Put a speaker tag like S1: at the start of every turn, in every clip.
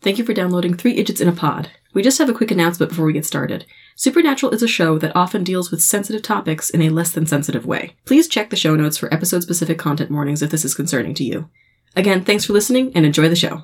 S1: Thank you for downloading Three Idiots in a Pod. We just have a quick announcement before we get started. Supernatural is a show that often deals with sensitive topics in a less than sensitive way. Please check the show notes for episode specific content warnings if this is concerning to you. Again, thanks for listening and enjoy the show.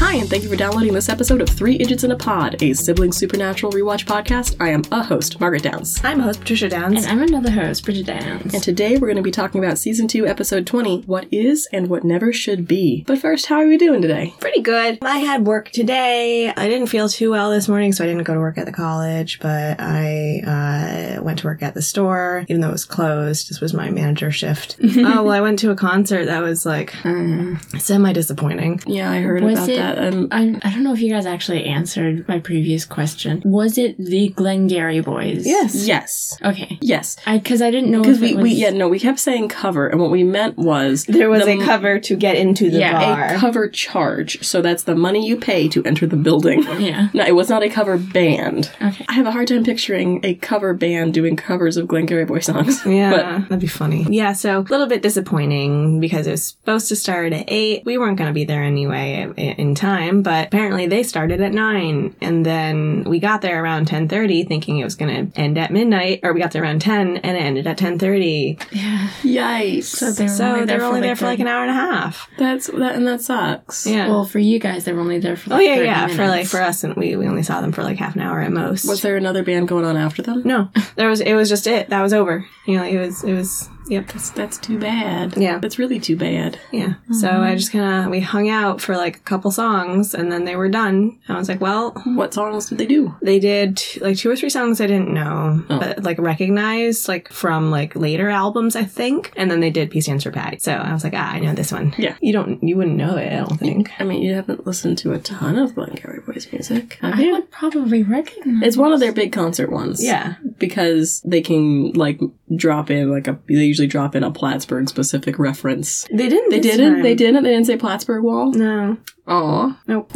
S1: Hi, and thank you for downloading this episode of Three Idiots in a Pod, a sibling supernatural rewatch podcast. I am a host, Margaret Downs.
S2: I'm host Patricia Downs.
S3: And I'm another host, Bridget Downs.
S1: And today we're going to be talking about season 2, episode 20 What Is and What Never Should Be. But first, how are we doing today?
S2: pretty good. I had work today. I didn't feel too well this morning, so I didn't go to work at the college, but I uh, went to work at the store, even though it was closed. This was my manager shift. oh, well, I went to a concert that was like
S3: Um,
S2: semi disappointing.
S1: Yeah, I heard
S3: Was
S1: about
S3: it-
S1: that. Um,
S3: I, I don't know if you guys actually answered my previous question. Was it the Glengarry Boys?
S1: yes.
S3: Okay.
S1: Yes.
S3: Because I, didn't know
S1: Because
S3: if
S1: we,
S3: it was.
S1: we, yeah, no, we kept saying cover, and what we meant was
S2: There was
S1: The
S2: a
S1: m-
S2: cover to get into the
S3: Yeah, a
S2: bar.
S1: a cover charge. So that's the money you pay to enter the building.
S3: Yeah.
S1: no, it was not a cover band.
S3: Okay.
S1: I have a hard time picturing a cover band doing covers of Glengarry Boy songs.
S2: Yeah,
S1: But-
S2: that'd be funny. Yeah, so a little bit disappointing because it was supposed to start at eight. We weren't going to be there anyway i- in time, but apparently they started at nine, and then we got there around ten thirty, thinking it was going to end at midnight, or we got there around ten, and it ended at ten thirty.
S3: Yeah.
S1: Yikes!
S3: So they were
S2: So
S3: only
S2: they
S3: there
S2: were
S3: for
S2: only
S3: like
S2: there for like
S3: the-
S2: an hour and a half.
S1: that's that, and that sucks.
S2: Yeah.
S3: Well, for you guys, they were only there for
S2: oh
S3: like
S2: yeah,
S3: 30
S2: yeah. For like
S3: minutes.
S2: for us, and we we only saw them for like half an hour at most.
S1: Was there another band going on after them?
S2: no, there was. It was just it. That was over. You know, it was. It was. Yep.
S1: That's that's too bad.
S2: Yeah.
S1: that's really too bad.
S2: Yeah. So I just kind of we hung out for like a couple songs, and then they were done. I was like, well,
S1: What songs did they do?
S2: they did t- like two or three songs I didn't know,
S1: Oh.
S2: but like recognized like from like later albums, I think. And then they did "P Stands for Patty." So I was like, ah, I know this one.
S1: Yeah.
S2: You don't. You wouldn't know it. I don't think.
S1: I mean, you haven't listened to a ton of Glengarry Boys music, have
S3: I
S1: you?
S3: would probably recognize.
S1: It's one of their big concert ones.
S2: Yeah.
S1: because they can like drop in like a they usually drop in a Plattsburgh specific reference.
S2: They didn't.
S1: They
S2: this
S1: didn't.
S2: time.
S1: They didn't. They didn't say Plattsburgh Wall.
S2: No.
S1: Aw.
S2: Nope.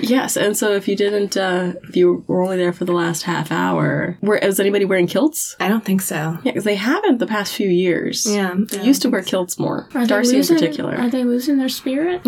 S1: Yes, and so if you didn't, uh, if you were only there for the last half hour, were was anybody wearing kilts?
S2: I don't think so.
S1: Yeah, because they haven't the past few years.
S2: Yeah.
S1: They used to wear kilts more.
S3: Are they
S1: Darcy
S3: losing-
S1: in particular.
S3: Are they losing their spirit?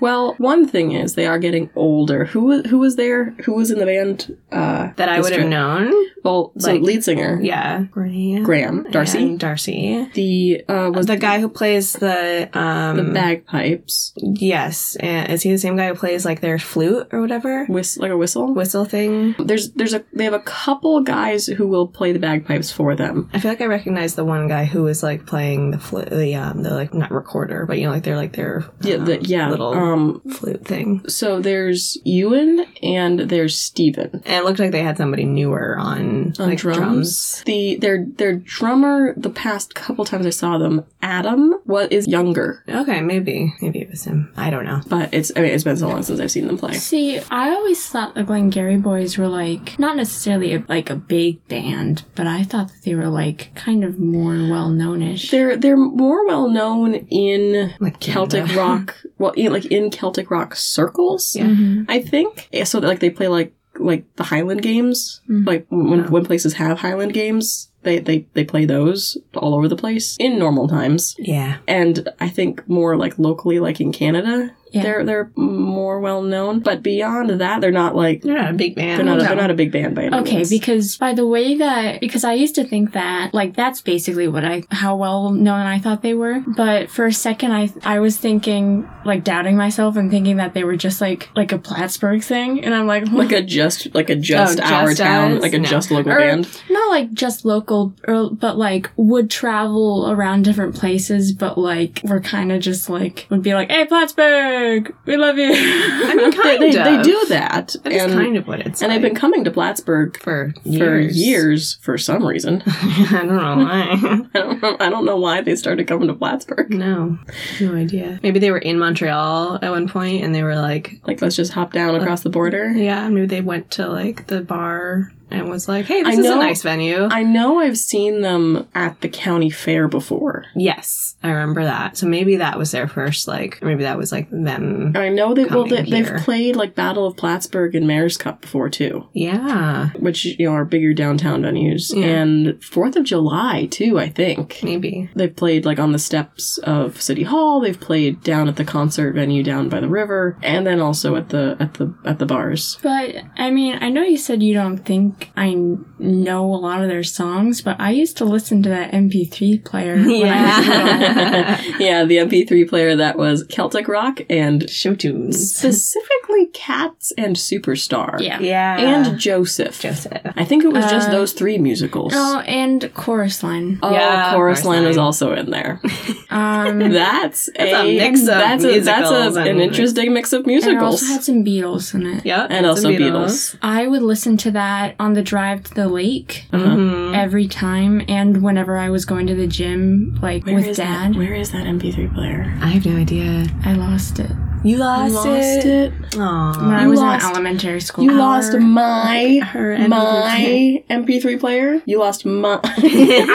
S1: well, one thing is they are getting older. Who was who was there? Who was in the band? Uh,
S2: that I
S1: this
S2: would have
S1: trip?
S2: known.
S1: Well, so
S2: Like-
S1: lead singer
S2: Yeah. Graham.
S1: Graham Darcy.
S2: And Darcy.
S1: The uh, was
S2: Was the guy who plays the um
S1: the bagpipes
S2: Yes. And is he the same guy who plays like their flute or whatever?
S1: whist- like a whistle.
S2: Whistle thing?
S1: There's there's a they have a couple guys who will play the bagpipes for them.
S2: I feel like I recognize the one guy who was like playing the flute, the um, the like not recorder, but you know, like they're like their
S1: Yeah,
S2: um,
S1: the, yeah.
S2: little
S1: Um,
S2: flute thing.
S1: so there's Ewan and there's Steven.
S2: And it looked like they had somebody newer on,
S1: On
S2: like
S1: drums?
S2: drums.
S1: The their their drummer the past couple times I saw them, Adam, what is younger.
S2: Okay, maybe maybe it was him. I don't know.
S1: But it's I mean it's been so long since I've seen them play.
S3: See, I always thought the Glengarry Boys were like not necessarily a, like a big band, but I thought that they were like kind of more well knownish.
S1: They're they're more well known in
S2: Like
S1: Celtic
S2: Canada.
S1: rock, well, in, like in Celtic rock circles.
S2: Yeah.
S3: Mm-hmm.
S1: I think. Yeah, so like they play like like the Highland games.
S3: Mhm.
S1: Like when
S2: Oh.
S1: when places have Highland games, they, they they play those all over the place in normal times.
S2: Yeah.
S1: And I think more like locally, like in Canada,
S3: Yeah.
S1: they're they're more well known. But beyond that, they're not like
S2: They're not a big band.
S1: they're not a,
S3: No.
S1: they're not a big band by any
S3: Okay,
S1: means.
S3: because by the way that because I used to think that like that's basically what I how well known I thought they were, but for a second I I was thinking like doubting myself and thinking that they were just like like a Plattsburgh thing, and I'm like oh
S1: like a just like a just
S2: Oh,
S1: our
S2: just
S1: town,
S2: us?
S1: like a
S2: No.
S1: just local
S3: Or-
S1: band.
S3: not like just local, or, but like would travel around different places, but like we're kind of just like would be like, "Hey, Plattsburgh, we love you."
S2: I mean,
S1: They,
S2: kind
S1: they,
S2: of.
S1: they do that,
S2: That is
S1: and
S2: kind of what it's.
S1: and
S2: like.
S1: they've been coming to Plattsburgh
S2: for
S1: for
S2: years.
S1: years for some reason.
S2: I don't know why.
S1: I don't know, I don't know why they started coming to Plattsburgh.
S2: No, no idea. Maybe they were in Montreal at one point, and they were like,
S1: Like, let's just hop down across the border.
S2: yeah, maybe they went to like the bar and was like, "Hey, this
S1: I
S2: is a
S1: know-
S2: nice venue."
S1: I know I've seen them at the county fair before.
S2: yes, I remember that. So maybe that was their first like maybe that was like them.
S1: I know they well they,
S2: Coming
S1: they've
S2: here.
S1: played like Battle of Plattsburgh and Mayor's Cup before too,
S2: Yeah,
S1: which you know are bigger downtown venues
S2: Yeah.
S1: and Fourth of July too. I think
S2: maybe.
S1: they've played like on the steps of City Hall. They've played down at the concert venue down by the river, and then also at the at the at the bars.
S3: But I mean, I know you said you don't think I n- know a lot of their songs, but I used to listen to that MP3 player. When I was little.
S2: Yeah.
S1: yeah, the MP3 player that was Celtic rock and
S2: Show tunes.
S1: specifically Cats and Superstar.
S3: yeah.
S2: Yeah, Uh,
S1: and Joseph.
S2: Joseph.
S1: I think it was just
S3: Uh,
S1: those three musicals.
S3: Oh, and chorus line.
S1: Oh,
S2: Yeah,
S1: chorus
S2: Chorus
S1: line was
S2: Line.
S1: also in there.
S3: Um,
S1: That's,
S2: a mix of
S1: that's a, that's
S2: musicals
S1: a, an
S2: and-
S1: interesting mix of
S3: and it
S1: musicals.
S3: also had some Beatles in it.
S2: Yep,
S1: And also Beatles.
S3: I would listen to that on the drive to the lake
S1: Uh-huh.
S2: Mhm.
S3: every time, and whenever I was going to the gym, like
S1: Where
S3: with
S1: is
S3: dad.
S1: That? Where is that MP3 player?
S2: I have no idea.
S3: I lost it.
S2: You
S1: I
S2: lost,
S1: lost
S2: it.
S1: it.
S3: When
S2: Aww.
S3: I
S1: You
S3: was
S1: lost-
S3: in elementary school.
S1: You lost my
S2: Her
S1: my MP3 player. You lost my.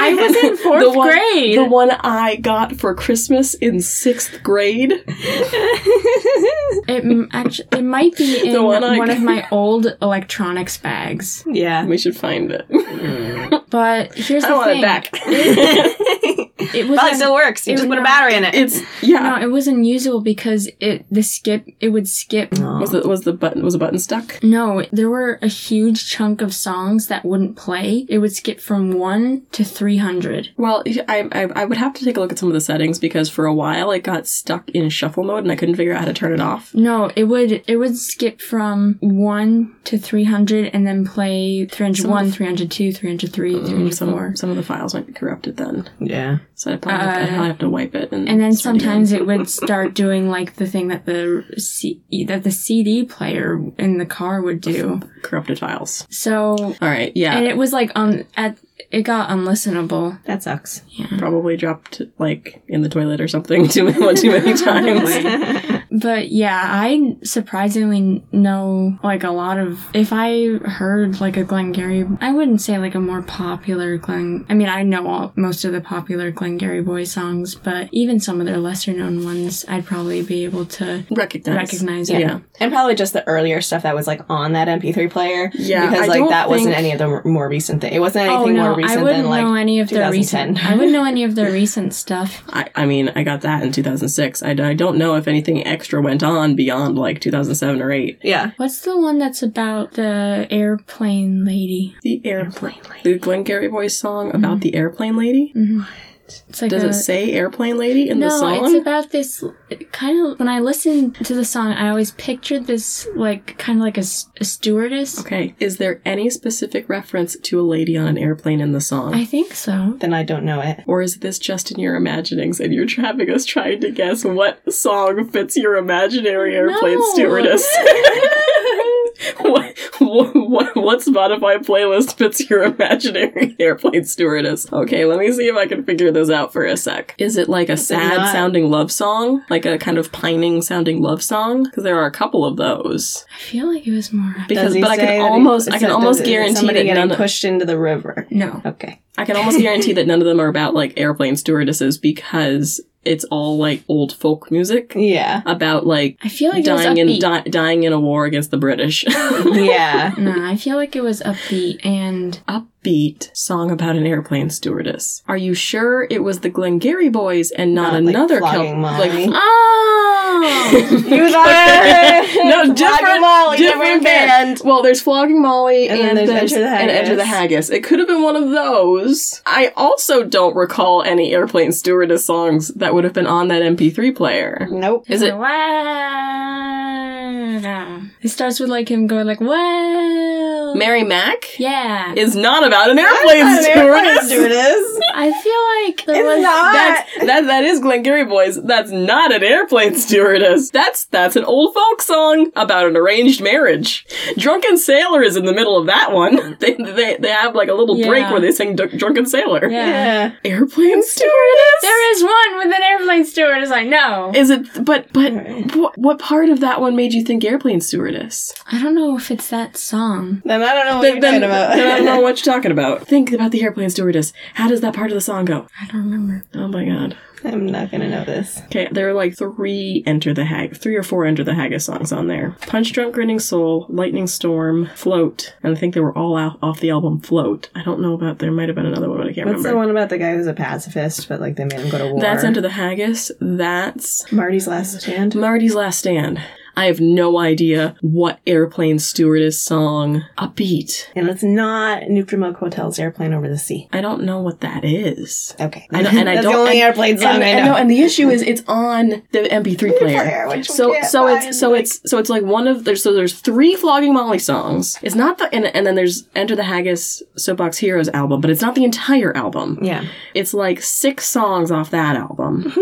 S3: I was in fourth
S1: one,
S3: grade.
S1: The one I got for Christmas in sixth grade.
S3: It m- actually it might be in
S1: The one
S3: one,
S1: I-
S3: of my old electronics bags.
S2: yeah.
S1: We should find it. Mm.
S3: But here's
S1: I
S3: the
S1: want
S3: thing:
S1: it back.
S2: Probably
S3: it was a,
S2: still works. You
S3: it
S2: just
S3: was
S2: put a
S3: not-
S2: battery in it.
S1: it's yeah.
S3: no, it was unusable because it the skip it would skip.
S1: Was it was the button was a button stuck?
S3: No, there were a huge chunk of songs that wouldn't play. It would skip from one to three hundred.
S1: Well, I, I I would have to take a look at some of the settings because for a while it got stuck in shuffle mode and I couldn't figure out how to turn it off.
S3: No, it would it would skip from one to three hundred and then play three hundred
S1: Some
S3: one,
S1: of
S3: three hundred two, three hundred three, three
S1: Mm,
S3: hundred
S1: Some
S3: four.
S1: some of the files might be corrupted then,
S2: yeah.
S1: so I probably have, to,
S3: Uh,
S1: I'll have to wipe it and.
S3: And then
S1: start again.
S3: sometimes it would start doing like the thing that the C- that the CD player in the car would do.
S1: corrupted files.
S3: So
S1: All right, yeah,
S3: and it was like on at it got unlistenable.
S2: That sucks.
S1: probably dropped like in the toilet or something too many too many times.
S3: But yeah, I surprisingly know like a lot of if I heard like a Glengarry, I wouldn't say like a more popular Glen. I mean, I know all, most of the popular Glengarry Boy songs, but even some of their lesser known ones, I'd probably be able to
S1: Recognize,
S3: recognize
S1: yeah.
S3: it.
S1: yeah.
S2: and probably just the earlier stuff that was like on that MP3 player.
S1: Yeah,
S2: Because
S1: I
S2: like
S1: don't
S2: that wasn't
S1: think-
S2: any of the more- more recent thing. It wasn't anything
S3: Oh no,
S2: more recent
S3: I wouldn't
S2: than like
S3: know any of their recent.
S2: 2010.
S3: I wouldn't know any of their recent stuff.
S1: I, I mean, I got that in 2006. I, d- I don't know if anything extra went on beyond like 2007 or 8.
S2: Yeah.
S3: What's the one that's about the airplane lady?
S1: The airplane lady. The Glengarry Boys song about the airplane lady?
S3: Mm-hmm. It's like
S1: Does
S3: a,
S1: it say airplane lady in
S3: no,
S1: the song?
S3: it's about this kind of. When I listened to the song, I always pictured this like kind of like a, s- a stewardess.
S1: okay. Is there any specific reference to a lady on an airplane in the song?
S3: I think so.
S2: Then I don't know it.
S1: or is this just in your imaginings and you're trapping us trying to guess what song fits your imaginary airplane
S3: No.
S1: stewardess? what, what, what Spotify playlist fits your imaginary airplane stewardess? Okay, let me see if I can figure this out for a sec. Is it like a sad
S2: not-
S1: sounding love song? Like a kind of pining sounding love song? Because there are a couple of those.
S3: I feel like it was more.
S1: Because,
S2: Does he
S1: but I
S2: say
S1: can
S2: that he-
S1: almost, I
S2: so
S1: can
S2: does-
S1: almost
S2: is
S1: guarantee
S2: somebody
S1: that
S2: getting
S1: none, of-
S2: pushed into the river.
S3: No.
S2: Okay.
S1: I can almost guarantee that none of them are about like airplane stewardesses because it's all like old folk music
S2: Yeah.
S1: about like
S3: I feel like
S1: dying
S3: it
S1: in
S3: was upbeat.
S1: di- dying in a war against the British.
S2: Yeah.
S3: no, I feel like it was upbeat and
S1: Upbeat song about an airplane stewardess. Are you sure it was the Glengarry Boys and not,
S2: Not, like,
S1: another
S2: flogging
S1: Kel-
S2: Molly.
S1: like
S3: oh.
S2: You thought
S1: No,
S2: Flogging
S1: different-
S2: Molly,
S1: different band. Well, there's Flogging Molly
S2: And
S1: and,
S2: then
S1: there's-
S2: there's Enter the
S1: and Enter the Haggis. It could have been one of those. I also don't recall any airplane stewardess songs that would have been on that MP3 player.
S2: Nope.
S1: Is it
S3: Wow. It starts with like him going like wow.
S1: Mary Mack?
S3: yeah.
S1: Is not about an
S2: I'm
S1: airplane
S2: not an airplane
S1: stewardess.
S2: stewardess.
S3: I feel like there was
S1: That's that that is Glengarry Boys. That's not an airplane stewardess. That's that's an old folk song about an arranged marriage. Drunken Sailor is in the middle of that one. They they, they have like a little break
S3: Yeah.
S1: where they sing Dr- Drunken Sailor.
S3: Yeah.
S2: Yeah.
S1: Airplane stewardess.
S3: there is one with an airplane steward. It's like no,
S1: Is it? But but what, what part of that one made you think airplane stewardess?
S3: I don't know if it's that song.
S2: Then I don't know what
S1: Then,
S2: Oh, you're
S1: then,
S2: talking about.
S1: then I don't know what you're talking about. Think about the airplane stewardess. How does that part of the song go?
S3: I don't remember.
S1: Oh my god.
S2: I'm not gonna know this.
S1: Okay, there are like three Enter the Hag, three or four Enter the Haggis songs on there. Punch Drunk Grinning Soul, Lightning Storm, Float, and I think they were all out off the album Float. I don't know about there might have been another one, but I can't
S2: What's the
S1: remember.
S2: one about the guy who's a pacifist, but like they made him go to war?
S1: That's Enter the Haggis. That's
S2: Marty's last stand.
S1: Marty's Last Stand. I have no idea what airplane stewardess song. A beat.
S2: And it's not Nuke Milk Hotel's airplane over the sea.
S1: I don't know what that is.
S2: Okay.
S1: I don't- and I
S2: That's
S1: don't-
S2: the only
S1: and-
S2: airplane song
S1: and,
S2: I
S1: and
S2: know.
S1: no, and the issue is it's on the MP3 player.
S2: Player, which we
S1: so
S2: can't
S1: so it's
S2: find,
S1: so
S2: like-
S1: it's so it's like one of there's so there's three flogging Molly songs. It's not the and, and then there's Enter the Haggis Soapbox Heroes album, but it's not the entire album.
S2: yeah.
S1: It's like six songs off that album.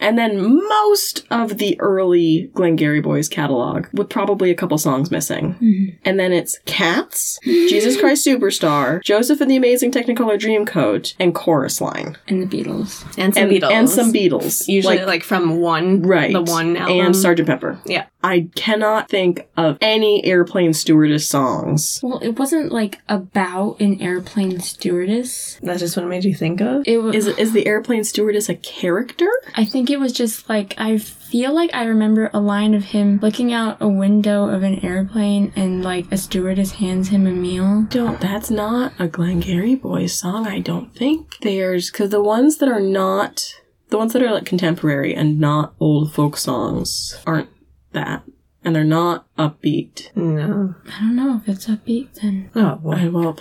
S1: and then most of the early Glengarry Boys catalog with probably a couple songs missing.
S2: Mm-hmm.
S1: And then it's Cats, Jesus Christ Superstar, Joseph and the Amazing Technicolor Dreamcoat, and Chorus Line.
S3: And the Beatles.
S2: And some
S1: And,
S2: Beatles.
S1: and some Beatles.
S2: Usually like, from one
S1: Right.
S2: the one album.
S1: And Sgt. Pepper.
S2: Yeah.
S1: I cannot think of any airplane stewardess songs.
S3: Well, it wasn't like about an airplane stewardess.
S2: That's just what it made you think of?
S3: It was.
S1: Is is the airplane stewardess a character?
S3: I think it was just like I feel like I remember a line of him looking out a window of an airplane and like a stewardess hands him a meal.
S1: Don't. That's not a Glengarry Boys song. I don't think there's because the ones that are not the ones that are like contemporary and not old folk songs aren't that, and they're not upbeat.
S2: No.
S3: I don't know if it's upbeat then.
S2: Oh boy.
S1: I, well,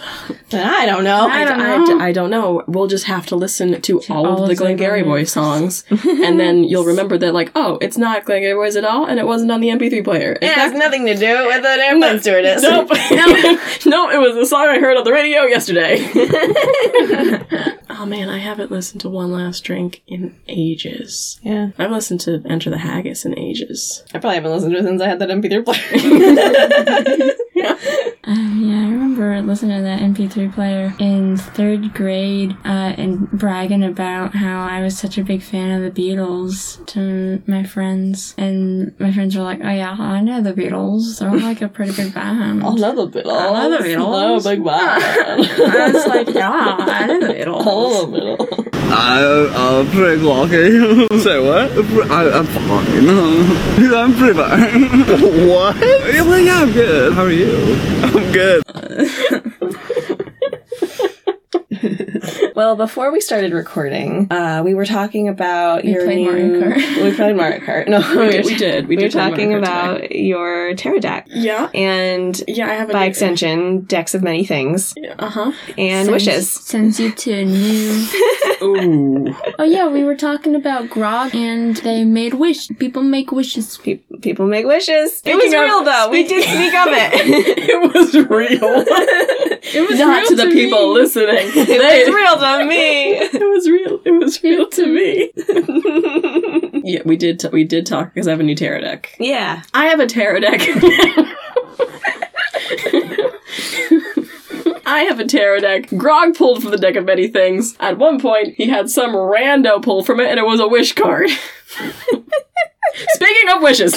S2: I don't know.
S3: I don't
S1: I,
S3: know.
S1: I don't know. We'll just have to listen to all,
S3: all
S1: of the
S3: of the
S1: Glengarry
S3: Glengarry
S1: Boys songs, and then you'll remember that, like, oh, it's not Glengarry Boys at all, and it wasn't on the MP3 player. In
S2: it has
S1: fact,
S2: nothing to do with an airplane stewardess.
S1: Nope. nope. nope. It was a song I heard on the radio yesterday. oh man, I haven't listened to One Last Drink in ages.
S2: Yeah.
S1: I've listened to Enter the Haggis in ages.
S2: I probably haven't listened to it since I had that MP3 player.
S3: Uh, yeah, I remember listening to that MP3 player in third grade uh, and bragging about how I was such a big fan of the Beatles to my friends, and my friends were like, "Oh yeah, I know the Beatles. They're like a pretty big band."
S2: I love the Beatles.
S3: I love the
S2: Oh,
S3: Beatles.
S2: big
S3: I was
S2: man.
S3: like, "Yeah, I know the Beatles."
S2: I love the Beatles.
S4: I, I'm pretty lucky. Say what? I, I'm fine. I'm pretty fine. what? Yeah, well, yeah, I'm good. How are you? I'm good.
S2: Well, before we started recording, uh, we were talking about your
S3: played
S2: new.
S3: Mario Kart.
S2: we played Mario Kart. No, we, were,
S1: We did. We,
S2: we Oh, were
S1: did play
S2: talking
S1: Mario Kart
S2: about
S1: today.
S2: your pterodactyl
S1: Yeah.
S2: and,
S1: Yeah, I have a
S2: by extension, decks of many things
S1: Uh huh.
S2: and
S3: Sends-
S2: wishes.
S3: sends you to a new.
S1: Ooh.
S3: oh yeah, we were talking about grog, and they made wish. People make wishes.
S2: Pe- people make wishes. it was
S1: Speaking of-
S2: real though. We did speak of it.
S1: it was real.
S3: It was
S1: Not to the people listening. They-
S2: it's real to me.
S1: it was real. It was real to me. yeah, we did. T- we did talk because I have a new tarot deck.
S2: Yeah.
S1: I have a tarot deck. I have a tarot deck. Grog pulled from the deck of many things. At one point, he had some rando pull from it, and it was a wish card. Speaking of wishes,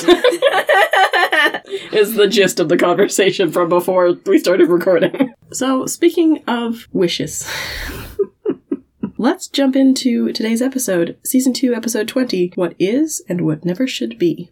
S1: is the gist of the conversation from before we started recording. So, speaking of wishes. Let's jump into today's episode, season 2, episode 20 What is and what never should be.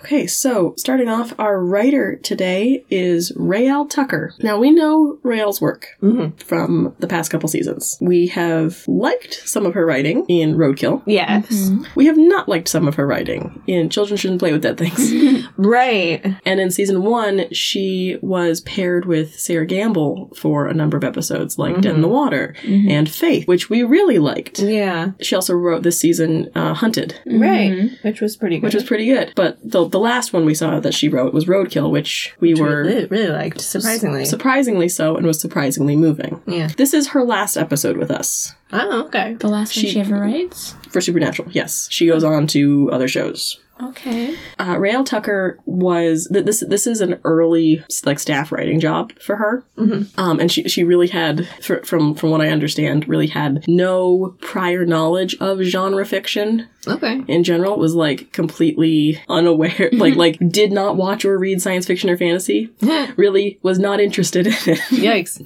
S1: Okay, so starting off, our writer today is Rael Tucker. Now, we know Rael's work
S2: Mhm.
S1: from the past couple seasons. We have liked some of her writing in Roadkill.
S2: Yes.
S3: Mm-hmm.
S1: We have not liked some of her writing in Children Shouldn't Play with Dead Things.
S2: Right.
S1: And in season one, she was paired with Sarah Gamble for a number of episodes, like Dead in the Water and Faith, which we really liked.
S2: Yeah.
S1: She also wrote this season uh, Hunted,
S3: Mm-hmm.
S2: Right. Which was pretty good.
S1: Mm-hmm. which was pretty good. But the the last one we saw that she wrote was Roadkill, which we were
S2: really, really liked, surprisingly.
S1: surprisingly so and was surprisingly moving.
S2: yeah.
S1: This is her last episode with us
S2: Oh, okay.
S3: The last
S1: She-
S3: one she ever writes?
S1: for Supernatural. Yes, she goes on to other shows.
S3: Okay.
S1: Uh, Rail Tucker was th- this. This is an early like staff writing job for her, um, and she she really had fr- from from what I understand really had no prior knowledge of genre fiction
S2: Okay.
S1: in general. Was like completely unaware, like like did not watch or read science fiction or fantasy. Really was not interested in it.
S2: Yikes.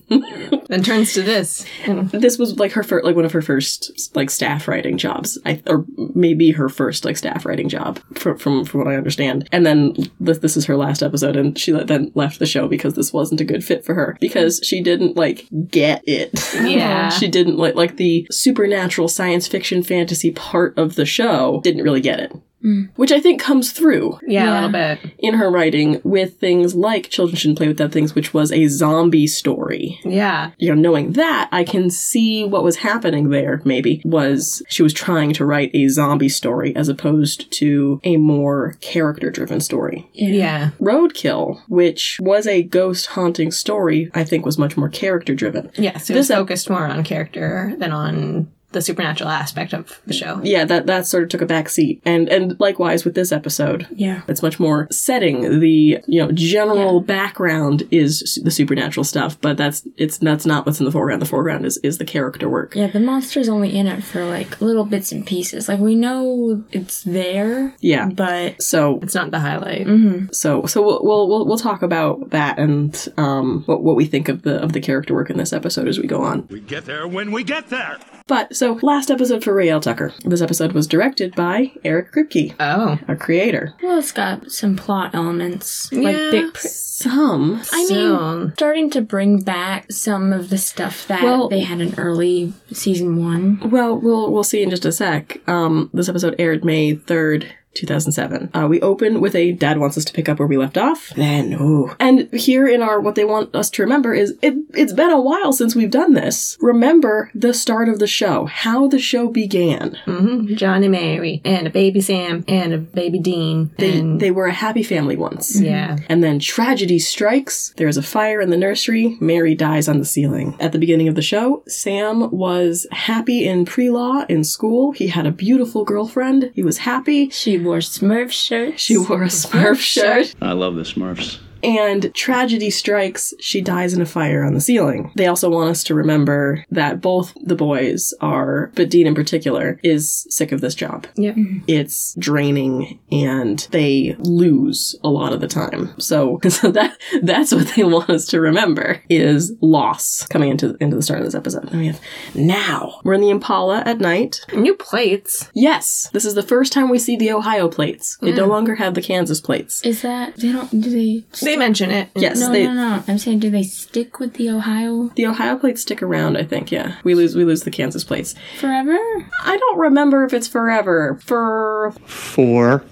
S2: then turns to this.
S1: this was like her first like one of her first like staff writing jobs I, or maybe her first like staff writing job from from, from what i understand and then this, this is her last episode and she le- then left the show because this wasn't a good fit for her because she didn't like get it
S2: Yeah.
S1: she didn't like like the supernatural science fiction fantasy part of the show didn't really get it
S3: Mm.
S1: which i think comes through
S2: Yeah, a little bit.
S1: in her writing with things like children shouldn't play with dead things which was a zombie story
S2: Yeah.
S1: you know, knowing that, I can see what was happening there, maybe, was she was trying to write a zombie story as opposed to a more character driven story.
S2: Yeah.
S1: Roadkill, which was a ghost haunting story, I think was much more character driven.
S2: Yeah. So
S1: This
S2: this
S1: ep-
S2: focused more on character than on the supernatural aspect of the show.
S1: Yeah, that, that sort of took a back seat. And and likewise with this episode.
S3: Yeah.
S1: It's much more setting the you know general background is su- the supernatural stuff, but that's it's that's not what's in the foreground. The foreground is is the character work.
S3: Yeah, the monster's only in it for like little bits and pieces. Like we know it's there,
S1: yeah.
S3: but
S1: So
S2: It's not the highlight.
S1: So so we'll we'll we'll, we'll talk about that and um, what what we think of the of the character work in this episode as we go on.
S5: We get there when we get there.
S1: But so last episode for Ray L. Tucker. This episode was directed by Eric Kripke,
S2: Oh.
S1: a creator.
S3: well, it's got some plot elements. Like big pr-
S1: Some
S3: I
S2: So-
S3: mean, starting to bring back some of the stuff that
S1: Well-
S3: they had in early season one.
S1: well we'll we'll see in just a sec. Um, this episode aired May third. 2007. Uh, we open with a dad wants us to pick up where we left off. Then, ooh. And here in our, what they want us to remember is it, it's been a while since we've done this. Remember the start of the show, how the show began.
S2: hmm John and Mary, and a baby Sam, and a baby Dean.
S1: They,
S2: and
S1: they were a happy family once.
S2: Mm. yeah.
S1: And then tragedy strikes. There is a fire in the nursery. Mary dies on the ceiling. At the beginning of the show, Sam was happy in pre law in school. He had a beautiful girlfriend. He was happy.
S3: She wore Smurf shirts.
S1: She wore a Smurf shirt.
S4: I love the Smurfs.
S1: And tragedy strikes. She dies in a fire on the ceiling. They also want us to remember that both the boys are, but Dean in particular, is sick of this job.
S2: Yep.
S1: it's draining and they lose a lot of the time. So, so that that's what they want us to remember is loss coming into into the start of this episode. And we have now we're in the Impala at night.
S2: New plates.
S1: Yes, this is the first time we see the Ohio plates. They no longer have the Kansas plates.
S3: Is that they don't do they?
S2: They mention it.
S1: Yes,
S3: no,
S1: they.
S3: no, no. I'm saying, do they stick with the Ohio
S1: The Ohio plates stick around, I think. Yeah, we lose we lose the Kansas plates.
S3: forever?
S1: I don't remember if it's forever. For
S6: for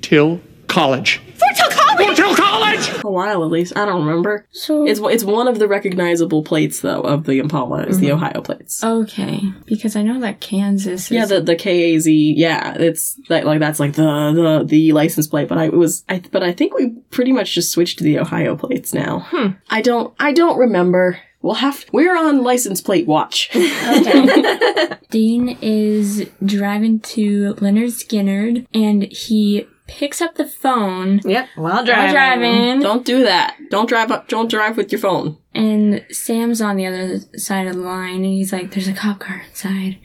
S6: till college.
S1: a while at least, I don't remember.
S3: So
S1: It's it's one of the recognizable plates though of the Impala is the Ohio plates.
S3: Oh, okay because I know that Kansas. Is,
S1: Yeah, the the KAZ. Yeah, it's that like that's like the the the license plate. But I it was I but I think we pretty much just switched to the Ohio plates now. I don't I don't remember. We'll have we're on license plate watch.
S3: Dean is driving to Leonard Skinnard and he picks up the phone
S2: Yep. While
S3: while
S2: driving.
S3: driving.
S1: don't do that. Don't drive up. Don't drive with your phone.
S3: And Sam's on the other side of the line, and he's like, "There's a cop car inside."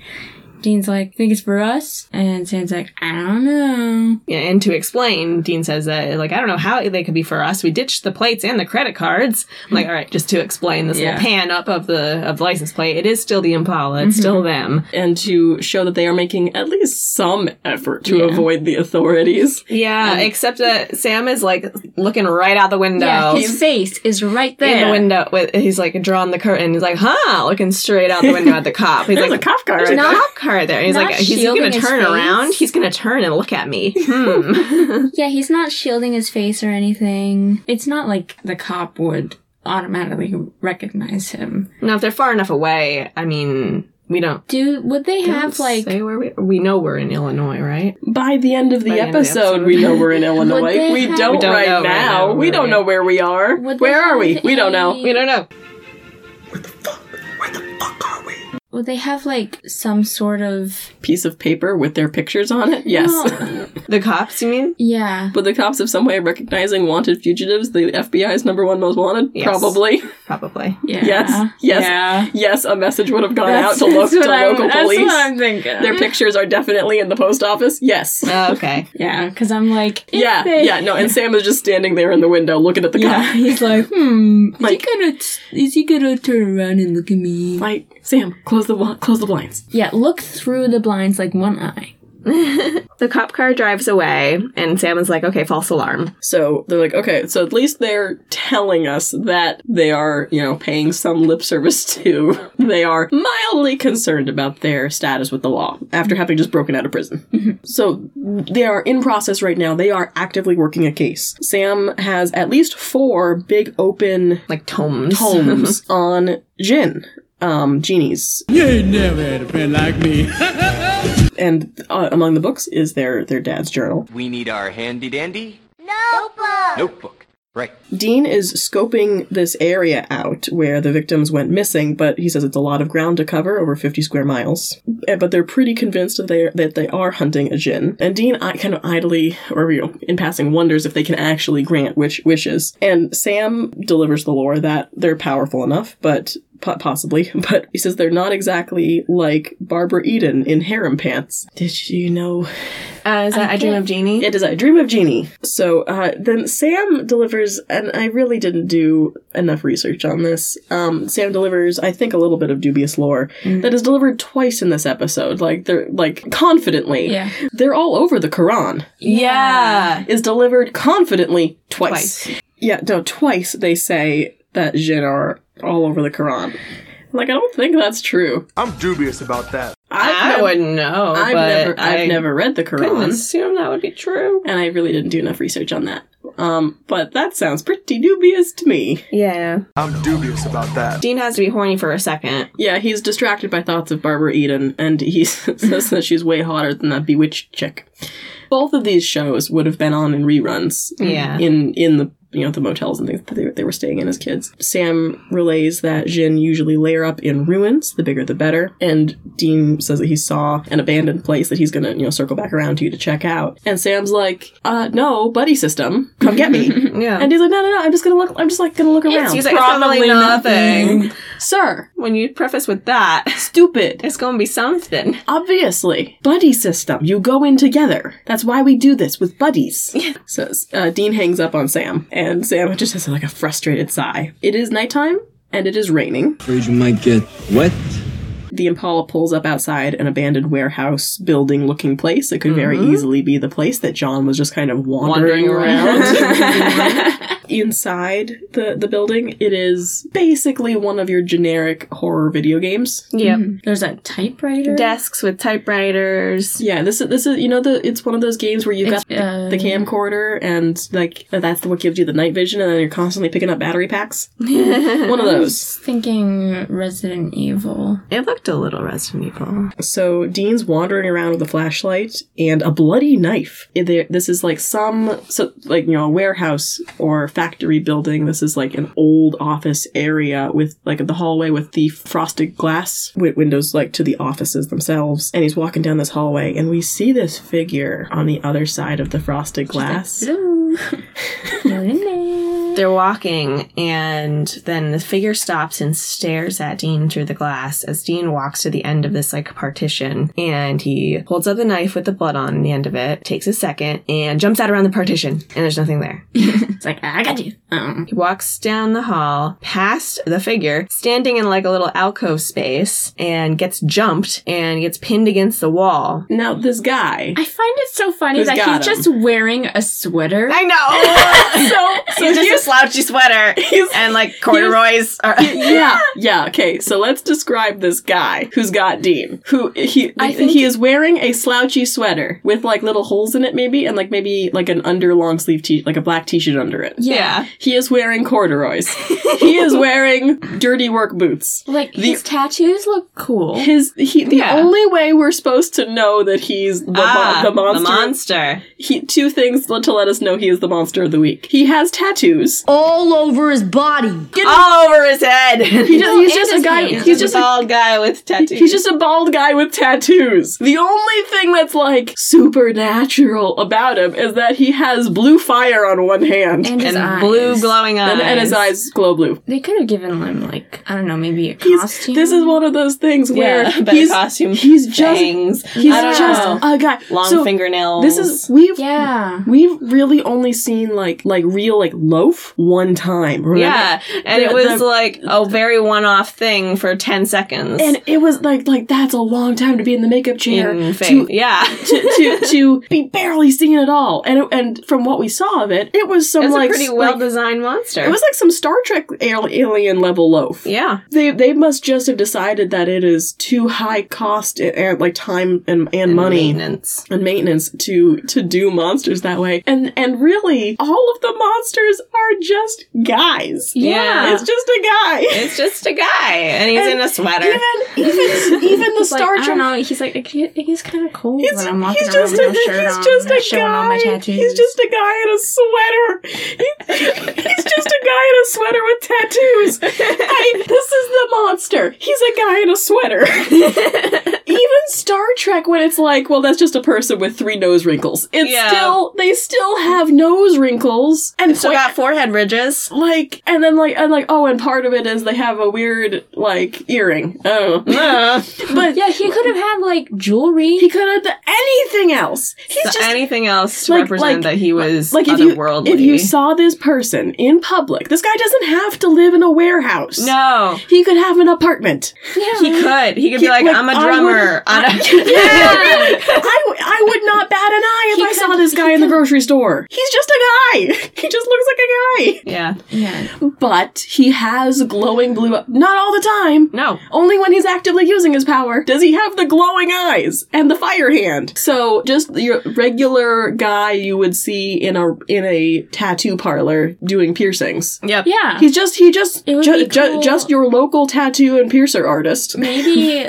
S3: Dean's like, "Think it's for us?" And Sam's like, "I don't know."
S2: Yeah, and to explain, Dean says that like I don't know how they could be for us. We ditched the plates and the credit cards. I'm like, all right, just to explain this
S1: Yeah.
S2: little pan up of the of the license plate, it is still the Impala.
S1: Mm-hmm.
S2: It's still them.
S1: And to show that they are making at least some effort to avoid the authorities.
S2: Yeah,
S1: Um,
S2: except that Sam is like looking right out the window.
S3: Yeah, his face is right
S2: in the
S3: there.
S2: window, with, he's like drawn the curtain. He's like, "Huh?" Looking straight out the window at the cop. He's
S1: There's
S2: like,
S1: a cop car.
S2: There's
S1: right
S2: a
S1: there.
S2: cop car there. He's
S3: Not
S2: like, he's
S3: shielding
S2: gonna
S3: his
S2: turn
S3: face.
S2: around. He's gonna turn and look at me. Hmm.
S3: yeah, he's not shielding his face or anything. It's not like the cop would automatically recognize him.
S2: Now, if they're far enough away, I mean, We don't
S3: Do would they have like
S2: say where we we know we're in Illinois, right?
S1: By the end of the,
S2: By the end of the
S1: episode,
S2: episode.
S1: we know we're in Illinois.
S3: they
S1: we,
S3: have-
S1: don't
S2: We don't
S1: right
S2: know right
S1: now.
S2: now
S1: We
S2: where
S1: don't
S2: we
S1: know
S2: are.
S1: where we are.
S3: Would they
S1: Where are
S3: have
S1: we? We don't know.
S3: a-
S2: We don't know.
S3: would they have like some sort of
S1: Piece of paper with their pictures on it? Yes.
S3: No.
S2: The cops, you mean?
S3: yeah
S1: Would the cops have some way of recognizing wanted fugitives? The FBI's number one most wanted?
S2: Yes.
S1: Probably.
S2: Probably.
S3: yeah
S1: Yes. Yes.
S3: yeah.
S1: Yes, a message would have gone
S3: That's-
S1: out to, lo-
S3: that's
S1: to
S3: what I'm-
S1: local police.
S3: That's what I'm thinking.
S1: Their pictures are definitely in the post office. Yes.
S2: Oh, okay.
S3: yeah, because I'm like, if
S1: yeah,
S3: they-
S1: yeah, no, and Sam is just standing there in the window looking at the
S3: yeah.
S1: cop.
S3: He's like, hmm, is
S1: Like-
S3: he gonna is he gonna turn around and look at me?
S1: Like, Sam, close the wa- close the blinds.
S3: Yeah, look through the blinds like one eye.
S2: The cop car drives away, and Sam is like, "Okay, false alarm."
S1: So they're like, okay, so at least they're telling us that they are, you know, paying some lip service to. They are mildly concerned about their status with the law after having just broken out of
S3: Mm-hmm.
S1: prison. so they are in process right now. They are actively working a case. Sam has at least four big open
S2: Like tomes.
S1: tomes on Jin. Um, genies,
S4: You ain't never had a friend like me.
S1: and uh, among the books is their their dad's journal.
S7: We need our handy dandy notebook. Notebook. Right.
S1: Dean is scoping this area out where the victims went missing, but he says it's a lot of ground to cover, over 50 square miles. Eh, But they're pretty convinced that they that they are hunting a Jin. And Dean I kind of idly, or you know, in passing, wonders if they can actually grant witch wishes. And Sam delivers the lore that they're powerful enough, but po- possibly. But he says they're not exactly like Barbara Eden in harem pants. Did you know
S2: Uh, is that I, Dream of Jeannie?
S1: it is I Dream of Jeannie. So uh, then Sam delivers, and I really didn't do enough research on this. Um, Sam delivers, I think, a little bit of dubious lore
S2: Mm.
S1: that is delivered twice in this episode. Like they're like confidently.
S3: Yeah.
S1: They're all over the Quran.
S2: yeah.
S1: Is delivered confidently twice.
S2: Twice.
S1: Yeah, no, twice they say that Jinn are all over the Quran. Like I don't think that's true.
S8: I'm dubious about that.
S2: I,
S1: nev-
S2: wouldn't know.
S1: I've
S2: but
S1: never. I've
S2: I
S1: never read the
S2: couldn't
S1: Quran.
S2: assume that would be true.
S1: and I really didn't do enough research on that. Um, but that sounds pretty dubious to me.
S2: Yeah.
S8: I'm dubious about that.
S2: Dean has to be horny for a second.
S1: Yeah, he's distracted by thoughts of Barbara Eden, and he says that she's way hotter than that bewitched chick. Both of these shows would have been on in reruns.
S2: Yeah.
S1: In in the you know the motels and things that they, they were staying in as kids. Sam relays that Jin usually lair up in ruins. The bigger the better. And Dean says that he saw an abandoned place that he's gonna you know circle back around to to check out. And Sam's like, uh, no, buddy system, come get me.
S2: Yeah.
S1: And he's like, no, no, no. I'm just gonna look. I'm just like gonna look around.
S2: He's like, probably nothing.
S1: sir.
S2: When you preface with that,
S1: Stupid.
S2: it's going to be something.
S1: Obviously, buddy system. You go in together. That's why we do this with buddies. so uh, Dean hangs up on Sam, and Sam just has like a frustrated sigh. It is nighttime. And it is raining.
S4: Afraid you might get wet.
S1: The Impala pulls up outside an abandoned warehouse building looking place. It could very easily be the place that John was just kind of wandering,
S2: Mm-hmm. Wandering around.
S1: around. Inside the, the building, it is basically one of your generic horror video games.
S2: Yep.
S3: There's a typewriter.
S2: Desks with typewriters.
S1: Yeah, this is this is you know the it's one of those games where you've got
S3: It's, uh,
S1: the, the camcorder and like that's what gives you the night vision, and then you're constantly picking up battery packs. one of those.
S3: Thinking Resident Evil.
S2: It looked a little Resident Evil.
S1: So Dean's wandering around with a flashlight and a bloody knife. It- there- This is like some so like you know a warehouse or factory building. This is like an old office area with like the hallway with the frosted glass with windows like to the offices themselves. And he's walking down this hallway, and we see this figure on the other side of the frosted glass.
S3: Hello. You're in there.
S2: They're walking, and then the figure stops and stares at Dean through the glass as Dean walks to the end of this like partition. And he holds up the knife with the blood on the end of it, takes a second, and jumps out around the partition, and there's nothing there.
S3: It's like I got you. Um,
S2: He walks down the hall past the figure, standing in like a little alcove space, and gets jumped and gets pinned against the wall.
S1: Now, this guy.
S3: I find it so funny
S1: Who's
S3: that
S1: got
S3: he's
S1: him?
S3: just wearing a sweater.
S2: I know!
S1: So, so
S2: just
S1: here's
S2: slouchy sweater and like corduroys. Or,
S1: yeah, yeah. Okay, so let's describe this guy who's got Dean. Who he
S3: I think-
S1: he is wearing a slouchy sweater with like little holes in it, maybe, and like maybe like an under long sleeve t like a black t shirt under it.
S2: yeah.
S1: He is wearing corduroys. he is wearing dirty work boots.
S3: Like his tattoos look cool.
S1: His he the
S2: Yeah.
S1: only way we're supposed to know that he's the, mo-
S2: Ah,
S1: the monster.
S2: The monster.
S1: he two things to let us know he is the monster of the week. He has tattoos.
S9: all over his body.
S2: All over his head.
S1: He just, he's
S3: and
S1: just a
S3: his
S1: guy.
S3: hands.
S1: He's just a
S2: bald guy with tattoos.
S1: He's just a bald guy with tattoos. The only thing that's like supernatural about him is that he has blue fire on one hand.
S3: and his
S2: and
S3: eyes.
S2: blue glowing eyes.
S1: And, and his eyes glow blue.
S3: They could have given him like I don't know, maybe a
S1: He's,
S3: costume.
S1: This is one of those things where
S2: Yeah, better
S1: he's
S2: costume.
S1: he's just
S2: fangs.
S1: he's
S2: I don't
S1: just
S2: know.
S1: a guy.
S2: long
S1: So
S2: fingernails.
S1: This is we've
S3: yeah.
S1: we've really only seen like like real like loaf one time. Remember?
S2: yeah, and
S1: The-
S2: it was
S1: the-
S2: like a very one-off thing for ten seconds.
S1: And it was like like that's a long time to be in the makeup chair
S2: in
S1: to
S2: fake. yeah,
S1: to, to to be barely seen at all. And it, and from what we saw of it, it was some
S2: it's
S1: like
S2: a pretty
S1: like-
S2: well-designed monster.
S1: it was like some Star Trek al- alien level loaf.
S2: yeah,
S1: They they must just have decided that it is too high cost and, and like time and and, money.
S2: maintenance.
S1: And maintenance to to do monsters that way, and and really all of the monsters are just guys.
S2: Yeah.
S1: it's just a guy.
S2: It's just a guy, and he's
S1: And
S2: in a sweater.
S1: even even even the
S3: It's
S1: Star
S3: like, I
S1: Trek
S3: don't know. He's like he- he's kind of cold
S1: He's,
S3: when I'm walking
S1: he's
S3: around
S1: just
S3: with no
S1: a,
S3: shirt
S1: he's
S3: on,
S1: just a
S3: showing all
S1: guy.
S3: my tattoos.
S1: He's just a guy in a sweater. He- he's just a guy in a sweater with tattoos. I, this is the monster. He's a guy in a sweater. Even Star Trek, when it's like, well, that's just a person with three nose wrinkles. It's
S2: Yeah.
S1: still they still have nose wrinkles and
S2: Still
S1: quite-
S2: got forehead ridges.
S1: like and then like and like oh and part of it is they have a weird like earring. Oh, but
S3: yeah, he could have had like jewelry.
S1: he could have done anything else. He's
S2: So
S1: just
S2: anything else to
S1: like-
S2: represent
S1: like-
S2: that he was
S1: like if you
S2: otherworldly.
S1: if you saw this person in public, this guy doesn't have to live in a warehouse.
S2: no,
S1: He could have an apartment.
S3: yeah.
S2: he could. He could be like,
S1: like,
S2: I'm a
S1: I
S2: drummer. I'm a-
S1: I, w- I would not bat an eye if
S3: He
S1: I saw
S3: could-
S1: this
S3: he
S1: guy in the
S3: could-
S1: grocery store. He's just a guy. He just looks like a guy.
S2: yeah,
S3: yeah.
S1: But he has glowing blue. e, Not all the time.
S2: no.
S1: Only when he's actively using his power does he have the glowing eyes and the fire hand. So just your regular guy you would see in a in a tattoo parlor doing piercings.
S2: Yep.
S3: Yeah.
S1: He's just he just
S3: It would
S1: ju-
S3: be
S1: ju-
S3: cool.
S1: just your local tattoo and piercer artist
S3: Maybe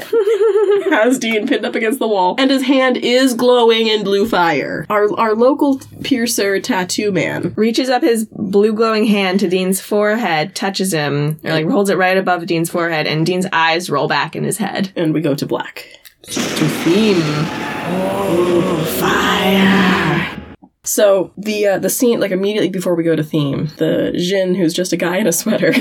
S1: has Dean pinned up against the wall and his hand is glowing in blue fire. Our our local t- piercer tattoo man.
S2: reaches up his blue glowing hand to Dean's forehead, touches him, or like holds it right above Dean's forehead, and Dean's eyes roll back in his head.
S1: And we go to black.
S3: Oh,
S1: So the uh, the scene, like immediately before we go to theme, the Jin, who's just a guy in a sweater,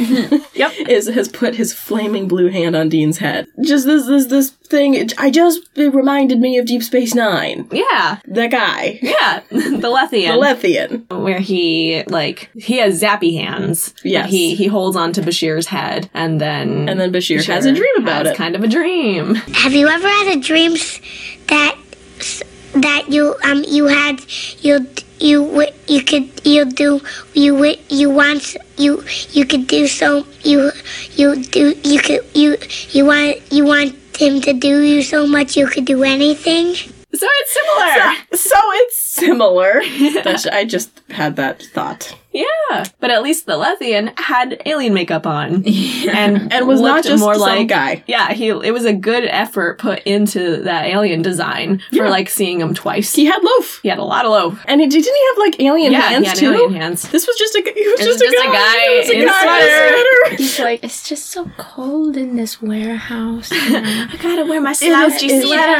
S1: yep, is has put his flaming blue hand on Dean's head. Just this this this thing. It, I just it reminded me of Deep Space Nine.
S2: Yeah,
S1: That guy,
S2: yeah, Oh, the
S1: the
S2: Lethian,
S1: Lethian.
S2: where he like he has zappy hands.
S1: Yes.
S2: he he holds onto Bashir's head, and then
S1: And then Bashir has a dream about
S2: has
S1: it.
S2: Kind of a dream.
S9: Have you ever had a dream s- that s- that you um you had you d- you w- you could you do you w- you want s- you you could do so you you do you could you you want you want him to do you so much you could do anything?
S2: So it's similar.
S1: So it's similar. That's, I just had that thought.
S2: yeah, but at least the Lethian had alien makeup on, and
S1: And was not
S2: looked
S1: just
S2: more
S1: some
S2: like
S1: guy.
S2: Yeah, he. It was a good effort put into that alien design for like seeing him twice.
S1: He had loaf,
S2: He had a lot of loaf.
S1: and he didn't he have like alien
S2: yeah,
S1: hands
S2: he had
S1: too.
S2: alien hands.
S1: This was just a g- he was
S2: It
S1: just,
S2: was
S1: a guy. He was
S2: in a
S1: in
S2: sweater.
S1: a sweater.
S3: he's like it's just so cold in this warehouse. you know."
S2: I gotta wear my
S1: It is-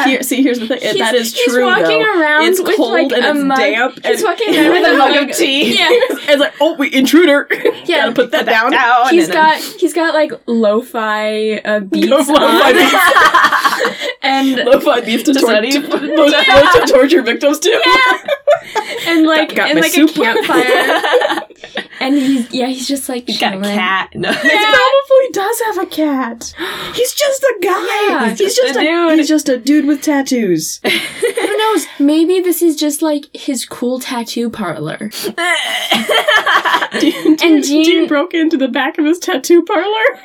S1: Here, see, here's the thing. It- that is true.
S3: He's walking
S1: though.
S3: around
S1: It's
S3: with
S1: cold
S3: like
S1: and
S3: a
S1: it's
S3: mug.
S1: damp.
S3: He's
S1: and-
S3: walking around with a mug of tea. Yeah.
S1: it's like, oh, we intruder.
S3: Yeah.
S1: Gotta put that down.
S2: oh,
S3: He's got he's got like lo-fi uh, beats
S1: Go
S3: on,
S1: find
S3: and
S1: lo-fi beats to, tor-
S2: study.
S1: to, those- those to torture victims too.
S3: and like
S1: got
S3: and
S1: my
S3: like
S1: soup.
S3: a campfire. and he's yeah, he's just like
S2: He's got a
S3: chilling.
S2: cat. No.
S1: He probably does have a cat. He's just a guy.
S3: Yeah,
S1: he's just,
S2: just a
S1: a,
S2: dude.
S1: He's just a dude with tattoos.
S3: I don't know knows? Maybe this is just like his cool tattoo parlor. and
S1: Dean
S3: Gene,
S1: broke into the back of his tattoo parlor.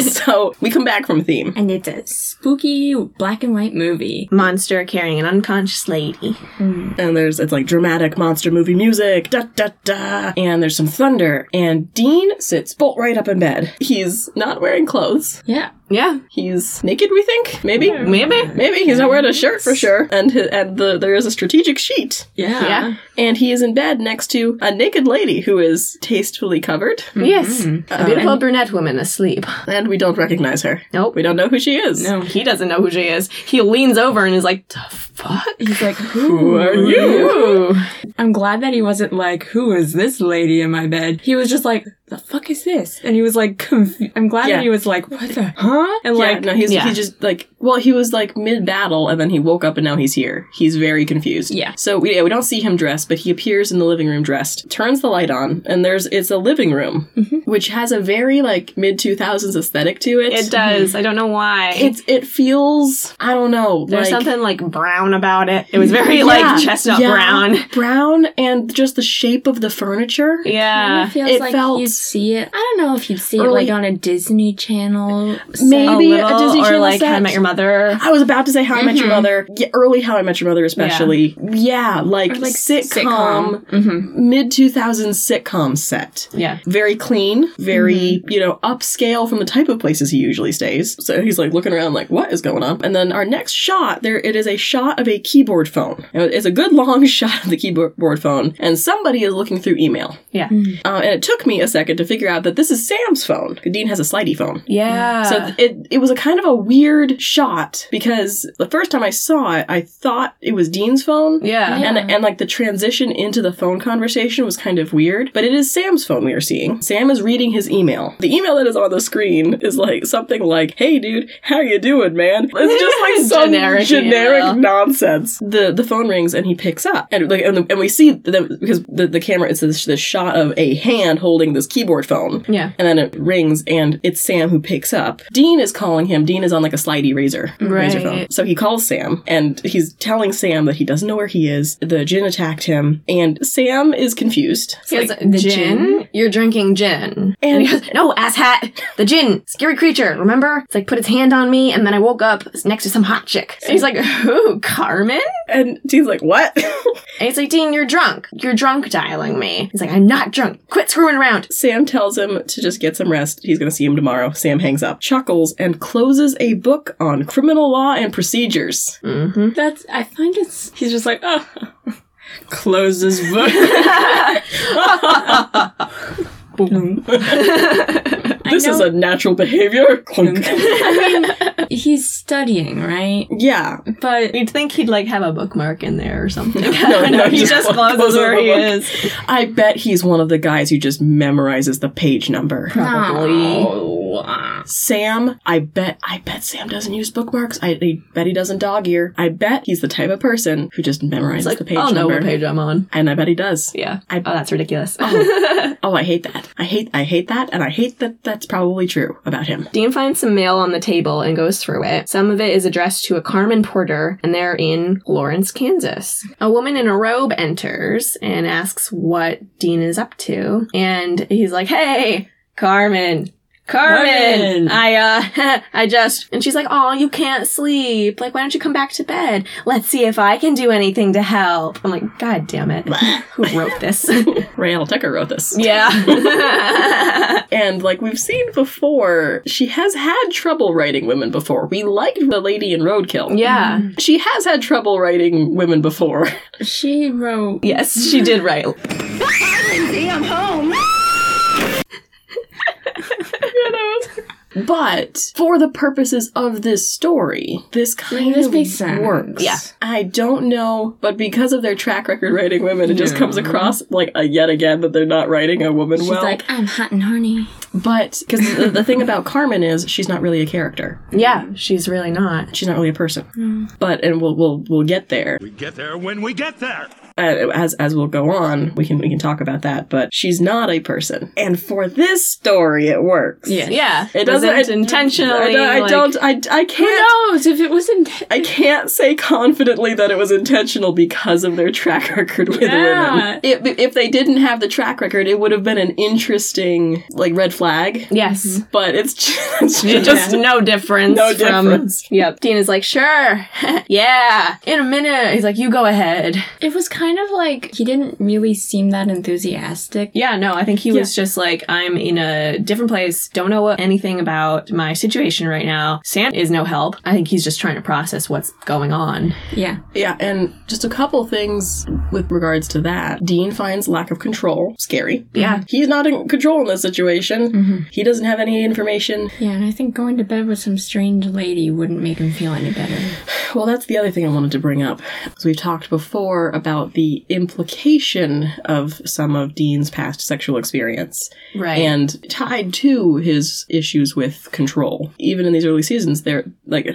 S1: so we come back from theme.
S3: And it's a spooky black and white movie.
S2: Monster carrying an unconscious lady.
S1: And there's it's like dramatic monster movie music, da da da. And there's some thunder. And Dean sits bolt right up in bed. He's not wearing clothes.
S3: Yeah.
S2: Yeah,
S1: He's naked, we think? Maybe?
S2: maybe.
S1: Maybe he's not wearing a shirt for sure. And hi- and the, there is a strategic sheet.
S10: Yeah.
S2: Yeah.
S1: And he is in bed next to a naked lady who is tastefully covered.
S2: Yes. A beautiful brunette woman asleep.
S1: And we don't recognize her.
S2: Nope.
S1: We don't know who she is.
S2: He doesn't know who she is. He leans over and is like, the fuck?
S3: He's like,
S1: Who are you?
S3: I'm glad that he wasn't like, who is this lady in my bed? He was just like, the fuck is this? And he was like, confu- I'm glad
S1: Yeah.
S3: that he was like, what the, huh? And
S1: Like,
S3: like,
S1: no, he's,
S2: yeah.
S1: he's just like, well, he was like mid battle and then he woke up and now he's here. He's very confused.
S3: Yeah.
S1: So we, yeah, we don't see him dressed, but he appears in the living room dressed, turns the light on, and there's, it's a living room, which has a very like mid 2000s aesthetic to it.
S2: Mm-hmm. It does. I don't know why.
S1: It's, it feels, I don't know. like,
S2: There's
S1: Mm,
S2: something like brown about it. It was very
S1: Yeah,
S2: like chestnut
S1: yeah,
S2: brown.
S1: Brown and just the shape of the furniture.
S3: Kind
S2: Yeah.
S3: of feels
S1: it
S3: like
S1: felt-
S3: you'd see it. I don't know if you'd see
S1: Early-
S3: it like on a Disney Channel. set.
S1: Maybe. a
S2: a little,
S1: Disney
S2: or
S1: Channel
S2: like How I
S1: set.
S2: Met Your Mother.
S1: I was about to say How I Met Your Mother, yeah, early How I Met Your Mother, especially. Yeah, like,
S3: Or like
S1: sitcom,
S3: Mhm.
S1: mid 2000s sitcom set.
S2: Yeah.
S1: Very clean, very, you know, upscale from the type of places he usually stays. So he's like looking around, like, what is going on? And then our next shot, there it is a shot of a keyboard phone. And It's a good long shot of the keyboard phone, and somebody is looking through email.
S2: Yeah.
S1: Uh, and it took me a second to figure out that this is Sam's phone. Dean has a slidey phone.
S2: Yeah.
S1: So th- it it was a kind of a weird shot because the first time I saw it, I thought it was Dean's phone.
S2: yeah.
S1: And, and like the transition into the phone conversation was kind of weird, but it is Sam's phone we are seeing. Sam is reading his email. The email that is on the screen is like something like, "Hey dude, how you doing, man?" It's just like some generic,
S2: Generic email.
S1: nonsense. The the phone rings and he picks up, and like and, the, and we see that because the, the camera it's this, this shot of a hand holding this keyboard phone.
S2: Yeah.
S1: And then it rings, and it's Sam who picks up. Dean is calling him. Dean is on like a slidey razor, razor phone. So he calls Sam, and he's telling Sam that he doesn't know where he is. The gin attacked him, and Sam is confused. It's
S2: Because
S1: like,
S2: the gin, you're drinking gin. And he goes, No, asshat! The gin, scary creature, remember? It's like put its hand on me, and then I woke up next to some hot chick. So he's like, Who, Carmen?
S1: and Dean's like, "What?"
S2: And he's like, Dean, you're drunk. You're drunk dialing me. He's like, I'm not drunk. Quit screwing around.
S1: Sam tells him to just get some rest. He's going to see him tomorrow. Sam hangs up, chuckles, and closes a book on criminal law and procedures.
S3: That's, I find it's, he's just like, oh, close this book.
S1: This is a natural behavior. Clunk.
S3: he's studying, right?
S1: yeah,
S3: But
S2: You'd think he'd like have a bookmark in there or something.
S1: No, no,
S2: he
S1: just
S2: just
S1: clo-
S2: closes
S1: closes
S2: where
S1: the
S2: he
S1: book.
S2: is.
S1: I bet he's one of the guys who just memorizes the page number. Sam, I bet, I bet Sam doesn't use bookmarks. I, I bet he doesn't dog ear. I bet he's the type of person who just memorizes
S2: He's like,
S1: the page
S2: I'll know
S1: number.
S2: what page I'm on.
S1: And I bet he does.
S2: Yeah.
S1: I-
S2: oh, that's ridiculous.
S1: Oh, I hate that. I hate, I hate that, and I hate that. That's probably true about him.
S2: Dean finds some mail on the table and goes through it. Some of it is addressed to a Carmen Porter, and they're in Lawrence, Kansas. A woman in a robe enters and asks what Dean is up to, and he's like, "Hey, Carmen." Carmen,
S3: Carmen!"
S2: I uh, I just and she's like, "Oh, you can't sleep. Like, why don't you come back to bed? Let's see if I can do anything to help." I'm like, "God damn it, who wrote this?"
S1: Ray L. Tucker wrote this.
S2: yeah,
S1: And like we've seen before, she has had trouble writing women before. We liked the lady in Roadkill.
S2: yeah,
S1: She has had trouble writing women before.
S3: she wrote,
S2: yes, she did write
S1: But for the purposes of this story, this kind
S3: this
S1: of
S3: makes sense.
S1: works.
S2: Yeah.
S1: I don't know, but because of their track record writing women, it just comes across like a yet again that they're not writing a woman
S3: she's
S1: well.
S3: like, I'm hot and horny.
S1: but because the, the thing about Carmen is she's not really a character.
S2: Yeah, she's really not.
S3: Mm.
S1: She's not really a person. But and we'll we'll we'll get there.
S5: We get there when we get there.
S1: uh, as as we'll go on, we can we can talk about that. But she's not a person, and for this story, it works.
S2: Yeah.
S1: It doesn't
S2: Was it
S1: it- I
S2: intentionally.
S1: don't. I,
S2: like-
S1: don't I, I
S3: Who
S1: can't.
S3: knows if it wasn't?
S1: I can't say confidently that it was intentional because of their track record with
S3: Yeah.
S1: women. If, if they didn't have the track record, it would have been an interesting like red flag.
S2: Yes.
S1: But it's just, it's just
S2: It's Just no difference.
S1: Mm-hmm. No
S2: from-
S1: difference.
S2: Yep. Dean is like, sure. yeah. In a minute. He's like, you go ahead.
S3: It was kind of like he didn't really seem that enthusiastic.
S2: Yeah, no, I think he was just like, I'm in a different place, don't know anything about my situation right now. Sam is no help. I think he's just trying to process what's going on.
S3: Yeah.
S1: yeah. And just a couple things with regards to that. Dean finds lack of control scary.
S2: Yeah.
S1: He's not in control in this situation. He doesn't have any information.
S3: Yeah, and I think going to bed with some strange lady wouldn't make him feel any better.
S1: Well, that's the other thing I wanted to bring up. Because we've talked before about the implication of some of Dean's past sexual experience.
S2: Right.
S1: and tied to his issues with control. Even in these early seasons, there like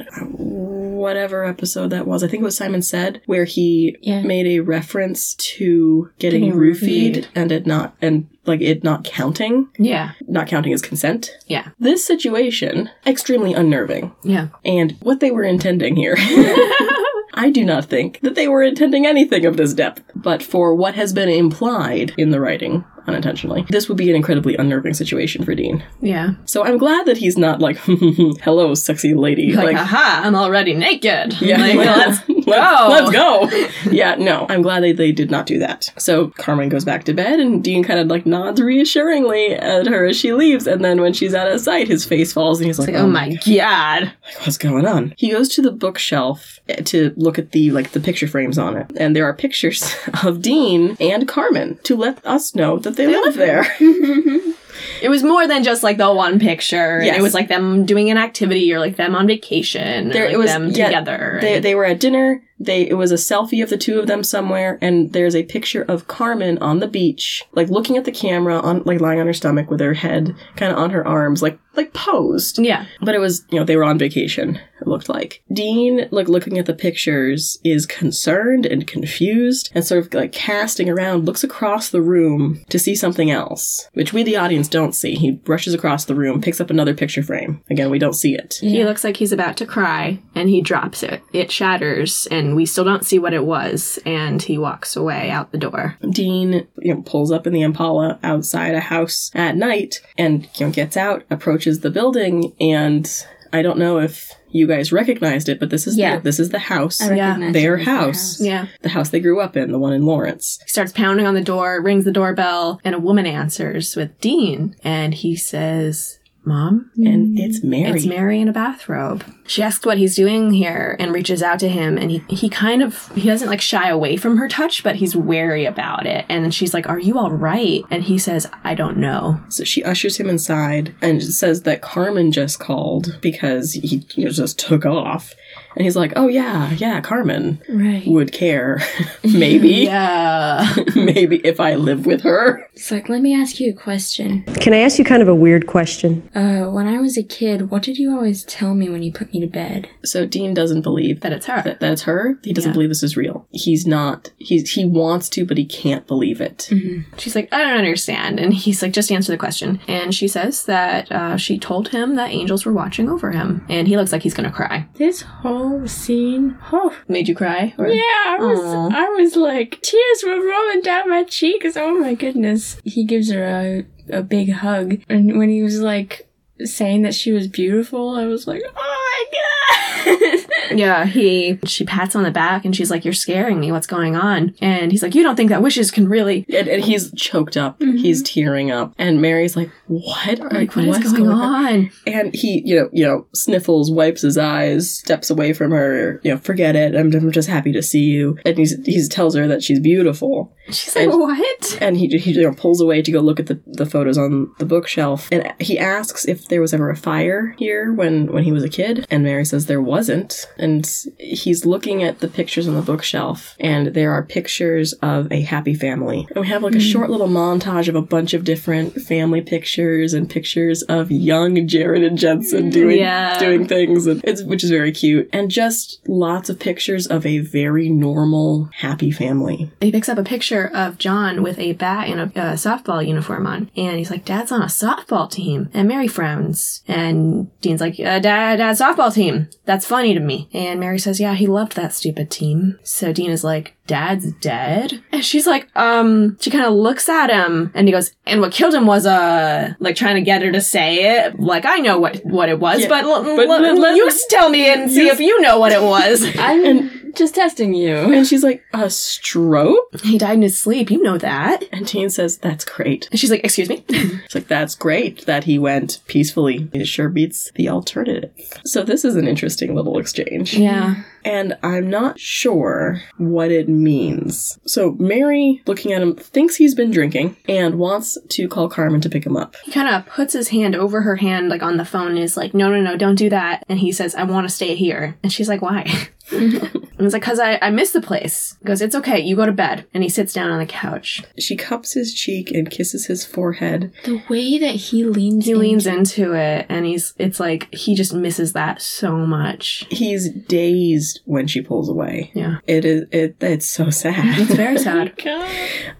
S1: whatever episode that was, I think it was Simon Said, where he
S3: Yeah.
S1: made a reference to getting,
S3: Getting
S1: roofied,
S3: roofied.
S1: and it not and like it not counting,
S2: yeah.
S1: not counting as consent.
S2: Yeah.
S1: This situation extremely unnerving,
S2: Yeah.
S1: and what they were intending here. I do not think that they were intending anything of this depth, but for what has been implied in the writing unintentionally, this would be an incredibly unnerving situation for Dean.
S2: Yeah.
S1: So I'm glad that he's not like, hello, sexy lady.
S2: Like,
S1: Like,
S2: aha, I'm already naked.
S1: yeah,
S2: Like,
S1: like,
S2: let's
S1: let's,
S2: go.
S1: let's go. yeah, no, I'm glad that they did not do that. So Carmen goes back to bed, and Dean kind of like nods reassuringly at her as she leaves. And then when she's out of sight, his face falls, and he's like,
S2: Oh my god.
S1: what's going on? He goes to the bookshelf to look at the like the picture frames on it, and there are pictures of Dean and Carmen to let us know that they, live there.
S2: It was more than just like the one picture.
S1: Yes.
S2: It was like them doing an activity or like them on vacation.
S1: There-
S2: or, like,
S1: it was-
S2: them
S1: yeah,
S2: together.
S1: they,
S2: and-
S1: they were at dinner. They it was a selfie of the two of them somewhere, and there's a picture of Carmen on the beach, like looking at the camera on like lying on her stomach with her head kind of on her arms, like like posed.
S2: yeah.
S1: But it was, you know, they were on vacation, it looked like. Dean, like looking at the pictures, is concerned and confused and sort of like casting around, looks across the room to see something else, which we, the audience, don't see. He rushes across the room, picks up another picture frame. Again, we don't see it.
S2: He looks like he's about to cry and he drops it. It shatters and we still don't see what it was and he walks away out the door.
S1: Dean, you know, pulls up in the Impala outside a house at night and, you know, gets out, approaches the building, and I don't know if you guys recognized it, but this is
S3: Yeah.
S1: the, this is the house.
S3: I recognize
S1: Their
S3: it as
S1: house.
S2: Yeah.
S1: The house they grew up in, the one in Lawrence.
S2: He starts pounding on the door, rings the doorbell, and a woman answers with Dean and he says, Mom,
S1: and it's Mary.
S2: It's Mary in a bathrobe. She asks what he's doing here and reaches out to him and he, he kind of he doesn't like shy away from her touch, but he's wary about it. And she's like, Are you alright? And he says, I don't know.
S1: So she ushers him inside and says that Carmen just called because he you know, just took off. And he's like, "Oh yeah, yeah, Carmen
S3: Right.
S1: would care, maybe,
S2: Yeah.
S1: maybe if I live with her."
S3: It's like, let me ask you a question.
S11: Can I ask you kind of a weird question?
S3: Uh, when I was a kid, what did you always tell me when you put me to bed?
S1: So Dean doesn't believe
S2: that it's her.
S1: that that's her. He doesn't believe this is real. He's not. He's he wants to, but he can't believe it.
S2: Mm-hmm. She's like, I don't understand. And he's like, just answer the question. And she says that uh, she told him that angels were watching over him. And he looks like he's going to cry.
S3: This whole scene, oh
S2: Made you cry? Or-
S3: yeah, I was,
S2: Aw.
S3: I was like, tears were rolling down my cheeks. Oh my goodness! He gives her a a big hug, and when he was like saying that she was beautiful, I was like, oh my god!
S2: Yeah, he she pats on the back and she's like, You're scaring me, what's going on? And he's like, You don't think that wishes can really
S1: And, and he's choked up. He's tearing up. And Mary's like, "What? Are,
S2: Mm-hmm. like what is going, on?
S1: And he, you know, you know, sniffles, wipes his eyes, steps away from her. You know, forget it. I'm, I'm just happy to see you. And he's, he tells her that she's beautiful.
S2: She's like,
S1: And-
S2: What?
S1: And he, he you know, pulls away to go look at the, the photos on the bookshelf. And he asks if there was ever a fire here when, when he was a kid. And Mary says there wasn't. and he's looking at the pictures on the bookshelf, and there are pictures of a happy family. And we have like a short little montage of a bunch of different family pictures and pictures of young Jared and Jensen doing
S2: Yeah.
S1: doing things, and it's which is very cute, and just lots of pictures of a very normal happy family.
S2: He picks up a picture of John with a bat and a, a softball uniform on, and he's like, "Dad's on a softball team." And Mary frowns, and Dean's like, uh, "Dad, Dad's softball team. That's funny to me." And Mary says, "Yeah, he loved that stupid team." So Dean is like, "Dad's dead," and she's like, "Um." She kind of looks at him, and he goes, "And what killed him was uh, like trying to get her to say it. Like I know what what it was,
S1: Yeah,
S2: but, l-
S1: but
S2: l-
S1: let- let-
S2: you s- tell me and see if you know what it was."
S3: I'm just testing you.
S1: And she's like, a stroke?
S2: he died in his sleep. You know that.
S1: And Dean says, that's great.
S2: And she's like, "Excuse me."
S1: It's like, that's great that he went peacefully. It sure beats the alternative. So, this is an interesting little exchange.
S3: Yeah.
S1: And I'm not sure what it means. So, Mary, looking at him, thinks he's been drinking and wants to call Carmen to pick him up.
S2: He kind of puts his hand over her hand, like on the phone, and is like, no, no, no, don't do that. And he says, I want to stay here. And she's like, why? and he's like, because I, I miss the place. He goes, it's okay, you go to bed. And he sits down on the couch.
S1: She cups his cheek and kisses his forehead.
S3: The way that he leans
S2: He leans into it, and he's, it's like, he just misses that so much.
S1: He's dazed when she pulls away.
S2: Yeah.
S1: It is, it, it's so sad.
S2: It's very sad.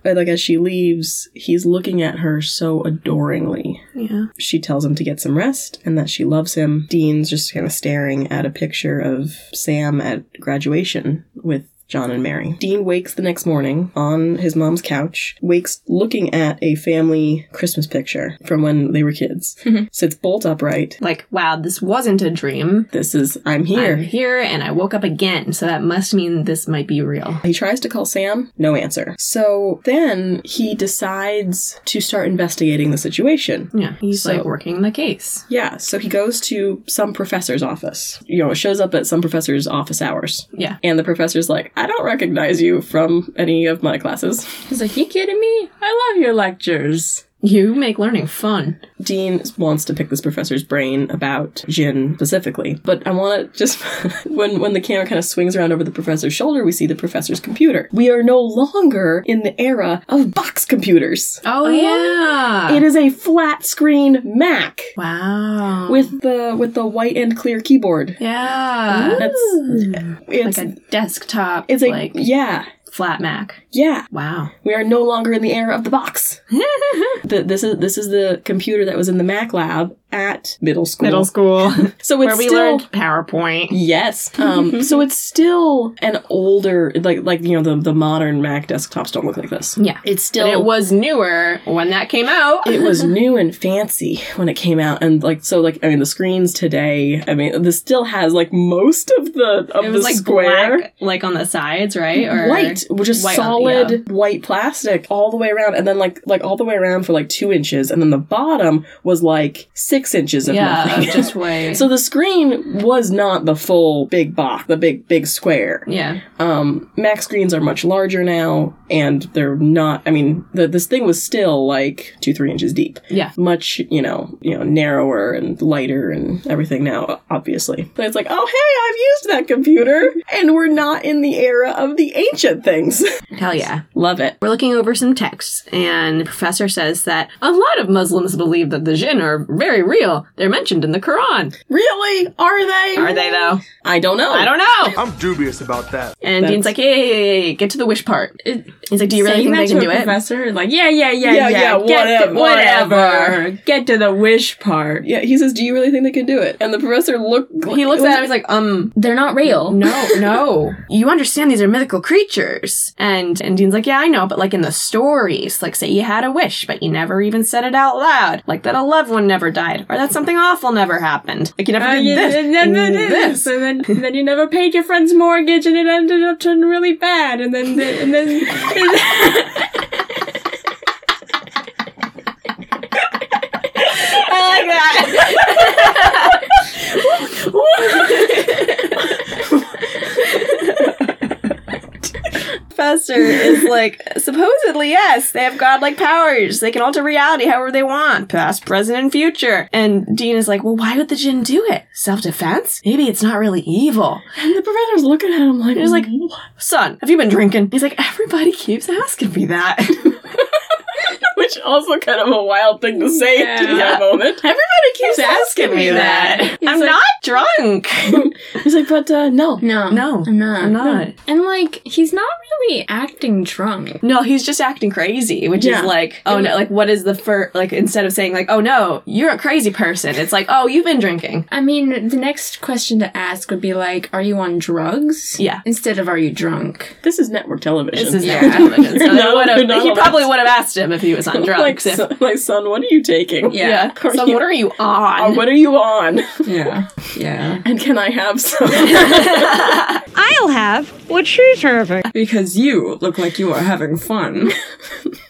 S1: But like as she leaves, he's looking at her so adoringly.
S2: Yeah.
S1: She tells him to get some rest and that she loves him. Dean's just kind of staring at a picture of Sam at graduation with John and Mary. Dean wakes the next morning on his mom's couch, wakes looking at a family Christmas picture from when they were kids. Sits bolt upright.
S2: Like, wow, this wasn't a dream.
S1: This is, I'm here.
S2: I'm here, and I woke up again, so that must mean this might be real.
S1: He tries to call Sam, no answer. So then he decides to start investigating the situation.
S2: Yeah, he's
S1: So-
S2: like working the case.
S1: Yeah, so he goes to some professor's office. You know, shows up at some professor's office hours.
S2: Yeah.
S1: And the professor's like, I don't recognize you from any of my classes.
S3: He's like, you kidding me? I love your lectures.
S2: You make learning fun.
S1: Dean wants to pick this professor's brain about Jin specifically. But I want to just, when, when the camera kind of swings around over the professor's shoulder, we see the professor's computer. We are no longer in the era of box computers.
S2: Oh, yeah.
S1: It is a flat screen Mac
S2: wow.
S1: with the with the white and clear keyboard.
S2: Yeah.
S1: That's it's
S2: Ah. Like a desktop.
S1: It's
S2: It's
S1: a
S2: like
S1: yeah,
S2: flat Mac.
S1: yeah.
S2: Wow.
S1: We are no longer in the era of the box. The- this is this is the computer that was in the Mac lab at middle school.
S2: school.
S1: So it's
S2: where we
S1: still
S2: learned PowerPoint.
S1: yes. Um, so it's still an older like like you know the the modern Mac desktops don't look like this.
S2: Yeah.
S1: It's still
S2: But it was newer when that came out.
S1: it was new and fancy when it came out and like so like i mean the screens today i mean this still has like most of the of
S2: It was
S1: the
S2: like
S1: square
S2: black, like on the sides, right? Or
S1: white which is
S2: white on-
S1: solid
S2: yeah.
S1: white plastic all the way around and then like like all the way around for like two inches and then the bottom was like six inches of
S2: Yeah,
S1: nothing
S2: just white.
S1: so the screen was not the full big box the big big square
S2: yeah,
S1: um, Mac screens are much larger now, and they're not. I mean, the, this thing was still like two, three inches deep.
S2: Yeah.
S1: much you know, you know, narrower and lighter and everything now. Obviously, but it's like, oh hey, I've used that computer, and we're not in the era of the ancient things.
S2: hell yeah.
S1: Love it.
S2: We're looking over some texts, and the professor says that a lot of Muslims believe that the jinn are very real. They're mentioned in the Quran.
S1: Really? Are they?
S2: Are they though?
S1: I don't know.
S2: I don't know.
S8: I'm dubious about that.
S2: And
S1: That's-
S2: Dean's like, hey, hey, hey, hey, get to the wish part. He's like, do you really
S3: Saying
S2: think they
S3: that
S2: can
S3: to
S2: do
S3: a
S2: it?
S3: professor, like, yeah, yeah, yeah,
S1: Yeah,
S3: yeah,
S1: yeah,
S3: get to-
S1: whatever,
S3: whatever. Get to the wish part.
S1: Yeah, he says, "Do you really think they could do it?" And the professor look.
S2: He looks at him. He's like, um,
S3: They're not real.
S2: no, no. You understand these are mythical creatures. And and Dean's like, yeah, I know, but like in the stories, like say you had a wish, but you never even said it out loud, like that a loved one never died, or that something awful never happened, like you never
S3: Uh,
S2: did
S3: you
S2: this,
S3: did- no, no,
S2: and
S3: no,
S2: this.
S3: And then, and then you never paid your friend's mortgage, and it ended up turning really bad. And then, and then,
S2: I like that. professor is like, supposedly, yes, they have godlike powers. They can alter reality however they want, past, present, and future. And Dean is like, well, why would the djinn do it? Self defense? Maybe it's not really evil.
S1: And the professor's looking at him like,
S2: He's like, son, have you been drinking? He's like, everybody keeps asking me that.
S1: which also kind of a wild thing to say at that moment. Everybody keeps asking me that.
S2: I'm
S1: He's like-
S2: not drunk.
S1: He's like, but uh, no,
S3: No,
S2: No,
S3: I'm not.
S2: I'm not.
S3: And like, he's not really acting drunk.
S2: No, he's just acting crazy, which
S1: Yeah.
S2: is like, oh no, like what is the fir like instead of saying like, oh no, you're a crazy person, it's like, oh, you've been drinking.
S3: I mean, the next question to ask would be like, "Are you on drugs?"
S2: Yeah.
S3: Instead of "Are you drunk?"
S1: This is network television.
S2: This is their evidence. So
S1: No,
S2: they would've-
S1: no,
S2: he
S1: no.
S2: probably would have asked him if he was on
S1: like,
S2: drugs. if-
S1: son, like, son, what are you taking?
S2: yeah.
S1: Are
S2: So
S1: you-
S2: what are you
S1: Uh,
S2: on?
S1: what are you on?
S3: Yeah. Yeah.
S1: and can I have some?
S11: I'll have what she's having.
S3: Because you look like you are having fun.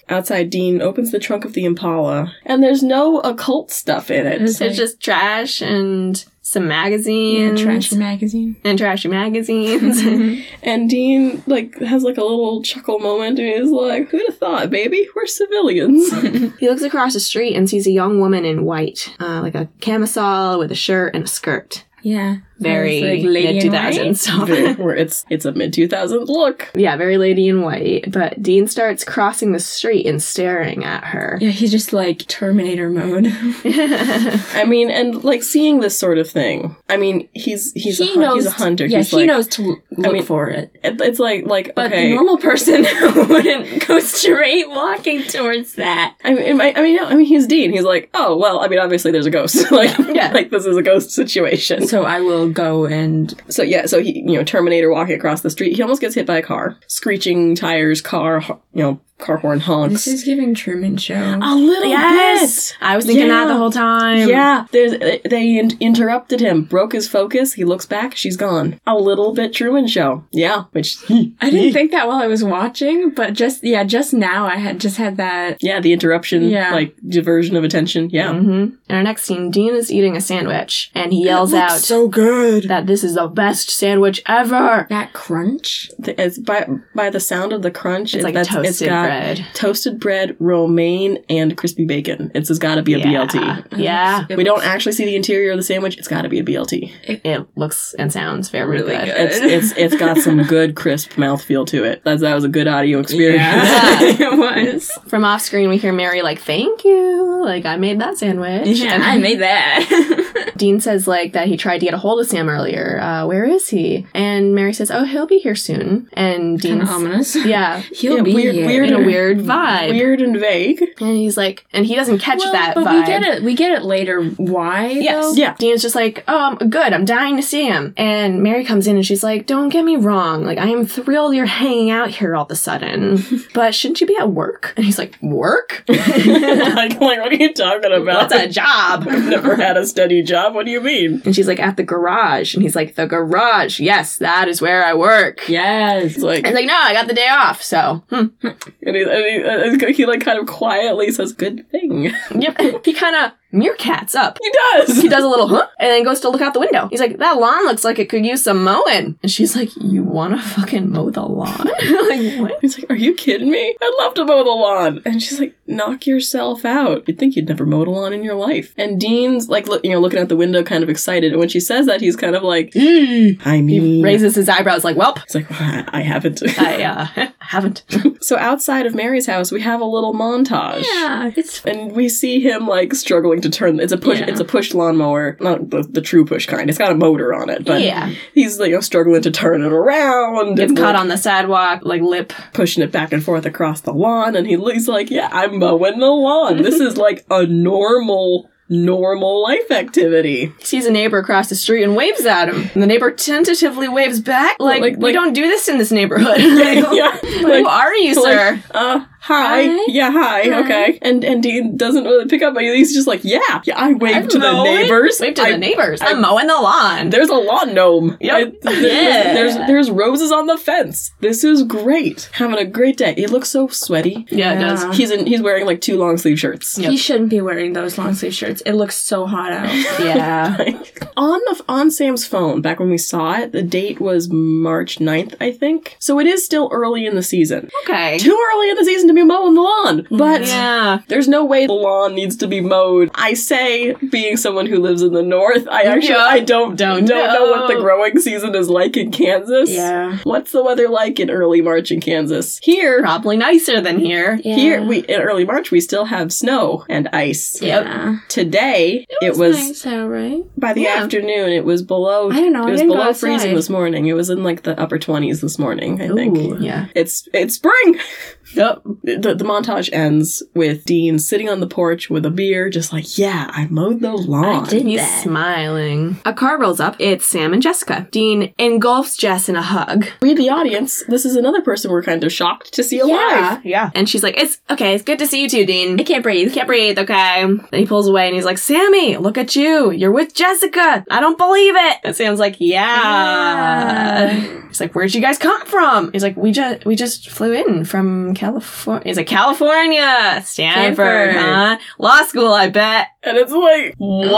S1: Outside, Dean opens the trunk of the Impala, and there's no occult stuff in it.
S3: There's
S2: It's just trash and some
S3: yeah,
S2: magazines
S3: trashy magazine.
S2: and trashy magazines.
S1: And Dean like has like a little chuckle moment, and he's like, "Who'd have thought, baby? We're civilians."
S2: He looks across the street and sees a young woman in white, uh, like a camisole with a shirt and a skirt.
S3: Yeah.
S2: Very
S3: It's
S2: mid
S3: in
S2: 2000s stuff.
S1: Where it's it's a mid 2000s look.
S2: Yeah, very lady in white. But Dean starts crossing the street and staring at her.
S3: white. Yeah, he's just like Terminator mode.
S1: I mean, and like seeing this sort of thing. I mean, he's he's a, hun- he's a hunter.
S3: Yeah,
S1: he's
S3: he
S1: like,
S3: knows to l- look
S1: mean-
S3: for it.
S1: it- It's like like
S3: But
S1: okay.
S3: the normal person wouldn't go straight walking towards that.
S1: I mean, it might- I mean, no, I mean, he's Dean. He's like, oh well. I mean, obviously there's a ghost. like,
S2: Yeah.
S1: like this is a ghost situation.
S3: So I will go and
S1: So yeah, so he, you know, Terminator walking across the street. He almost gets hit by a car. Screeching tires, car, ho- you know, car horn honks.
S3: This is giving Truman Show.
S1: a little
S2: I was thinking that the whole
S1: bit.
S2: time.
S1: Oh, Yeah, there's they in- interrupted him, broke his focus. He looks back, she's gone. A little bit Truman show. Yeah, which
S3: I didn't think that while I was watching, but just yeah, just now I had just had that.
S1: yeah, the interruption,
S3: Yeah.
S1: like diversion of attention. Yeah.
S2: Mm-hmm. In our next scene, Dean is eating a sandwich and he yells out
S3: good.
S2: that this is the best sandwich ever.
S3: That crunch.
S1: The- As by by the sound of the crunch,
S2: It's
S1: it-
S2: like
S1: that's-
S2: toasted
S1: it's got
S2: bread.
S1: toasted bread, romaine, and crispy bacon. It's, it's got to be a
S2: Yeah.
S1: BLT.
S2: Yeah.
S3: It
S1: we
S3: looks-
S1: don't actually see the interior of the sandwich. It's got to be a BLT.
S2: It looks and sounds very
S3: Really
S2: good.
S3: good.
S1: It's it's it's got some good crisp mouthfeel to it. That's, that was a good audio experience.
S2: Yeah.
S3: it was.
S2: From off screen, we hear Mary like, "Thank you, like I made that sandwich."
S3: Yeah,
S2: And
S3: I made that.
S2: Dean says like that he tried to get a hold of Sam earlier. Uh, where is he? And Mary says, "Oh, he'll be here soon." And
S3: Kind
S2: Dean,
S3: of ominous.
S2: yeah,
S3: He'll
S1: Yeah,
S3: be
S1: weird-
S3: here.
S1: weird
S2: in a weird vibe.
S1: Weird and vague.
S2: And he's like, and he doesn't catch
S3: Well,
S2: that
S3: but
S2: vibe.
S3: we get it. We get it later. Why?
S2: Yes.
S3: though?
S1: Yeah.
S2: Dean's just like, oh, I'm good. I'm dying to see him. And Mary comes in and she's like, don't get me wrong. Like, I am thrilled you're hanging out here all of a sudden. but shouldn't you be at work? And he's like, work?
S1: like, like, what are you talking about?
S2: That's a job.
S1: I've never had a steady job. What do you mean?
S2: And she's like, at the garage. And he's like, the garage. Yes, that is where I work.
S1: Yes. Like,
S2: And he's like, no, I got the day off. So, hmm.
S1: and he, and he, uh, he like kind of quietly says, "Good thing."
S2: yep. he kind of meerkats up.
S1: He does.
S2: He does a little huh and then goes to look out the window. He's like, that lawn looks like it could use some mowing. And she's like, you want to fucking mow the lawn? like, what?
S1: He's like, "Are you kidding me? I'd love to mow the lawn." And she's like, "Knock yourself out. You'd think you'd never mowed a lawn in your life." And Dean's like, look, you know, looking out the window, kind of excited. And when she says that, he's kind of like, "Eh." "I mean."
S2: Raises his eyebrows like, welp.
S1: It's like, "Well, I I haven't.
S2: I uh, haven't.
S1: so outside of Mary's house, we have a little montage.
S3: Yeah. It's
S1: And we see him like struggling to turn. It's a push.
S3: Yeah.
S1: It's a push lawnmower, not the, the true push kind. It's got a motor on it, but
S2: Yeah.
S1: he's like you know, struggling to turn it around.
S2: Gets
S1: and,
S2: caught
S1: like,
S2: on the sidewalk, like lip.
S1: pushing it back and forth across the lawn, and he looks like, "Yeah, I'm mowing the lawn. this is like a normal, normal life activity."
S2: Sees a neighbor across the street and waves at him. And the neighbor tentatively waves back, like,
S1: Like-
S2: we
S1: like-
S2: don't do this in this neighborhood.
S1: yeah,
S2: Who are you,
S1: like,
S2: sir?
S1: Uh, hi,
S3: Hi.
S1: yeah, hi,
S3: Hi.
S1: okay. And and Dean doesn't really pick up on it. He's just like, yeah, yeah. I waved to the neighbors.
S2: Wave to
S1: I-
S2: the neighbors.
S1: I-
S2: I'm mowing the lawn.
S1: There's a lawn gnome.
S2: Yep.
S1: I- there's,
S2: Yeah.
S1: there's there's roses on the fence. This is great. Having a great day. He looks so sweaty.
S2: yeah, it does.
S1: He's in, he's wearing like two long sleeve shirts.
S3: He shouldn't be wearing those long sleeve shirts. It looks so hot out.
S2: Yeah.
S1: on the on Sam's phone back when we saw it, the date was March 9th, I think. So it is still early in the season.
S2: okay.
S1: Too early in the season to be mowing the lawn, but
S2: Yeah.
S1: there's no way the lawn needs to be mowed. I say, being someone who lives in the north, I actually
S2: Yeah.
S1: I don't
S2: Don't
S1: don't, know what the
S2: know.
S1: growing season is like in Kansas.
S3: Yeah.
S1: What's the weather like in early March in Kansas? Here,
S2: Probably nicer than here.
S3: Yeah.
S1: here we in early March we still have snow and ice.
S3: Yeah.
S1: Today it was,
S3: nice out, right?
S1: by the
S2: Yeah.
S1: afternoon it was below
S3: I don't know,
S1: it
S3: I
S1: was
S3: didn't go
S1: below freezing
S3: outside.
S1: this morning. It was in like the upper 20s this morning, I think.
S2: Ooh, yeah.
S1: It's it's spring.
S2: Yep.
S1: The, the montage ends with Dean sitting on the porch with a beer, just like, yeah, I mowed the lawn.
S2: He's smiling. A car rolls up. It's Sam and Jessica. Dean engulfs Jess in a hug.
S1: We, the audience, this is another person we're kind of shocked to see alive.
S2: yeah. And she's like, It's okay, it's good to see you too, Dean. I can't breathe. Can't breathe, okay. Then he pulls away and he's like, Sammy, look at you. You're with Jessica. I don't believe it. And Sam's like, Yeah. He's like, Where'd you guys come from? He's like, We just we just flew in from California. He's like, California, Stanford,
S1: Stanford.
S2: huh? Law school, I bet.
S1: And it's like, what?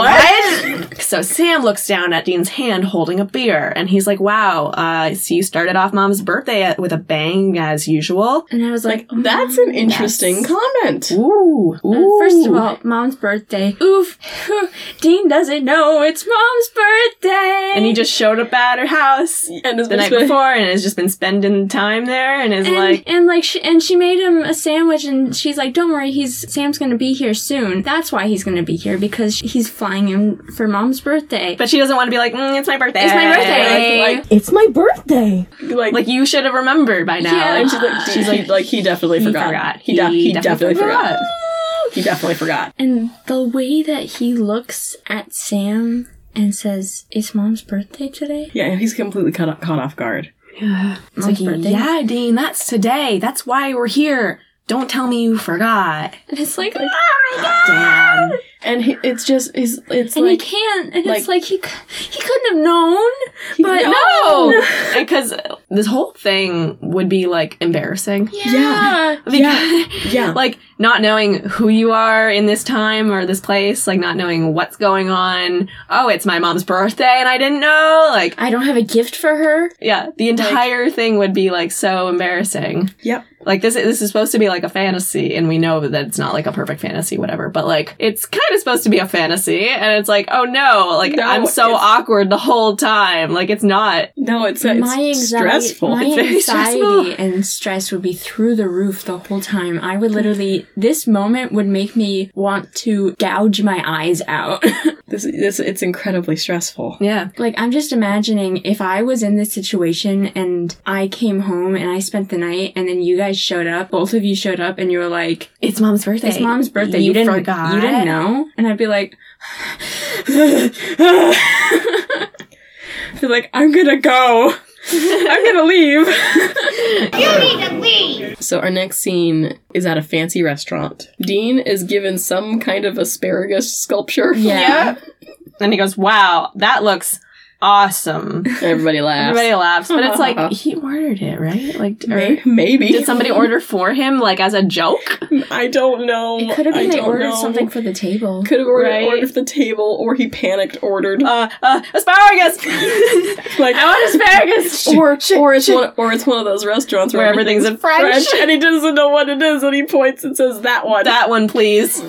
S2: What? so Sam looks down at Dean's hand holding a beer, and he's like, "Wow, uh, so you started off Mom's birthday at- with a bang as usual."
S3: And I was like,
S1: Like, that's an interesting comment.
S2: Ooh,
S3: Uh, First of all, mom's birthday. Oof. Dean doesn't know it's mom's birthday.
S2: and he just showed up at her house
S1: And it's
S2: the night before, and has just been spending time there, and is
S3: and,
S2: like,
S3: and like she and she made him a sandwich and she's like don't worry he's sam's gonna be here soon that's why he's gonna be here because he's flying in for mom's birthday
S2: but she doesn't want to be like, mm, "It's my birthday."
S3: it's my birthday
S1: Like,
S11: It's my birthday.
S1: like,
S2: Like you should have remembered by now.
S3: Yeah.
S1: and she's like, she's like, like he definitely
S2: He
S1: forgot.
S2: forgot.
S1: He, de-
S2: He
S1: he definitely,
S2: definitely forgot.
S1: forgot. He definitely forgot.
S3: and the way that he looks at sam and says it's mom's birthday today
S1: Yeah, he's completely caught, caught off guard.
S2: It's like,
S3: Mom's birthday?
S2: yeah, Dean, that's today. That's why we're here. Don't tell me you forgot.
S3: and it's like, "Ah,"
S2: Damn.
S1: And he, it's just, he's, it's
S3: and
S1: like,
S3: he can't and
S1: like-
S3: it's like he c- he couldn't have known but
S1: No.
S2: No, because Oh! this whole thing would be like embarrassing.
S3: yeah.
S2: Because,
S1: yeah.
S2: like not knowing who you are in this time or this place, like not knowing what's going on. Oh, it's my mom's birthday and I didn't know. Like,
S3: I don't have a gift for her.
S2: yeah, the entire thing would be like so embarrassing.
S1: Yep.
S2: Like this, this is supposed to be like a fantasy, and we know that it's not like a perfect fantasy, whatever. But like, it's kind of supposed to be a fantasy, and it's like, oh no, like
S1: No,
S2: I'm so
S1: it's-
S2: awkward the whole time. Like it's not.
S1: No, it's, it's
S3: my anxiety,
S1: stressful.
S3: my
S1: It's
S2: very
S3: anxiety
S2: stressful.
S3: and stress would be through the roof the whole time. I would literally, this moment would make me want to gouge my eyes out.
S1: this, this, it's incredibly stressful.
S2: Yeah.
S3: like I'm just imagining if I was in this situation and I came home and I spent the night and then you guys showed up, both of you showed up and you were like,
S2: It's mom's birthday.
S3: "It's mom's birthday." You, didn't,
S2: forgot.
S3: you didn't know, and I'd be like. Be like I'm gonna go. I'm gonna leave.
S9: You need to leave.
S1: So our next scene is at a fancy restaurant. Dean is given some kind of asparagus sculpture.
S3: Yeah.
S2: And he goes, "Wow, that looks awesome."
S1: Everybody laughs.
S2: Everybody laughs, but it's like he ordered it, right? Like, or
S1: May- Maybe.
S2: did somebody order for him, like as a joke?
S1: I don't know.
S3: It could have
S1: I
S3: been they
S1: don't
S3: ordered
S1: know.
S3: something for the table.
S1: Could have ordered,
S2: Right.
S1: ordered for the table, or he panicked ordered.
S2: Uh, uh, asparagus.
S1: like
S2: I want asparagus.
S1: or or it's one or it's one of those restaurants where,
S2: Where everything's in French.
S1: and he doesn't know what it is, and he points and says that one.
S2: that one, please.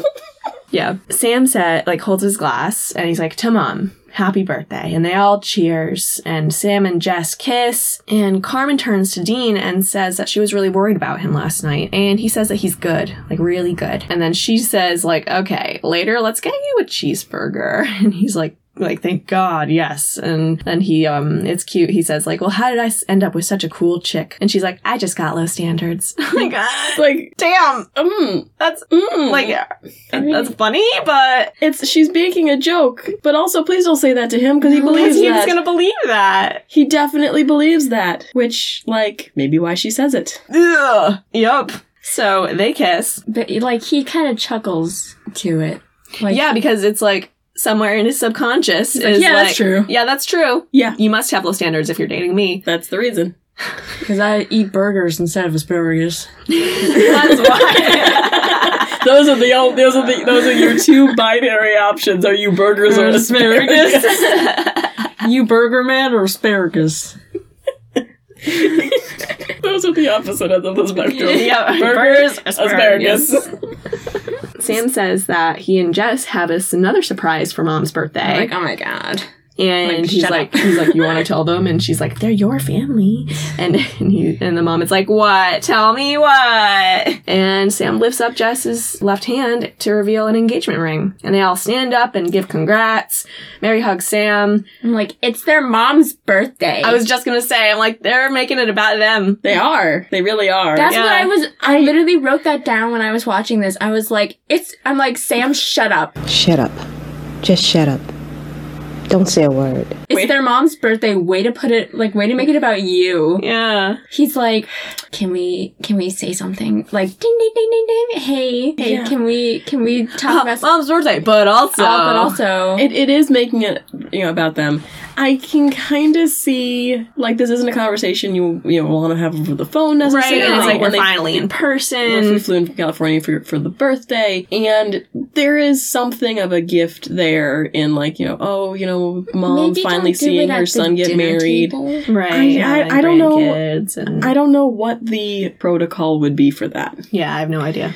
S2: yeah. Sam said, like, holds his glass and he's like, to mom, happy birthday. And they all cheers. And Sam and Jess kiss. And Carmen turns to Dean and says that she was really worried about him last night. And he says that he's good, like, really good. And then she says, like, okay, later, let's get you a cheeseburger. And he's like, like thank god yes and then he um it's cute he says like well how did i s- end up with such a cool chick and she's like i just got low standards like
S1: It's like
S2: damn
S1: mm,
S2: that's
S1: mm.
S2: like yeah, that's funny, but
S1: it's she's making a joke, but also please don't say that to him because he believes
S2: he's
S1: that.
S2: gonna believe that.
S1: He definitely believes that, which like maybe why she says it.
S2: Ugh. Yup. So they kiss.
S3: But like he kind of chuckles to it. Like,
S2: yeah, because it's like somewhere in his subconscious
S3: like,
S2: is
S3: "Yeah, that's
S2: like,
S3: true."
S2: Yeah, that's true.
S1: Yeah.
S2: You must have low standards if you're dating me.
S1: That's the reason.
S3: because I eat burgers instead of asparagus.
S2: That's why.
S1: Those are the old, those are the those are your two binary options. Are you burgers or asparagus?
S3: you burger man or asparagus?
S1: those are the opposite ends of the spectrum.
S2: yeah.
S1: Burgers, asparagus.
S2: Sam says that he and Jess have us another surprise for mom's birthday.
S3: Like oh my god.
S2: and
S3: Like,
S2: he's
S3: shut
S2: like, he's like, you want to tell them? And she's like, they're your family. And and, he, and the mom is like, what? Tell me what? And Sam lifts up Jess's left hand to reveal an engagement ring, and they all stand up and give congrats. Mary hugs Sam.
S3: I'm like it's their mom's birthday.
S2: I was just gonna say, I'm like, they're making it about them.
S1: They are. They really are.
S3: That's
S2: Yeah.
S3: what I was. I literally wrote that down when I was watching this. I was like, "It's." I'm like, "Sam, shut up."
S12: Shut up. Just shut up. Don't say a word.
S3: It's their mom's birthday. Way to put it. Like, way to make it about you.
S2: Yeah,
S3: He's like, "Can we? Can we say something? Like, ding, ding, ding, ding, ding. Hey, hey, can we? Can we talk about?"
S2: mom's Uh, birthday, but also,
S1: Uh,
S3: Oh, but also,
S1: It, it is making it you know about them. I can kind of see like this isn't a conversation you you want to have over the phone
S2: right?
S1: necessarily.
S2: And it's like
S1: when
S2: we're
S1: they-
S2: finally in
S1: when we
S2: person.
S1: flew in from California for for the birthday, and there is something of a gift there in like you know oh you know mom
S3: Maybe
S1: finally
S3: don't do it
S1: seeing
S3: at
S1: her
S3: the
S1: son get
S3: dinner
S1: married.
S3: table.
S2: Right.
S1: I- I-
S2: like
S1: I don't know-
S2: grandkids And,
S1: I don't know what the protocol would be for that.
S2: yeah, I have no idea.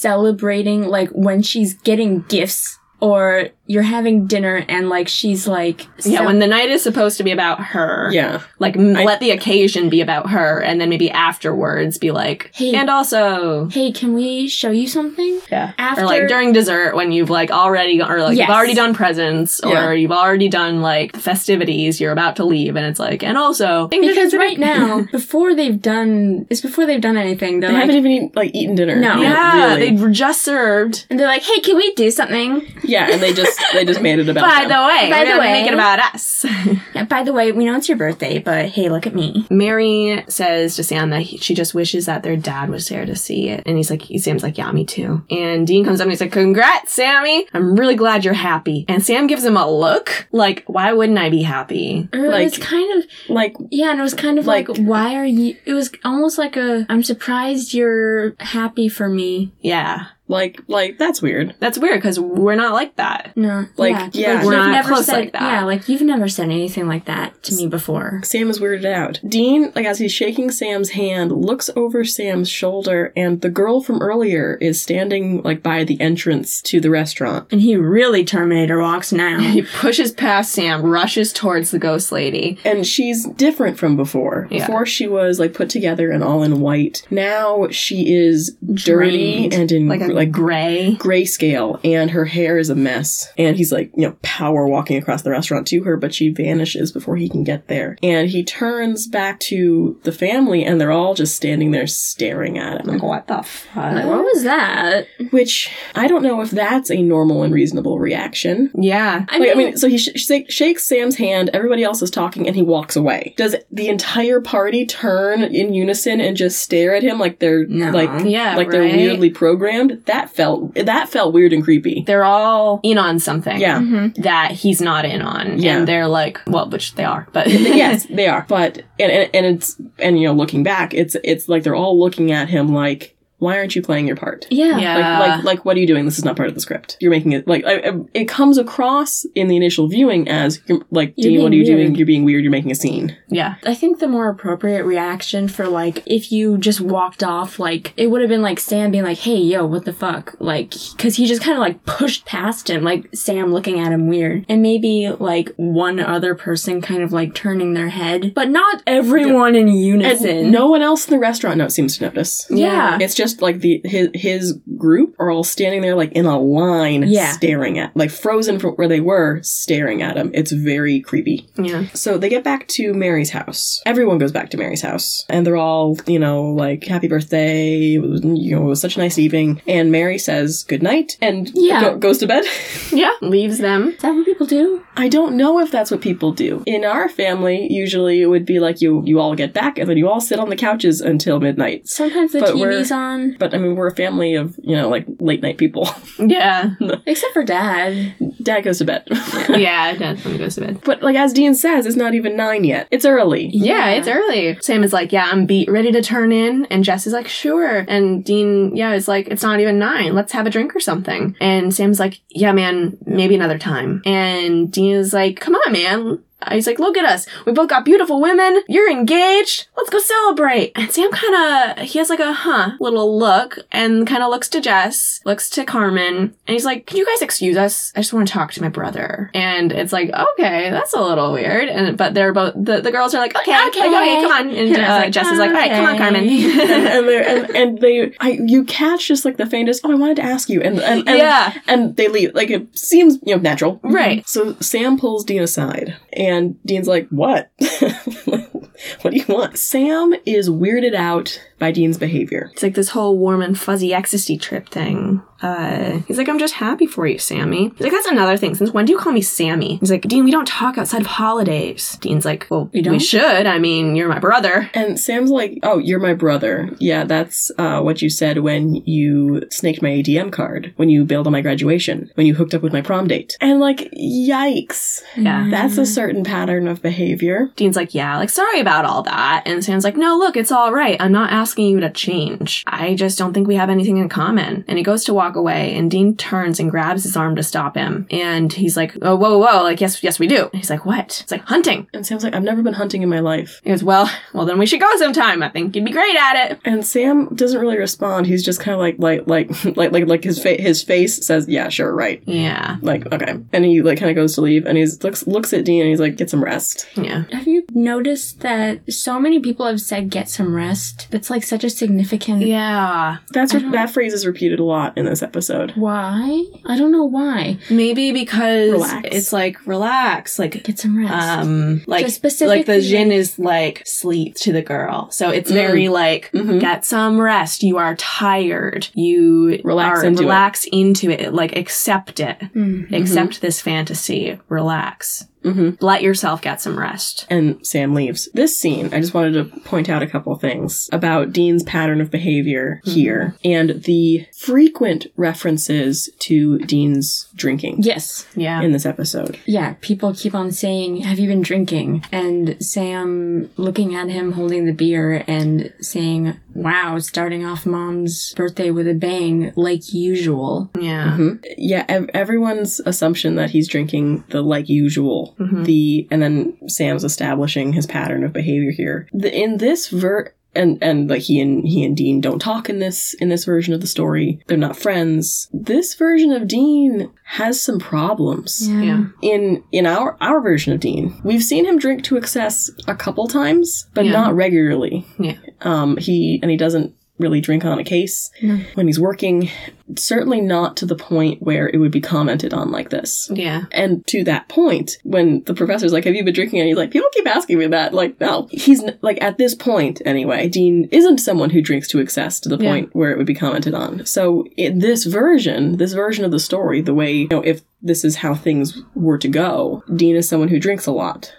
S3: Celebrating like when she's getting gifts, or you're having dinner, and like she's like,
S2: Yeah,
S3: cel-
S2: when the night is supposed to be about her.
S1: Yeah,
S2: Like, m
S1: I-
S2: let the occasion be about her, and then maybe afterwards be like,
S3: Hey.
S2: and also.
S3: hey, can we show you something?
S2: Yeah.
S3: After
S2: or like during dessert when you've like already or like
S3: Yes.
S2: you've already done presents or
S1: Yeah.
S2: you've already done like festivities you're about to leave and it's like and also
S3: because right now, before they've done, it's before they've done anything. They're
S1: they haven't
S3: like,
S1: even eaten, like eaten dinner.
S3: No.
S2: yeah
S1: really.
S2: they were just served
S3: and they're like, hey, can we do something?
S1: yeah, and they just they just made it about
S2: by
S1: them.
S2: the way
S3: By
S2: we're
S3: the
S2: gonna
S3: way.
S2: make it about us
S3: Yeah, by the way, we know it's your birthday, but hey, look at me.
S2: Mary says to Sam that he, she just wishes that their dad was there to see it. And he's like, Sam's like, yeah, me too. And Dean comes up and he's like, congrats, Sammy. I'm really glad you're happy. And Sam gives him a look like, why wouldn't I be happy?
S3: Or it
S1: Like-
S3: was kind of
S1: like
S3: yeah, and it was kind of like,
S1: Like-
S3: why are you? It was almost like a I'm surprised you're happy for me.
S2: Yeah.
S1: like like that's weird.
S2: That's weird because we're not like that.
S3: No,
S1: Like, yeah,
S2: we're
S3: you've
S2: not close
S3: said,
S2: like that.
S3: Yeah, like you've never said anything like that to me before.
S1: Sam is weirded out. Dean, like as he's shaking Sam's hand, looks over Sam's shoulder, and the girl from earlier is standing like by the entrance to the restaurant.
S3: And he really Terminator walks now.
S2: He pushes past Sam, rushes towards the ghost lady.
S1: And she's different from before.
S2: Yeah.
S1: Before she was like put together and all in white. Now she is dirty
S2: Drained.
S1: and in
S2: Like
S1: like,
S2: a gray.
S1: grayscale, and her hair is a mess. And he's like, you know, power walking across the restaurant to her, but she vanishes before he can get there. And he turns back to the family, and they're all just standing there staring at him.
S2: Like, what the fuck?
S3: Like, what was that?
S1: Which I don't know if that's a normal and reasonable reaction.
S2: yeah.
S3: I
S1: Like, I mean, so he sh- shake- shakes Sam's hand, everybody else is talking, and he walks away. Does the entire party turn in unison and just stare at him like they're
S3: No.
S1: like
S2: Yeah,
S1: like
S2: right?
S1: they're weirdly programmed? That felt that felt weird and creepy.
S2: They're all in on something.
S1: Yeah.
S2: That he's not in on.
S1: Yeah.
S2: And they're like, well, which they are, but.
S1: yes, they are. But and, and and it's and you know, looking back, it's it's like they're all looking at him like, why aren't you playing your part?
S3: yeah.
S2: Yeah.
S1: Like, like, like, what are you doing? This is not part of the script. You're making it like I, I- it comes across in the initial viewing as you're, like,
S3: You're
S1: Dean, what are
S3: being
S1: you
S3: weird."
S1: doing? You're being weird. You're making a scene.
S2: yeah.
S3: I think the more appropriate reaction for like if you just walked off, like it would have been like Sam being like, "Hey, yo, what the fuck?" Like, because he just kind of like pushed past him, like Sam looking at him weird, and maybe like one other person kind of like turning their head, but not everyone in
S1: And
S3: unison.
S1: no one else in the restaurant no, seems to notice.
S3: yeah,
S1: It's just like the his, his group are all standing there like in a line,
S3: Yeah.
S1: staring at like frozen from where they were, staring at him. It's very creepy.
S2: Yeah.
S1: So they get back to Mary's house. Everyone goes back to Mary's house, and they're all, you know, like, happy birthday, it was- you know, it was such a nice evening. And Mary says goodnight and
S3: Yeah.
S1: go- goes to bed.
S2: Yeah. Leaves them.
S3: is that what people do?
S1: I don't know if that's what people do. In our family, usually it would be like you, you all get back, and then you all sit on the couches until midnight.
S3: Sometimes the
S1: But we're-
S3: TV's on, man.
S1: But I mean, we're a family of, you know, like late night people.
S3: Yeah. Except for dad.
S1: Dad goes to bed.
S2: yeah, dad goes to bed.
S1: But like as Dean says, it's not even nine yet. It's early.
S2: Yeah, it's early. Sam is like, yeah, I'm beat, ready to turn in. And Jess is like, sure. And Dean, yeah, is like, it's not even nine. Let's have a drink or something. And Sam's like, yeah, man, maybe another time. And Dean is like, come on, man. Uh, He's like, look at us. We both got beautiful women. You're engaged. Let's go celebrate. And Sam kind of, he has like a huh little look and kind of looks to Jess, looks to Carmen, and he's like, can you guys excuse us? I just want to talk to my brother. And it's like, okay, that's a little weird. And, but they're both, the, the girls are like, okay, okay, okay, come on. And
S3: And I
S2: uh,
S3: was like,
S2: Jess is like, all right, come on, Carmen.
S1: and, and, they're- and, and they, I, you catch just like the faintest. Oh, I wanted to ask you, and and, and
S2: Yeah. Mm-hmm.
S1: and they leave. Like it seems, you know, natural,
S2: Right.
S1: So Sam pulls Dean aside, and Dean's like, "What? what do you want?" Sam is weirded out by Dean's behavior.
S2: It's like this whole warm and fuzzy ecstasy trip thing. Uh, he's like, I'm just happy for you, Sammy. He's like, that's another thing. Since when do you call me Sammy? He's like, Dean, we don't talk outside of holidays. Dean's like, well, we,
S3: don't?
S2: should. I mean, you're my brother.
S1: And Sam's like, "Oh, you're my brother. Yeah, that's uh, what you said when you snaked my ATM card, when you bailed on my graduation, when you hooked up with my prom date." And like, yikes!
S2: Yeah.
S1: That's a certain pattern of behavior.
S2: Dean's like, yeah, like, sorry about all that. And Sam's like, no, look, it's all right. I'm not asking you to change. I just don't think we have anything in common. And he goes to walk away, and Dean turns and grabs his arm to stop him. And he's like, oh, whoa, whoa, like, yes, yes, we do. And he's like, what? It's like, hunting.
S1: And Sam's like, "I've never been hunting in my life."
S2: He goes, well, well, then we should go sometime. I think you'd be great at it.
S1: And Sam doesn't really respond. He's just kind of like, like, like, like, like, like his fa- his face says, "Yeah, sure, right."
S2: Yeah.
S1: Like, okay. And he like kind of goes to leave, and he looks looks at Dean, and he's like, "Get some rest."
S2: Yeah.
S3: Have you noticed that so many people have said get some rest? That's like such a significant.
S2: Yeah.
S1: That's re- that phrase is repeated a lot in this episode.
S3: Why? I don't know why.
S2: Maybe because
S1: Relax.
S2: it's like relax, like
S3: Get some rest.
S2: um like
S3: Just specifically-
S2: like the jinn is like sleep to the girl. So it's very like
S1: Mhm.
S2: get some rest. You are tired. You
S1: Relax
S2: are,
S1: into it.
S2: relax into it. Like accept it.
S3: Mm.
S2: Accept this fantasy. Relax.
S1: Mm-hmm.
S2: Let yourself get some rest.
S1: And Sam leaves. This scene, I just wanted to point out a couple of things about Dean's pattern of behavior here and the frequent references to Dean's drinking
S3: Yes.
S2: Yeah.
S1: in this episode.
S3: Yeah, people keep on saying, Have you been drinking? And Sam looking at him holding the beer and saying, Wow, starting off mom's birthday with a bang, like usual.
S2: yeah.
S1: Yeah, ev- everyone's assumption that he's drinking the like usual, the and then Sam's establishing his pattern of behavior here. The, in this ver and and like he and he and Dean don't talk in this in this version of the story. They're not friends. This version of Dean has some problems.
S2: Yeah.
S1: in in our our version of Dean, we've seen him drink to excess a couple times, but
S2: Yeah.
S1: not regularly.
S2: Yeah.
S1: Um, he and he doesn't really drink on a case
S3: No.
S1: when he's working. Certainly not to the point where it would be commented on like this.
S2: Yeah.
S1: And to that point, when the professor's like, "Have you been drinking?" and he's like, "People keep asking me that." Like, no, he's n- like at this point anyway. Dean isn't someone who drinks to excess to the
S2: Yeah.
S1: point where it would be commented on. So in this version, this version of the story, the way you know, if this is how things were to go, Dean is someone who drinks a lot.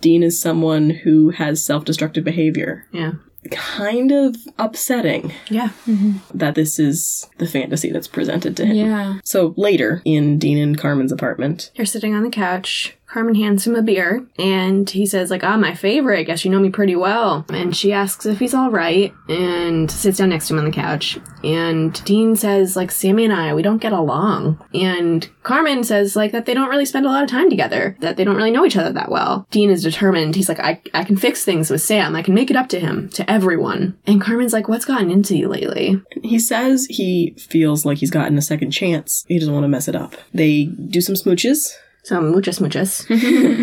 S1: Dean is someone who has self-destructive behavior.
S2: Yeah.
S1: Kind of upsetting
S2: Yeah.
S1: that this is the fantasy that's presented to him.
S3: Yeah.
S1: So later in Dean and Carmen's apartment,
S2: They're sitting on the couch. Carmen hands him a beer, and he says, like, ah, my favorite. Guess you know me pretty well. And she asks if he's all right, and sits down next to him on the couch. And Dean says, like, Sammy and I, we don't get along. And Carmen says, like, that they don't really spend a lot of time together, that they don't really know each other that well. Dean is determined. He's like, I, I can fix things with Sam. I can make it up to him, to everyone. And Carmen's like, what's gotten into you lately?
S1: He says he feels like he's gotten a second chance. He doesn't want to mess it up. They do some smooches,
S2: So, muchas, muchas.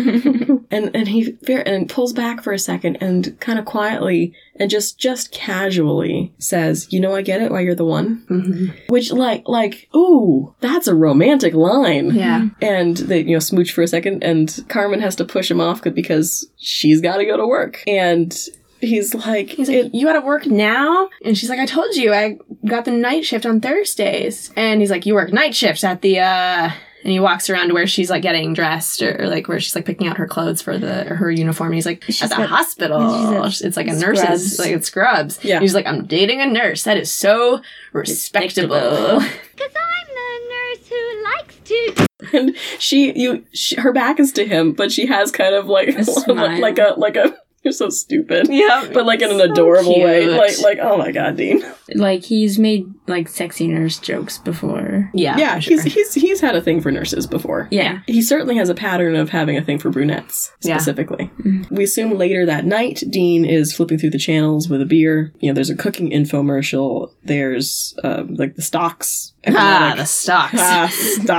S1: and and he fair- and pulls back for a second, and kind of quietly and just just casually says, "You know, I get it. Why you're the one."
S2: Mhm.
S1: Which like like ooh, that's a romantic line.
S2: Yeah.
S1: And they you know smooch for a second, and Carmen has to push him off because she's got to go to work, and he's like,
S2: He's like, You gotta work now? And she's like, I told you I got the night shift on Thursdays. And he's like, You work night shifts at the uh and he walks around to where she's like getting dressed or like where she's like picking out her clothes for the her uniform. And he's like
S13: She's
S2: at the
S13: got- she's
S2: hospital.
S13: got
S2: It's like a
S13: scrubs.
S2: nurse's like it's scrubs.
S13: Yeah.
S2: And he's like I'm dating a nurse. That is so respectable.
S1: and she you she, her back is to him but she has kind of like
S2: smile.
S1: like a like a you're so stupid
S2: yeah
S1: but like in an adorable way
S3: cute.
S1: like like oh my god dean
S3: Like he's made like sexy nurse jokes before.
S1: yeah he's he's he's had a thing for nurses before
S3: Yeah.
S1: he certainly has a pattern of having a thing for brunettes
S3: Yeah.
S1: specifically
S2: Mm-hmm.
S1: we assume later that night dean is flipping through the channels with a beer you know there's a cooking infomercial there's uh, like the stocks
S2: Ah,
S1: economic-
S2: the stocks.
S1: Ah,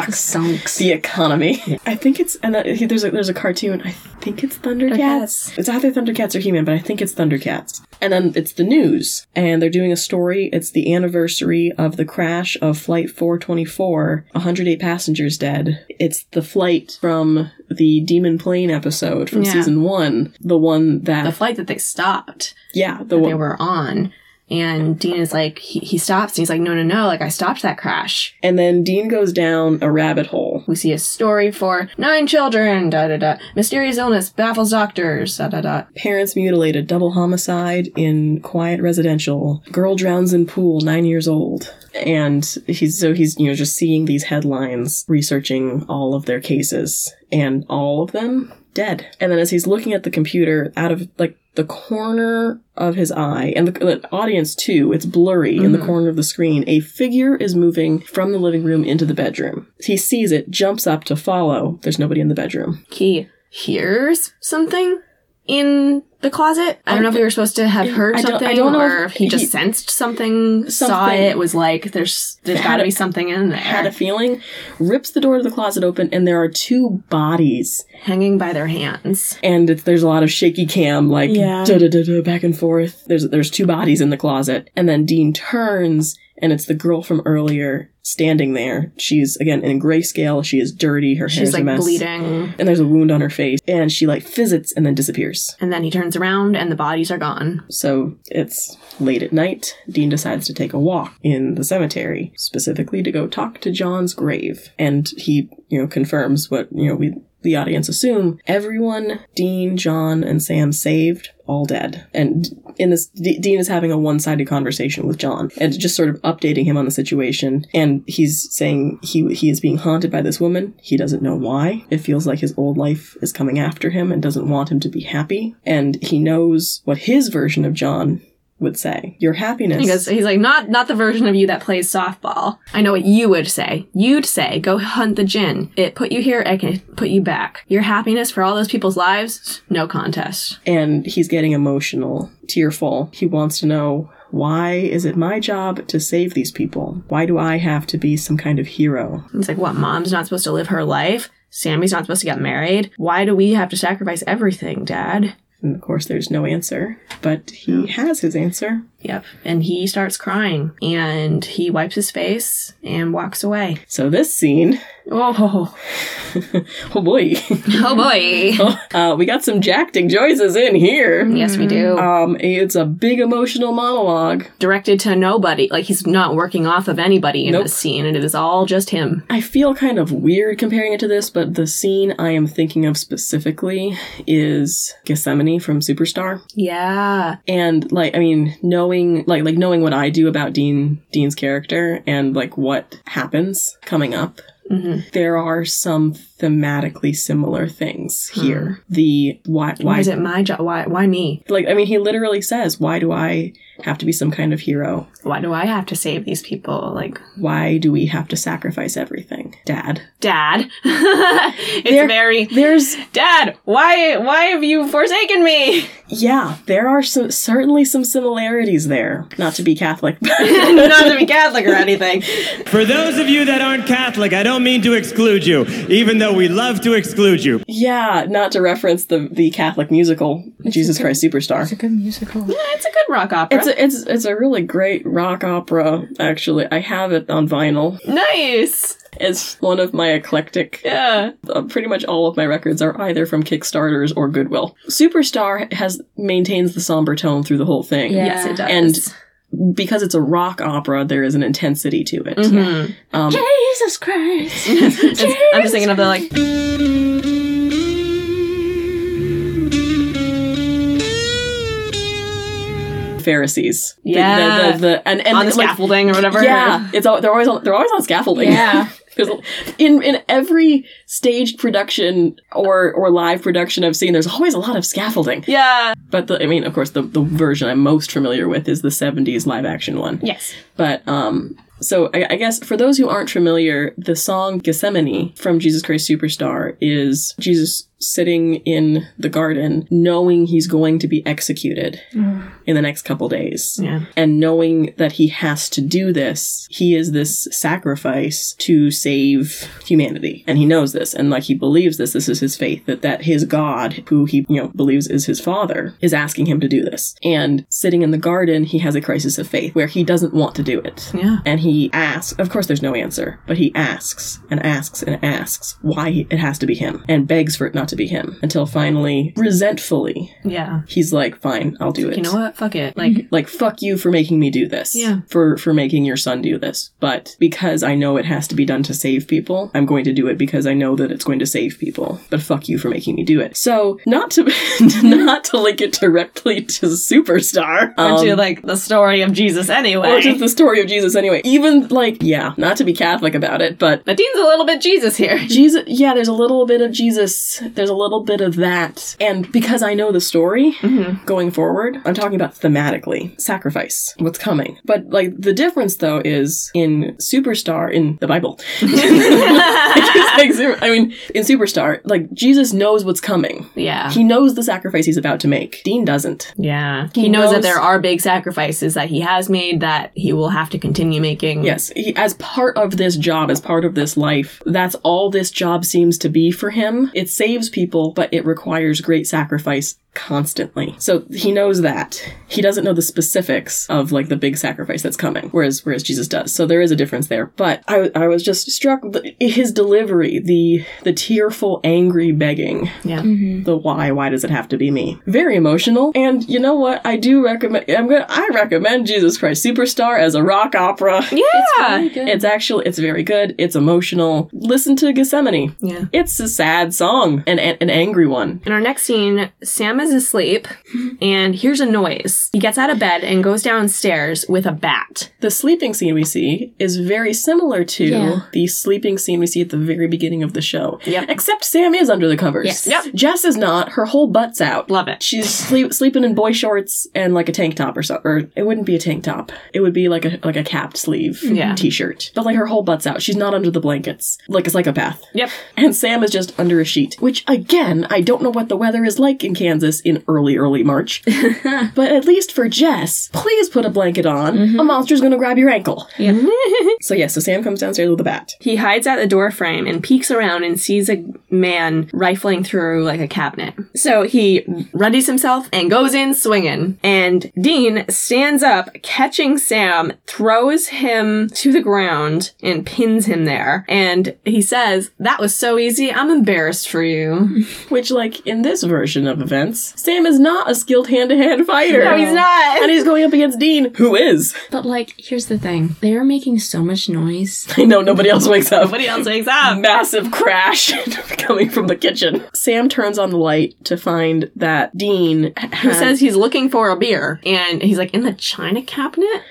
S1: stocks. The economy. I think it's and that, there's a there's a cartoon. I think it's Thundercats. It's either Thundercats or He-Man, but I think it's Thundercats. And then it's the news, and they're doing a story. It's the anniversary of the crash of Flight 424, 108 passengers dead. It's the flight from the Demon Plane episode from
S2: Yeah.
S1: season one, the one that
S2: the flight that they stopped.
S1: Yeah,
S2: the that they were on. And Dean is like, he, he stops and he's like, no, no, no, like I stopped that crash.
S1: And then Dean goes down a rabbit hole.
S2: We see a story for nine children, da da da. Mysterious illness baffles doctors, da da da.
S1: Parents mutilated, double homicide in quiet residential. Girl drowns in pool, nine years old. And he's so he's you know just seeing these headlines, researching all of their cases, and all of them dead. And then as he's looking at the computer, out of like the corner of his eye and the, the audience too it's blurry in the
S2: Mhm.
S1: corner of the screen a figure is moving from the living room into the bedroom he sees it jumps up to follow there's nobody in the bedroom
S2: He hears something in the closet. I don't know if we were supposed to have heard
S1: I don't- I
S2: something
S1: don't know
S2: or
S1: if
S2: if he just
S1: he-
S2: sensed something, saw
S1: Something.
S2: it, was like, there's there's
S1: Had
S2: gotta
S1: a-
S2: be something in there.
S1: had a feeling, rips the door to the closet open, and there are two bodies
S2: hanging by their hands.
S1: And it's, there's a lot of shaky cam, like
S2: Yeah.
S1: da da da da back and forth. There's there's two bodies in the closet, and then Dean turns, and it's the girl from earlier standing there. She's again in grayscale. She is dirty. Her hair's
S2: She's like
S1: a mess.
S2: bleeding.
S1: And there's a wound on her face, and she like fizzits and then disappears.
S2: And then he turns around and the bodies are gone.
S1: So it's late at night. Dean decides to take a walk in the cemetery, specifically to go talk to John's grave. And he, you know, confirms what, you know, we the audience assume everyone Dean, John, and Sam saved, all dead. And in this, D- Dean is having a one sided conversation with John and just sort of updating him on the situation. And he's saying he, he is being haunted by this woman. He doesn't know why. It feels like his old life is coming after him and doesn't want him to be happy. And he knows what his version of John would say Your happiness.
S2: He goes, he's like, not not the version of you that plays softball. I know what you would say. You'd say, go hunt the gin. It put you here, it can put you back. Your happiness for all those people's lives, no contest.
S1: and he's getting emotional, tearful. He wants to know why is it my job to save these people? Why do I have to be some kind of hero?
S2: He's like, what? Mom's not supposed to live her life. Sammy's not supposed to get married. Why do we have to sacrifice everything, Dad?
S1: And of course, there's no answer, but he has his answer.
S2: Yep. And he starts crying and he wipes his face and walks away.
S1: So this scene,
S2: Oh,
S1: oh boy,
S2: oh boy.
S1: uh, we got some jacking choices in here.
S2: Yes, we do.
S1: Um, it's a big emotional monologue.
S2: Directed to nobody. Like, he's not working off of anybody in this scene, and it is all just him.
S1: I feel kind of weird comparing it to this, but the scene I am thinking of specifically is Gethsemane from Superstar.
S2: Yeah.
S1: and like i mean knowing like like knowing what i do about dean dean's character and like what happens coming up
S2: Mm-hmm.
S1: there are some thematically similar things here the why why
S2: Why is it my job? Why? Why me?
S1: like i mean he literally says why do i have to be some kind of hero
S2: Why do I have to save these people? Like,
S1: why do we have to sacrifice everything dad
S2: Dad, it's very
S1: there's
S2: Dad. Why? Why have you forsaken me?
S1: yeah there are some certainly some similarities there not to be catholic
S2: Not to be Catholic or anything.
S14: For those of you that aren't Catholic, I don't mean to exclude you, even though we love to exclude you.
S1: yeah not to reference the the catholic musical jesus christ superstar
S3: Good musical.
S2: Yeah, it's a good rock opera.
S1: It's a, it's it's a really great rock opera. Actually, I have it on vinyl.
S2: nice.
S1: It's one of my eclectic.
S2: Yeah.
S1: Uh, pretty much all of my records are either from Kickstarters or Goodwill. Superstar has maintains the somber tone through the whole thing.
S2: Yes, it does.
S1: And because it's a rock opera, there is an intensity to it.
S2: Mhm.
S1: Um,
S3: Jesus Christ.
S2: I'm just thinking of the like.
S1: Pharisees. The- the-
S2: Yeah.
S1: the, the- and, and
S2: On the
S1: like,
S2: scaffolding or whatever.
S1: Yeah, it's all, they're always on, they're always on scaffolding.
S2: Yeah.
S1: 'Cause in in every staged production or or live production I've seen, there's always a lot of scaffolding.
S2: Yeah.
S1: But the, I mean, of course, the the version I'm most familiar with is the '70s live action one.
S3: Yes.
S1: But um, so I, I guess for those who aren't familiar, the song Gethsemane from Jesus Christ Superstar is Jesus sitting in the garden, knowing he's going to be executed in the next couple days.
S2: Yeah.
S1: And knowing that he has to do this, he is this sacrifice to save humanity. And he knows this. And like he believes this, this is his faith that, that his God, who he, you know, believes is his father, is asking him to do this. And sitting in the garden, he has a crisis of faith where he doesn't want to do it.
S2: Yeah.
S1: And he asks, of course, there's no answer, but he asks and asks and asks why he- it has to be him and begs for it not to be him until finally, resentfully,
S2: Yeah.
S1: he's like, fine, I'll do it.
S2: You know what? Fuck it. Like,
S1: Like, fuck you for making me do this.
S2: Yeah.
S1: For for making your son do this. But because I know it has to be done to save people, I'm going to do it because I know that it's going to save people. But fuck you for making me do it. So not to not to link it directly to superstar.
S2: aren't you
S1: um,
S2: like the story of Jesus anyway?
S1: or just the story of Jesus anyway. Even like, yeah, not to be Catholic about it, but
S2: Nadine's a little bit Jesus here.
S1: Jesus, yeah, there's a little bit of Jesus. There's a little bit of that. And because I know the story going forward, I'm talking about thematically sacrifice, what's coming. But like the difference though is in Superstar in the Bible. Like, super- I mean, in Superstar, like Jesus knows what's coming.
S2: Yeah.
S1: He knows the sacrifice he's about to make. Dean doesn't.
S2: Yeah.
S1: He
S2: He, knows,
S1: knows-
S2: that there are big sacrifices that he has made that he will have to continue making.
S1: Yes, he, as part of this job, as part of this life, that's all this job seems to be for him. It saves people, but it requires great sacrifice constantly. So he knows that. He doesn't know the specifics of like the big sacrifice that's coming, whereas whereas Jesus does. So there is a difference there. But I I was just struck th- his delivery, the the tearful, angry begging
S2: Yeah.
S1: the why why does it have to be me very emotional and you know what i do recommend i'm gonna i recommend jesus christ superstar as a rock opera yeah
S2: Yeah.
S1: it's actually it's very good it's emotional listen to gethsemane
S2: Yeah.
S1: it's a sad song and an, an angry one
S2: In our next scene, Sam is asleep and hears a noise. He gets out of bed and goes downstairs with a bat.
S1: the sleeping scene we see is very similar to
S2: Yeah.
S1: the sleeping scene we see at the very beginning of the show.
S2: Yep.
S1: Except Sam is under the covers.
S2: Yes. Yep.
S1: Jess is not. Her whole butt's out.
S2: Love it.
S1: She's sleep- sleeping in boy shorts and like a tank top or something. Or it wouldn't be a tank top. It would be like a like a capped sleeve
S2: Yeah.
S1: t-shirt. But like her whole butt's out. She's not under the blankets. Like a psychopath.
S2: Yep.
S1: And Sam is just under a sheet, which again, I don't know what the weather is like in Kansas in early, early March. but at least for Jess, please put a blanket on.
S2: Mm-hmm.
S1: A monster's gonna grab your ankle. so yeah, so Sam comes downstairs with a bat.
S2: He hides at the door frame and peeks around and sees a man rifling through like a cabinet. So he readies himself and goes in swinging. And Dean stands up, catching Sam, throws him to the ground and pins him there. And he says, "That was so easy. I'm embarrassed for you."
S1: Which, like, in this version of events, Sam is not a skilled hand-to-hand fighter.
S2: No, he's not.
S1: And he's going up against Dean, who is.
S3: But like, here's the thing: they are making so much noise.
S1: I know nobody else wakes up.
S2: Nobody else wakes up.
S1: Massive crash coming from the kitchen. Sam turns on the light to find that Dean
S2: Who
S1: has,
S2: says he's looking for a beer? And he's like, "In the china cabinet."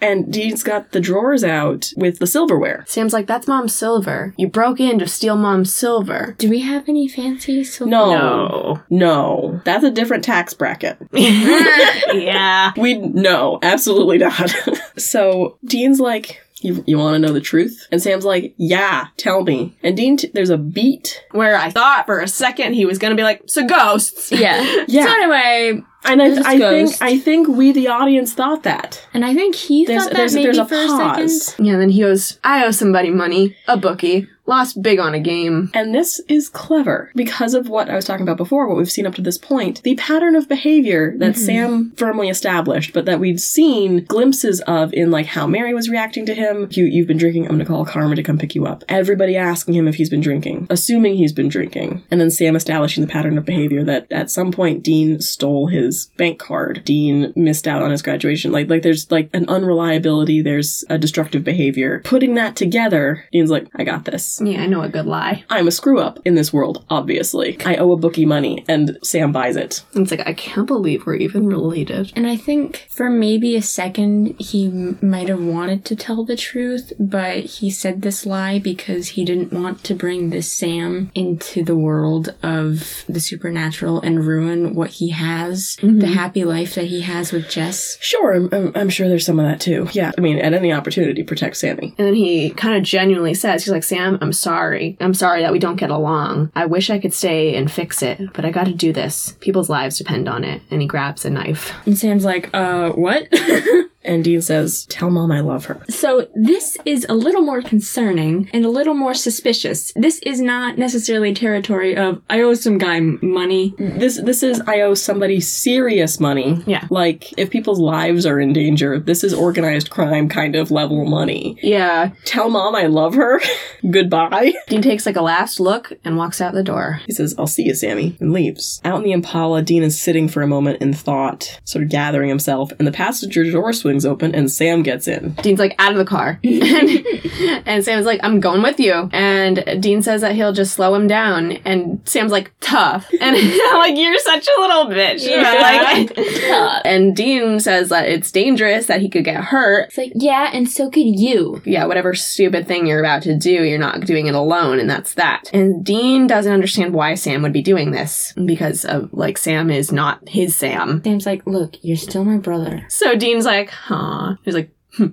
S1: and Dean's got the drawers out with the silverware.
S2: Sam's like, "That's mom's silver. You broke in to steal mom's silver."
S3: Do we have any fancy? Silver?
S1: No.
S2: No.
S1: No. That's a different tax bracket.
S2: yeah.
S1: We no, absolutely not. so Dean's like, you, you want to know the truth? And Sam's like, yeah, tell me. And Dean, t- there's a beat,
S2: where I thought for a second he was gonna be like, so ghosts.
S3: Yeah.
S1: Yeah.
S3: So anyway,
S1: and I,
S3: There's
S1: I think
S3: ghost.
S1: I think we the audience thought that.
S3: and I think he
S1: There's
S3: thought that
S1: there's
S3: maybe
S1: there's a
S3: for a second.
S1: pause.
S2: Yeah, then he goes, I owe somebody money, a bookie. lost big on a game.
S1: And this is clever because of what I was talking about before, what we've seen up to this point. The pattern of behavior that
S2: Mhm.
S1: Sam firmly established, but that we've seen glimpses of in like how Mary was reacting to him. You, you've been drinking. I'm going to call Karma to come pick you up. Everybody asking him if he's been drinking, assuming he's been drinking. And then Sam establishing the pattern of behavior that at some point Dean stole his bank card. Dean missed out on his graduation. Like, like there's like an unreliability. There's a destructive behavior. Putting that together, Dean's like, I got this.
S2: Yeah, I know a good lie.
S1: I'm a screw up in this world, obviously. I owe a bookie money, and Sam buys it.
S2: It's like I can't believe we're even related.
S3: And I think for maybe a second, he m- might have wanted to tell the truth, but he said this lie because he didn't want to bring this Sam into the world of the supernatural and ruin what he has, the happy life that he has with Jess.
S1: Sure, I'm, I'm, I'm sure there's some of that too. Yeah, I mean, at any opportunity, protect Sammy.
S2: And then he kind of genuinely says, he's like, Sam, I'm sorry. I'm sorry that we don't get along. I wish I could stay and fix it, but I gotta do this. People's lives depend on it. And he grabs a knife.
S3: And Sam's like, uh, what?
S1: And Dean says, Tell mom I love her.
S3: So this is a little more concerning and a little more suspicious. This is not necessarily territory of I owe some guy m- money.
S1: This this is I owe somebody serious money.
S2: Yeah.
S1: Like if people's lives are in danger, this is organized crime kind of level money.
S2: Yeah.
S1: Tell mom I love her. Goodbye.
S2: Dean takes like a last look and walks out the door.
S1: He says, I'll see you, Sammy, and leaves. Out in the Impala, Dean is sitting for a moment in thought, sort of gathering himself, and the passenger door swings open and Sam gets in.
S2: Dean's like out of the car, and, and Sam's like, "I'm going with you." And Dean says that he'll just slow him down, and Sam's like, "Tough." And I'm like, "You're such a little bitch." You know, like- and Dean says that it's dangerous that he could get hurt.
S3: It's like, yeah, and so could you.
S2: Yeah, whatever stupid thing you're about to do, you're not doing it alone, and that's that. And Dean doesn't understand why Sam would be doing this because of like Sam is not his Sam.
S3: Sam's like, look, you're still my brother.
S2: So Dean's like, "Huh?" He's like, "Hmm,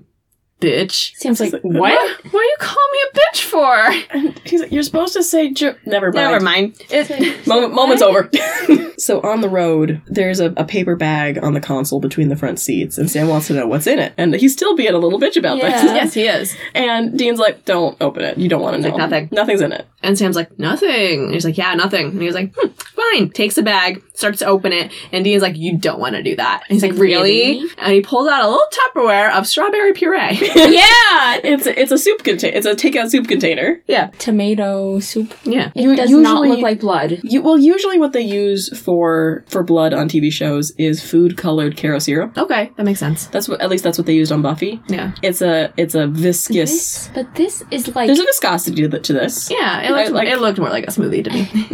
S2: "Bitch."
S3: Sam's like,
S2: What?
S3: what?
S2: What do you call me a bitch for?
S1: And he's like, You're supposed to say, jo-. Never mind.
S2: Never mind. It,
S1: Moment, moment's over. so on the road, there's a, a paper bag on the console between the front seats, and Sam wants to know what's in it. And he's still being a little bitch about
S3: Yeah.
S1: this.
S2: yes, he is.
S1: And Dean's like, don't open it. You don't want to know.
S2: like, nothing.
S1: Nothing's in it.
S2: And Sam's like, nothing. And he's like, yeah, nothing. And he was like, hmm, fine. Takes a bag, starts to open it. And Dean's like, you don't want to do that. And he's like, really?
S3: Really?
S2: And he pulls out a little Tupperware of strawberry puree.
S3: yeah!
S1: It's a, it's a soup container. It's a takeout soup container.
S2: yeah.
S3: Tomato soup.
S2: Yeah.
S3: It
S1: You-
S3: does not
S1: usually-
S3: look like blood.
S1: You, well, usually what they use for for blood on TV shows is food colored caro syrup.
S2: Okay. That makes sense.
S1: That's what at least that's what they used on Buffy.
S2: Yeah.
S1: It's a it's a viscous.
S3: This- but this is like
S1: There's a viscosity to, th- to this.
S2: Yeah. It looked,
S1: I like-
S2: it looked more like a smoothie to me.
S3: it,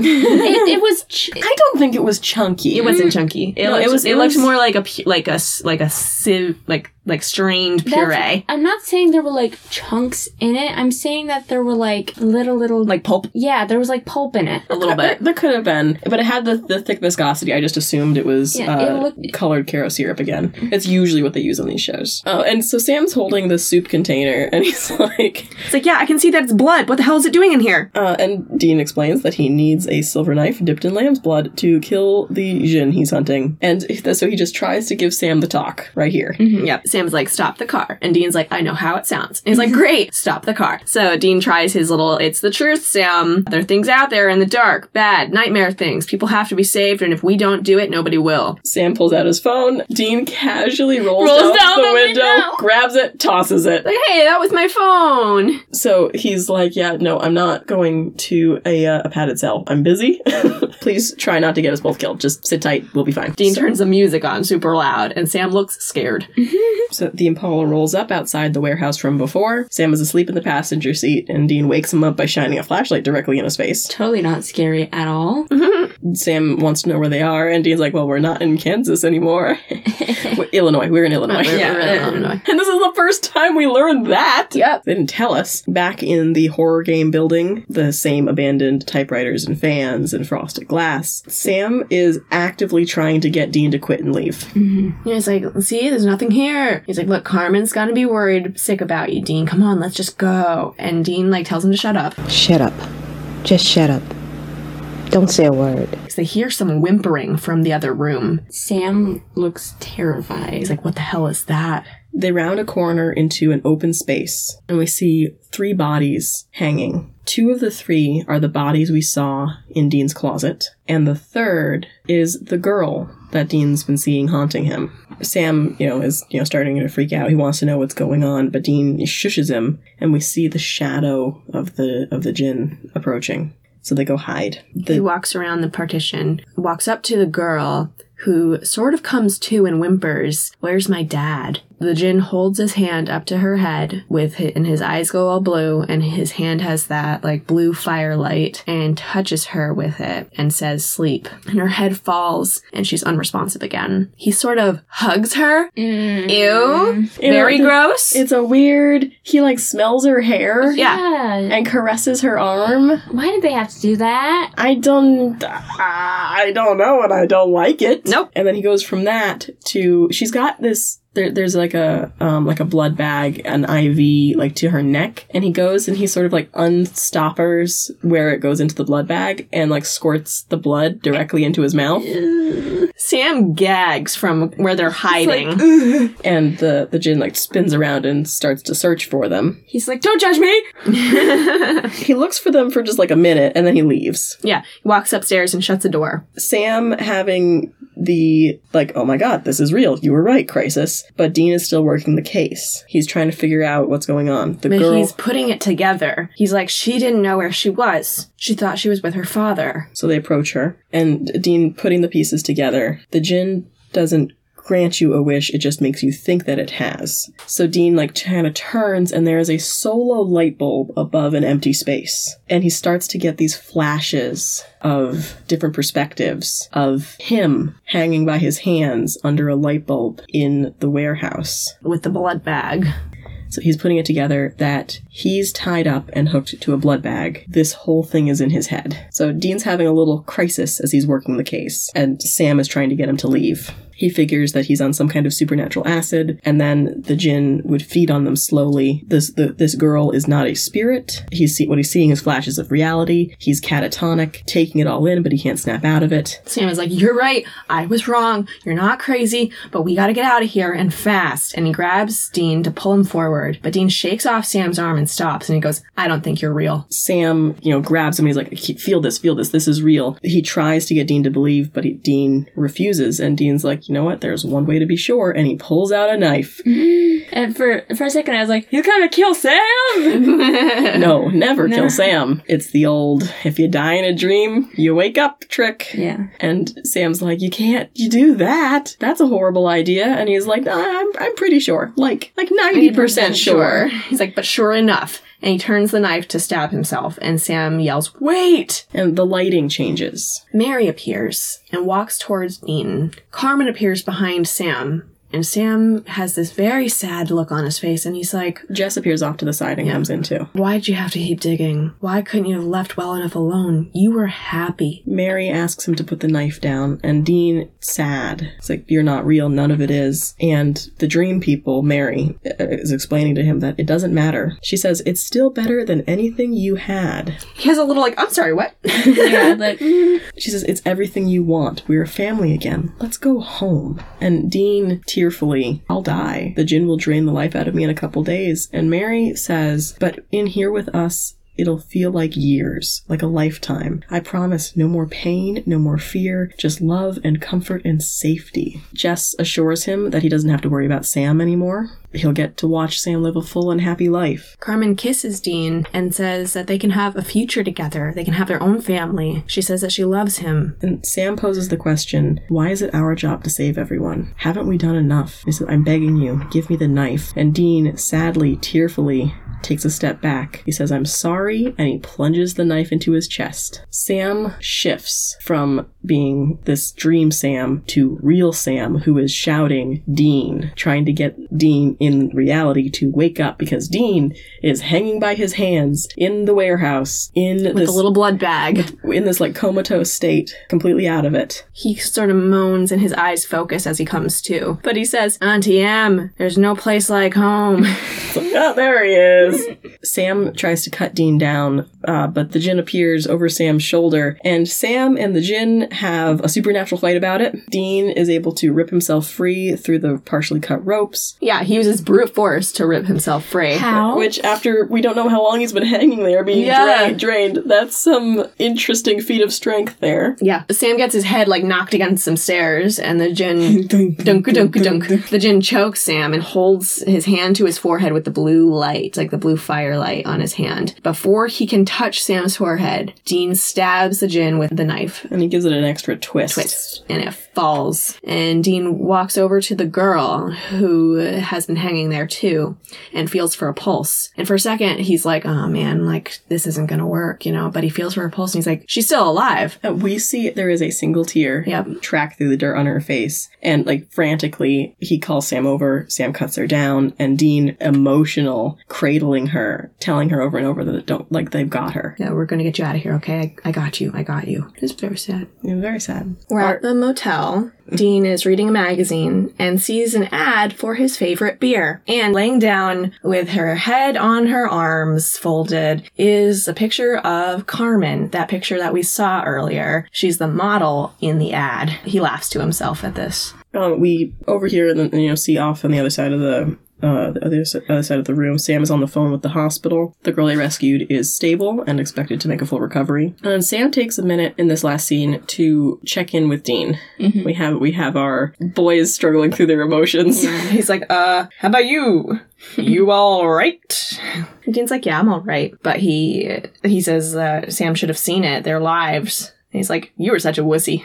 S3: it was ch-
S1: I don't think it was chunky.
S2: It wasn't chunky. It,
S1: No,
S2: looked,
S1: it
S2: it
S1: was-
S2: was.
S1: it
S2: It looked
S1: was-
S2: more like a pu- like a s- like a sieve like like strained
S3: that's-
S2: puree.
S3: I'm not saying there were like chunks in it. I'm saying that there were like little little
S2: Like pulp.
S3: yeah, there was like pulp in it.
S2: A little
S1: There,
S2: bit.
S1: there could have been, but it had the, the thick viscosity. I just assumed it was
S3: Yeah,
S1: uh,
S3: it looked-
S1: colored caro syrup again. It's usually what they use on these shows. Oh, and so Sam's holding this soup container, and he's like,
S2: It's like, yeah, I can see that it's blood. What the hell is it doing in here?
S1: uh, and Dean explains that he needs a silver knife dipped in lamb's blood to kill the Jin he's hunting, and th- so he just tries to give Sam the talk right here.
S2: Yep. Sam's like, stop the car. And Dean's like, I know how it sounds. And he's like, great, stop the car. So Dean tries his little, it's the truth, Sam. There are things out there in the dark, bad, nightmare things. People have to be saved, and if we don't do it, nobody will.
S1: Sam pulls out his phone. Dean casually rolls, down,
S2: Rolls down
S1: the,
S2: the
S1: window,
S2: window.
S1: grabs it, tosses it.
S2: Like, hey, that was my phone.
S1: So he's like, "Yeah, no, I'm not going to a, uh, a padded cell. I'm busy. Please try not to get us both killed. Just sit tight. We'll be fine."
S2: Dean
S1: so,
S2: turns the music on super loud, and Sam looks scared.
S1: so the Impala rolls up outside the warehouse from before. Sam is asleep in the passenger seat, and Dean wakes him up by shining a flashlight directly in his face.
S3: Totally not scary at all.
S1: Sam wants to know where they are, and Dean's like, "Well, we're not in Kansas anymore. We're- Illinois. We're in Illinois."
S2: Yeah, really annoying.
S1: And this is the first time we learned that.
S2: Yep.
S1: They didn't tell us. Back in the horror game building, the same abandoned typewriters and fans and frosted glass, Sam is actively trying to get Dean to quit and leave.
S2: He's like, see, there's nothing here. He's like, look, Carmen's gonna be worried sick about you, Dean. Come on, let's just go. And Dean like tells him to shut up.
S12: Shut up. Just shut up. Don't say a word.
S2: Netflix, they hear some whimpering from the other room.
S3: Sam looks terrified.
S2: He's like, what the hell is that?
S1: They round a corner into an open space, and we see three bodies hanging. Two of the three are the bodies we saw in Dean's closet, and the third is the girl that Dean's been seeing haunting him. Sam, you know, is you know starting to freak out. He wants to know what's going on, but Dean shushes him, and we see the shadow of the of the djinn approaching. So they go hide.
S2: he
S1: The,
S2: walks around the partition, walks up to the girl, who sort of comes to and whimpers, Where's my dad? The djinn holds his hand up to her head with hi and his eyes go all blue and his hand has that like blue firelight and touches her with it and says sleep and her head falls and she's unresponsive again. He sort of hugs her.
S3: Mm.
S2: Ew.
S1: You know,
S2: Very
S1: it's-
S2: gross.
S1: It's a weird. He like smells her hair.
S3: Yeah.
S1: And caresses her arm.
S3: Why did they have to do that?
S1: I don't. I don't know, and I don't like it. Nope. And then he goes from that to she's got this. There, there's like a um, like a blood bag, an IV, like to her neck, and he goes and he sort of like unstoppers where it goes into the blood bag and like squirts the blood directly into his mouth.
S2: Sam gags from where they're hiding.
S1: and the the gin like spins around and starts to search for them.
S3: He's like, don't judge me.
S1: He looks for them for just like a minute and then he leaves.
S2: yeah. He walks upstairs and shuts the door.
S1: Sam having the like oh my god this is real you were right crisis but dean is still working the case he's trying to figure out what's going on the
S2: but
S1: girl
S2: he's putting it together. He's like, she didn't know where she was. She thought she was with her father.
S1: so they approach her and dean putting the pieces together the gin doesn't grant you a wish it just makes you think that it has so dean like kind of turns and there is a solo light bulb above an empty space and he starts to get these flashes of different perspectives of him hanging by his hands under a light bulb in the warehouse
S2: With the blood bag.
S1: So he's putting it together that he's tied up and hooked to a blood bag. This whole thing is in his head. So Dean's having a little crisis as he's working the case, and Sam is trying to get him to leave. He figures that he's on some kind of supernatural acid, and then the djinn would feed on them slowly. This the, this girl is not a spirit. He's see, what he's seeing is flashes of reality. He's catatonic, taking it all in, but he can't snap out of it.
S2: Sam is like, You're right. I was wrong. You're not crazy, but we gotta get out of here and fast. And he grabs Dean to pull him forward. But Dean shakes off Sam's arm and stops. And he goes, I don't think you're real.
S1: Sam, you know, grabs him. He's like, "Ke- "Feel this, feel this. This is real." He tries to get Dean to believe, but he, Dean refuses. And Dean's like, "You know what? There's one way to be sure." And he pulls out a knife.
S3: And for for a second, I was like, he's gonna kill Sam.
S1: no, never
S3: No.
S1: kill Sam. It's the old "if you die in a dream, you wake up" trick.
S3: Yeah.
S1: And Sam's like, "You can't. You do that. That's a horrible idea." And he's like, "Nah, "I'm, I'm pretty sure. Like, like ninety percent sure."
S2: He's like, But sure enough. And he turns the knife to stab himself. And Sam yells, Wait!
S1: And the lighting changes.
S2: Mary appears and walks towards Dean. Carmen appears behind Sam, and Sam has this very sad look on his face, and he's like,
S1: Jess appears off to the side and comes in too.
S2: Why'd you have to keep digging? Why couldn't you have left well enough alone? You were happy.
S1: Mary asks him to put the knife down, and Dean, sad. It's like, you're not real, none of it is. And the dream people, Mary, uh, is explaining to him that it doesn't matter. She says, it's still better than anything you had.
S2: He has a little like, I'm sorry, what?
S3: yeah, like,
S1: She says, it's everything you want. We're a family again. Let's go home. And Dean, tearfully, I'll die. The gin will drain the life out of me in a couple days. And Mary says, but in here with us, It'll feel like years, like a lifetime. I promise no more pain, no more fear, just love and comfort and safety. Jess assures him that he doesn't have to worry about Sam anymore. He'll get to watch Sam live a full and happy life.
S2: Carmen kisses Dean and says that they can have a future together. They can have their own family. She says that she loves him.
S1: And Sam poses the question, why is it our job to save everyone? Haven't we done enough? He says, I'm begging you, give me the knife. And Dean, sadly, tearfully, takes a step back. He says, I'm sorry, and he plunges the knife into his chest. Sam shifts from being this dream Sam to real Sam, who is shouting, Dean, trying to get Dean in reality to wake up because Dean is hanging by his hands in the warehouse in
S2: With
S1: this
S2: a little blood bag.
S1: in this like comatose state, completely out of it.
S2: He sort of moans and his eyes focus as he comes to. But he says, Auntie M, there's no place like home.
S1: It's like, oh, there he is Sam tries to cut Dean down, uh, but the djinn appears over Sam's shoulder, and Sam and the djinn have a supernatural fight about it. Dean is able to rip himself free through the partially cut ropes.
S2: Yeah, he uses brute force to rip himself free.
S3: How?
S1: Which, after we don't know how long he's been hanging there being
S2: Oh. Yeah.
S1: dra- drained, that's some interesting feat of strength there.
S2: Yeah, Sam gets his head like knocked against some stairs, and the djinn dunk dunk dunk dunk. The djinn chokes Sam and holds his hand to his forehead with the blue light, like the blue firelight on his hand. Before he can touch Sam's forehead, Dean stabs the djinn with the knife.
S1: And he gives it an extra twist.
S2: Twist, and it falls. And Dean walks over to the girl who has been hanging there too, and feels for a pulse. And for a second, he's like, "Oh man, like this isn't gonna work," you know. But he feels for her pulse, and he's like, "She's still alive."
S1: Uh, We see there is a single tear track through the dirt on her face. And like frantically, he calls Sam over. Sam cuts her down, and Dean, emotional, cradling her, telling her over and over that don't like they've got her.
S2: Yeah, we're gonna get you out of here, okay? I, I got you. I got you. It's very sad.
S1: Yeah, very sad.
S2: We're at the motel. Dean is reading a magazine and sees an ad for his favorite beer. And laying down with her head on her arms folded is a picture of Carmen, that picture that we saw earlier. She's the model in the ad. He laughs to himself at this.
S1: Um, we over here, and then you know, see off on the other side of the. Uh, the other, s- other side of the room, Sam is on the phone with the hospital. The girl they rescued is stable and expected to make a full recovery. And Sam takes a minute in this last scene to check in with Dean. We have we have our boys struggling through their emotions.
S2: He's like, uh, how about you? You all right? And Dean's like, yeah, I'm all right. But he he says uh, Sam should have seen it. Their lives. And he's like, you were such a wussy.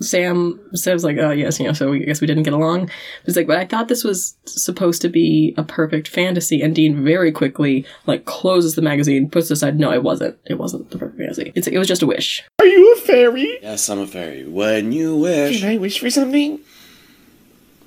S1: Sam Sam's like, oh yes, you know, so we, I guess we didn't get along. He's like, but I thought this was supposed to be a perfect fantasy, and Dean very quickly like closes the magazine, puts it aside. No, it wasn't. It wasn't the perfect fantasy. It's it was just a wish.
S14: Are you a fairy?
S4: Yes, I'm a fairy. When you wish
S14: Can I wish for something?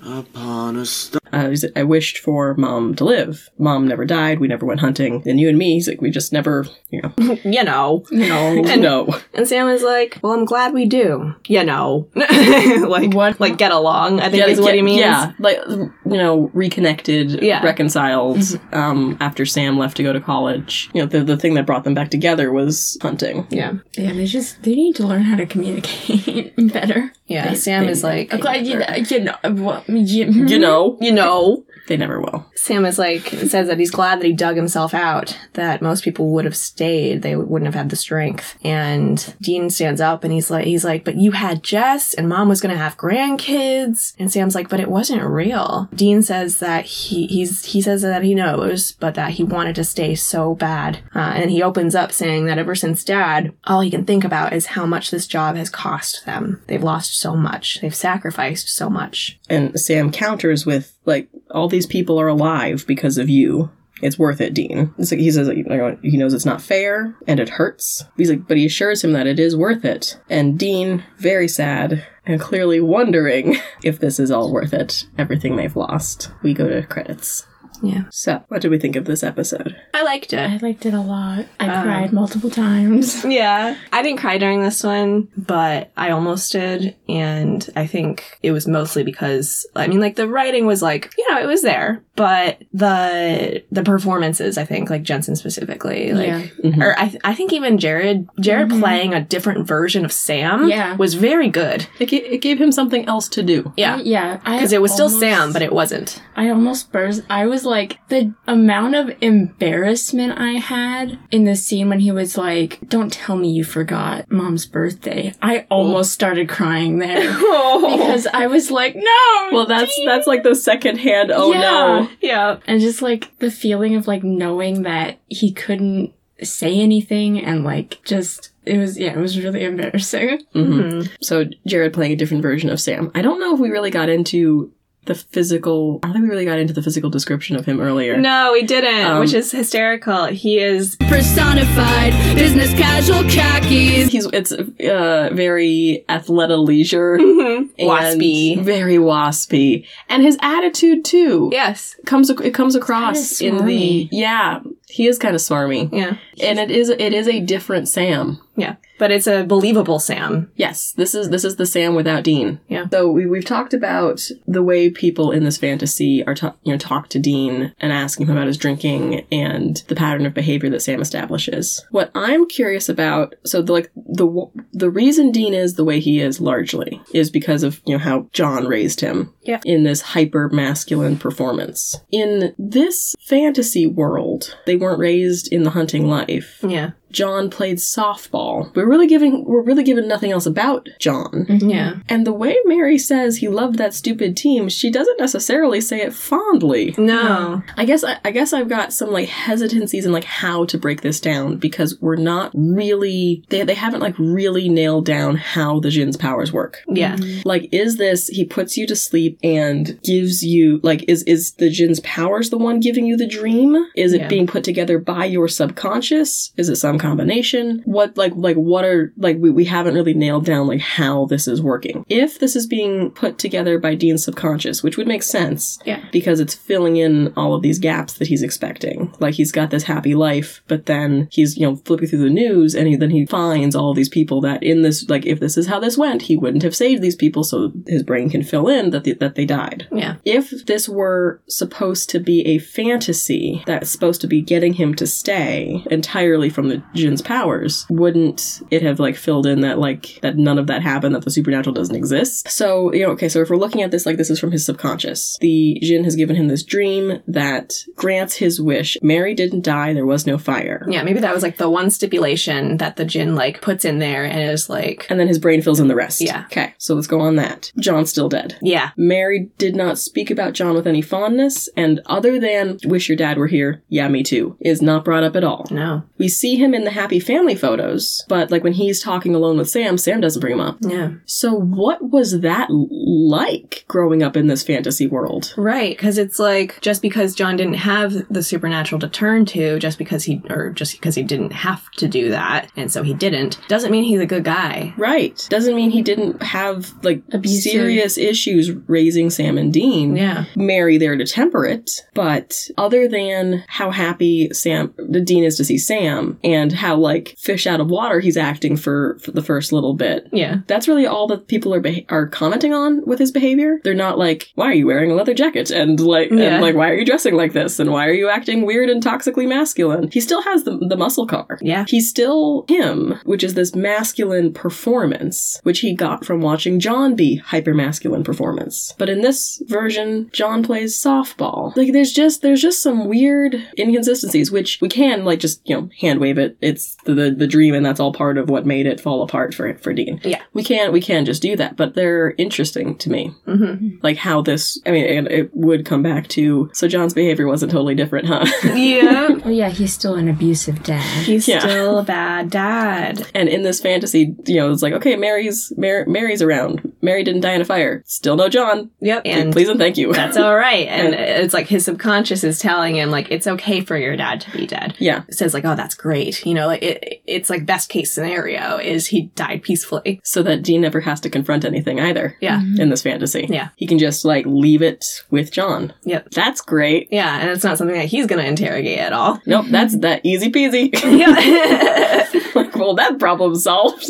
S4: upon a star.
S1: Uh, he's like, I wished for mom to live. Mom never died. We never went hunting. And you and me, he's like, we just never, you know,
S2: you know.
S1: no,
S2: And-
S1: no.
S2: And Sam is like, well, I'm glad we do. You know. like, what? Like, get along, I think
S1: Yeah,
S2: is what
S1: yeah,
S2: he means.
S1: Yeah, like you know, reconnected,
S2: Yeah. Mm-hmm.
S1: reconciled. Um, after Sam left to go to college, you know, the the thing that brought them back together was hunting.
S2: Yeah.
S3: Yeah, they just they need to learn how to communicate better.
S2: Yeah,
S3: They-
S2: Sam
S3: they-
S2: is like,
S3: I'm glad you know, you know, well, you,
S2: Mm-hmm.
S1: You know,
S2: You know.
S1: they never will.
S2: Sam is like, says that he's glad that he dug himself out, that most people would have stayed. They wouldn't have had the strength. And Dean stands up and he's like, he's like, but you had Jess and mom was going to have grandkids. And Sam's like, but it wasn't real. Dean says that he, he's, he says that he knows, but that he wanted to stay so bad. Uh, and he opens up saying that ever since dad, all he can think about is how much this job has cost them. They've lost so much. They've sacrificed so much.
S1: And Sam counters with, like, all these people are alive because of you. It's worth it, Dean. It's like he says like, you know, he knows it's not fair and it hurts. He's like, but he assures him that it is worth it. And Dean, very sad and clearly wondering if this is all worth it, everything they've lost. We go to credits.
S2: Yeah.
S1: So, what do we think of this episode?
S2: I liked it.
S3: I liked it a lot. I
S2: Um,
S3: cried multiple times.
S2: Yeah. I didn't cry during this one, but I almost did. And I think it was mostly because, I mean, like the writing was like, you know, it was there, but the, the performances, I think, like Jensen specifically, like,
S3: Yeah. Mm-hmm.
S2: or I, I think even Jared, Jared playing a different version of Sam
S3: Yeah.
S2: was very good.
S1: It, ga- it gave him something else to do.
S2: Yeah.
S3: Yeah, I
S2: Cause it was still
S3: almost-
S2: Sam, but it wasn't.
S3: I almost burst. I was like, the amount of embarrassment I had in the scene when he was like, Don't tell me you forgot mom's birthday. I almost started crying there. because I was like, No!
S1: Well, that's that's like the second hand. Oh no.
S2: Yeah.
S3: And just like the feeling of like knowing that he couldn't say anything and like just, it was, yeah, it was really embarrassing.
S2: Mm-hmm.
S1: Mhm. So Jared playing a different version of Sam. I don't know if we really got into the physical. I don't think we really got into the physical description of him earlier.
S2: No, he didn't,
S1: Um,
S2: which is hysterical. He is
S15: Personified business casual khakis.
S1: He's it's uh, very athletic leisure,
S2: Mm-hmm. Waspy.
S1: very waspy, and his attitude too.
S2: Yes.
S1: comes ac- it comes across
S3: Kinda
S1: in the
S3: smarmy.
S1: yeah He is kind of swarmy.
S2: Yeah.
S1: And it is it is a different Sam.
S2: Yeah. But it's a believable Sam.
S1: Yes, this is this is the Sam without Dean.
S2: Yeah.
S1: So we, we've talked about the way people in this fantasy are ta- you know talk to Dean and ask him about his drinking and the pattern of behavior that Sam establishes. What I'm curious about, so the, like the w- the reason Dean is the way he is largely is because of you know how John raised him.
S2: Yeah.
S1: In this hyper masculine performance. In this fantasy world, they weren't raised in the hunting life.
S2: Yeah.
S1: John played softball. We're really giving we're really given nothing else about John.
S2: Yeah.
S1: And the way Mary says he loved that stupid team, she doesn't necessarily say it fondly.
S2: No.
S1: I guess I, I guess I've got some like hesitancies in like how to break this down because we're not really they they haven't like really nailed down how the Jin's powers work.
S2: Yeah.
S1: Like is this he puts you to sleep and gives you like is is the Jin's powers the one giving you the dream? Is it
S2: Yeah.
S1: being put together by your subconscious? Is it some combination? What like like what are like we, we haven't really nailed down like how this is working. If this is being put together by Dean's subconscious, which would make sense
S2: Yeah.
S1: because it's filling in all of these gaps that he's expecting. Like he's got this happy life, but then he's you know flipping through the news, and he, then he finds all these people that in this like if this is how this went, he wouldn't have saved these people, so his brain can fill in that the, that they died.
S2: Yeah.
S1: If this were supposed to be a fantasy that's supposed to be getting him to stay entirely from the Jin's powers, wouldn't it have like filled in that like that none of that happened, that the supernatural doesn't exist? So, you know, okay, so if we're looking at this like this is from his subconscious. The Jin has given him this dream that grants his wish. Mary didn't die, there was no fire.
S2: Yeah, maybe that was like the one stipulation that the gin like puts in there and is like
S1: And then his brain fills in the rest.
S2: Yeah.
S1: Okay, so let's go on that. John's still dead.
S2: Yeah.
S1: Mary did not speak about John with any fondness, and other than wish your dad were here, yeah, me too, is not brought up at all.
S2: No.
S1: We see him in the happy family photos, but like when he's talking alone with Sam, Sam doesn't bring him up.
S2: Yeah.
S1: So, what was that like growing up in this fantasy world?
S2: Right, because it's like just because John didn't have the supernatural to turn to, just because he or just because he didn't have to do that, and so he didn't, doesn't mean he's a good guy.
S1: Right. Doesn't mean he didn't have like
S2: Abusive.
S1: serious issues raising Sam and Dean.
S2: Yeah.
S1: Mary there to temper it, but other than how happy Sam Dean is to see Sam and how like fish out of water he's acting for, for the first little bit.
S2: Yeah.
S1: That's really all that people are beha- are commenting on with his behavior. They're not like, "Why are you wearing a leather jacket?" and like,
S2: Yeah.
S1: and like, "Why are you dressing like this?" and "Why are you acting weird and toxically masculine?" He still has the the muscle car.
S2: Yeah.
S1: He's still him, which is this masculine performance, which he got from watching John be hyper masculine performance. But in this version, John plays softball. Like there's just there's just some weird inconsistencies, which we can like just you know hand wave it. It's the the, the dream, and that's all part of what made it fall apart for for Dean.
S2: Yeah.
S1: we can we can just do that, but they're interesting to me
S2: Mm-hmm.
S1: like how this i mean and it would come back to so john's behavior wasn't totally different huh
S2: Yeah.
S3: Well, Oh, yeah, he's still an abusive dad.
S2: Mm-hmm. He's
S1: Yeah.
S2: still a bad dad.
S1: and in this fantasy you know it's like okay mary's Mar- mary's around mary didn't die in a fire still no john
S2: Yep. And
S1: please and thank you
S2: that's all right. And it's like his subconscious is telling him like it's okay for your dad to be dead.
S1: yeah
S2: It says like, oh, that's great. You know, like it, it's like best case scenario is he died peacefully.
S1: so that dean never has to confront anything either
S2: Yeah.
S1: in this fantasy
S2: Yeah.
S1: he can just like leave it with john
S2: Yep.
S1: that's great
S2: Yeah, and it's not something that he's going to interrogate at all.
S1: nope that's that easy peasy
S2: Yeah.
S1: like well that problem's solved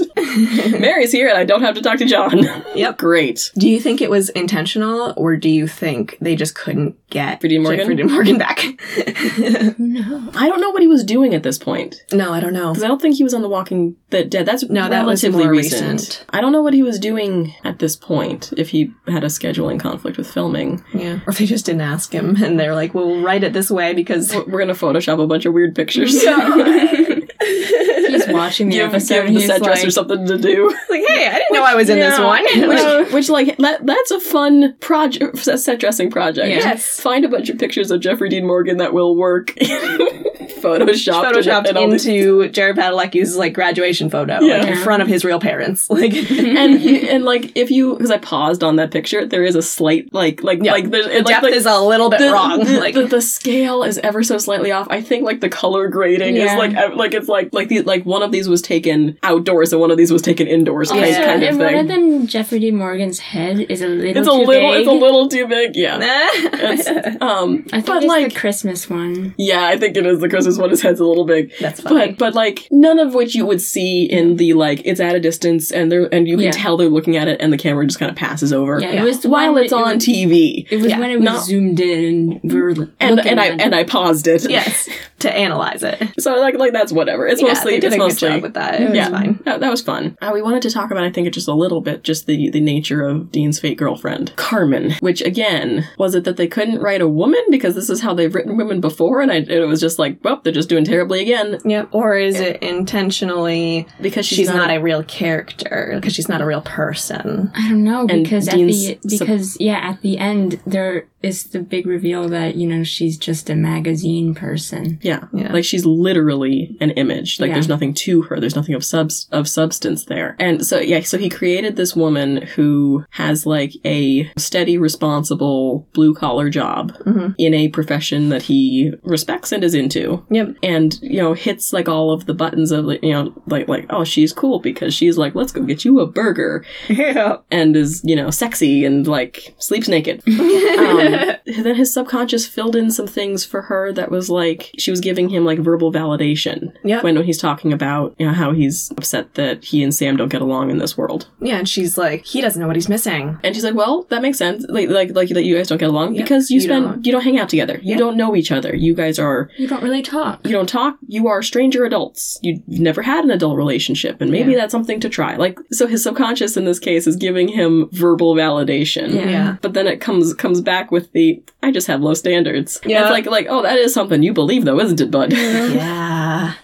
S1: mary's here and i don't have to talk to john
S2: Yep.
S1: great
S2: do you think it was intentional, or do you think they just couldn't get
S1: Freddie Morgan? Mm-hmm.
S2: Freddie Morgan back?
S3: No.
S1: i don't know what he was doing at this point
S2: no, I don't know.
S1: Because I don't think he was on The Walking the Dead. That's
S2: No, that was
S1: relatively
S2: more
S1: recent.
S2: recent.
S1: I don't know what he was doing at this point. If he had a scheduling conflict with filming,
S2: Yeah, or they just didn't ask him, and they're like, "Well, we'll write it this way because."
S1: we're we're gonna Photoshop a bunch of weird pictures.
S3: He's watching the
S1: give,
S3: episode.
S1: give
S3: and
S1: the
S3: he's
S1: set dresser
S3: like,
S1: something to do.
S2: like, hey, I didn't know I was in this
S1: Yeah.
S2: one.
S1: which, which, like, that, that's a fun project, set dressing project.
S2: Yes.
S1: Find a bunch of pictures of Jeffrey Dean Morgan that will work. Photoshop
S2: photoshopped into Jared Padalecki's like graduation photo,
S1: Yeah.
S2: like in front of his real parents. Like,
S1: and you- and like if you because I paused on that picture, there is a slight like like
S2: Yeah.
S1: like there's
S2: the
S1: it, like,
S2: depth
S1: like,
S2: is a little bit
S1: the,
S2: wrong.
S1: The,
S2: like,
S1: the, the scale is ever so slightly off. I think like the color grading is
S3: Yeah.
S1: like ev- like it's like like the like one of these was taken outdoors and one of these was taken indoors, kind,
S3: "Oh, Yeah,
S1: kind of
S3: and one of
S1: thing.
S3: them, Jeffrey D. Morgan's head is a little.
S1: It's a
S3: too
S1: little,
S3: big.
S1: it's a little too big. Yeah, It's, um,
S3: I think
S1: but
S3: it's
S1: like,
S3: the Christmas one.
S1: yeah, I think it is the Christmas one. His head's a little big.
S3: That's
S1: But but like none of which you would see in the like it's at a distance and they're and you can
S3: Yeah.
S1: tell they're looking at it and the camera just kind of passes over.
S3: Yeah, it was
S1: while
S3: when
S1: it's
S3: it
S1: on
S3: was-
S1: TV.
S3: It was when it was zoomed in Mm-hmm. and we were l-
S1: and
S3: looking
S1: and I
S3: at it.
S1: and I paused it.
S2: Yes, to analyze it.
S1: So like like that's whatever. It's
S2: Yeah,
S1: mostly
S2: they did
S1: it's
S2: a good
S1: mostly
S2: job with that. It was
S1: yeah,
S2: fine.
S1: That, that was fun. Uh, we wanted to talk about I think just a little bit just the the nature of Dean's fake girlfriend Carmen, which again was it that they couldn't write a woman because this is how they've written women before, and I, it was just like well they're just doing terribly again.
S2: Yep. Or is it intentionally
S1: because
S2: she's, not, a real character because she's not a real person?
S3: I don't know
S2: And
S3: because at
S2: Dean's
S3: the
S2: sup-
S3: because yeah at the end there is the big reveal that you know she's just a magazine person.
S1: Yeah. Like she's literally an image. Like
S3: Yeah.
S1: there's nothing to her. There's nothing of subs of substance there. And so yeah, so he created this woman who has like a steady, responsible blue collar job
S2: Mhm.
S1: in a profession that he respects and is into.
S2: Yep.
S1: And you know hits like all of the buttons of like, you know like like oh she's cool because she's like let's go get you a burger
S2: Yeah.
S1: and is you know sexy and like sleeps naked. um, then his subconscious filled in some things for her that was like she was giving him like verbal validation.
S2: Yep.
S1: When when he's talking about you know how he's upset that he and Sam don't get along in this world.
S2: Yeah, and she's like, he doesn't know what he's missing.
S1: And she's like, "Well, that makes sense. Like, like, like that you guys don't get along
S2: Yep.
S1: because you,
S2: You
S1: spend
S2: don't.
S1: you don't hang out together. You don't know each other. You guys are
S3: You don't really talk.
S1: you don't talk. You are stranger adults. You've never had an adult relationship, and maybe that's something to try. Like, so his subconscious in this case is giving him verbal validation.
S2: Yeah. Yeah.
S1: But then it comes comes back with the I just have low standards.
S2: Yeah. Mm-hmm.
S1: Yeah. It's like like oh that is something you believe though, isn't it, bud?
S2: Yeah.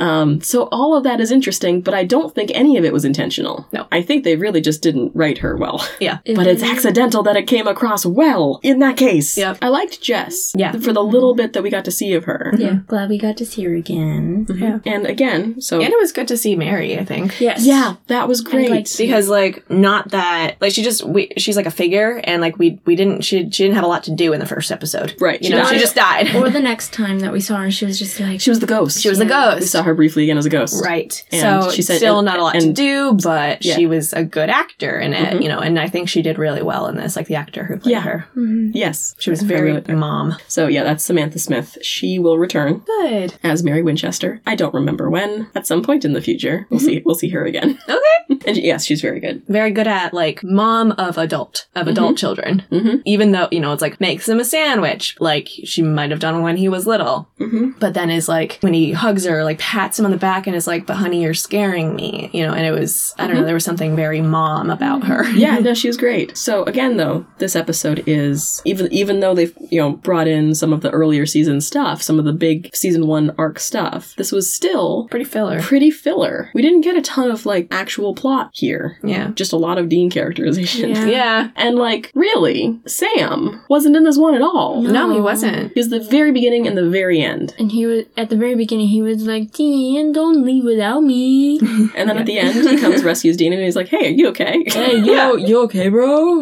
S1: Um, so all of that is interesting, but I don't think any of it was intentional. No. I think they really just didn't write her well.
S2: Yeah.
S1: But it's accidental that it came across well in that case. Yep. I liked Jess. Yeah. For the little bit that we got to see of her.
S3: Yeah, Mm-hmm. glad we got to see her again.
S2: Yeah.
S1: And again, so
S2: And it was good to see Mary, I think.
S3: Yes.
S1: Yeah, that was great.
S2: because like not that like she just we, she's like a figure and like we we didn't she she didn't have a lot to do in the first episode.
S1: Right.
S2: You know, she just died.
S3: or the next time that we saw her, she was just like
S1: she was the ghost.
S2: She was the ghost.
S1: We saw her briefly again as a ghost.
S2: Right.
S1: And
S2: so
S1: she said-
S2: still
S1: and-
S2: not a lot to
S1: and-
S2: do, but
S1: Yeah.
S2: she was a good actor in it,
S1: Mhm.
S2: you know, and I think she did really well in this, like the actor who played
S1: Yeah. Mm-hmm.
S2: her.
S1: Yes.
S2: She was very mom.
S1: So yeah, that's Samantha Smith. She will return.
S2: Good.
S1: as Mary Winchester. I don't remember when. At some point in the future, we'll
S2: Mm-hmm.
S1: see. We'll see her again.
S2: Okay.
S1: And yes, she's very good.
S2: Very good at like mom of adult of adult children.
S1: Mhm.
S2: Even though, you know, it's like makes him a sandwich, like she might have done when he was little.
S1: Mhm.
S2: But then is like when he hugs her, like pats him on the back and is like, But honey, you're scaring me you know, and it was I don't know,
S1: Mhm.
S2: there was something very mom about her.
S1: Mm-hmm. yeah, no, she was great. So again, though, this episode is even even though they've you know brought in some of the earlier season stuff, some of the big season one arc stuff, this was still
S2: Pretty filler.
S1: pretty filler. We didn't get a ton of like actual plot here.
S2: Yeah.
S1: just a lot of Dean characterization.
S2: Yeah. Yeah.
S1: and like really, Sam wasn't in this one at all.
S2: No, he wasn't.
S1: He was the very beginning and the very end,
S3: And he was at the very beginning. He was like, "Dean, don't leave without me."
S1: and then at the end he comes rescues Dean and he's like, "Hey, are you okay?
S3: hey, you, you okay, bro?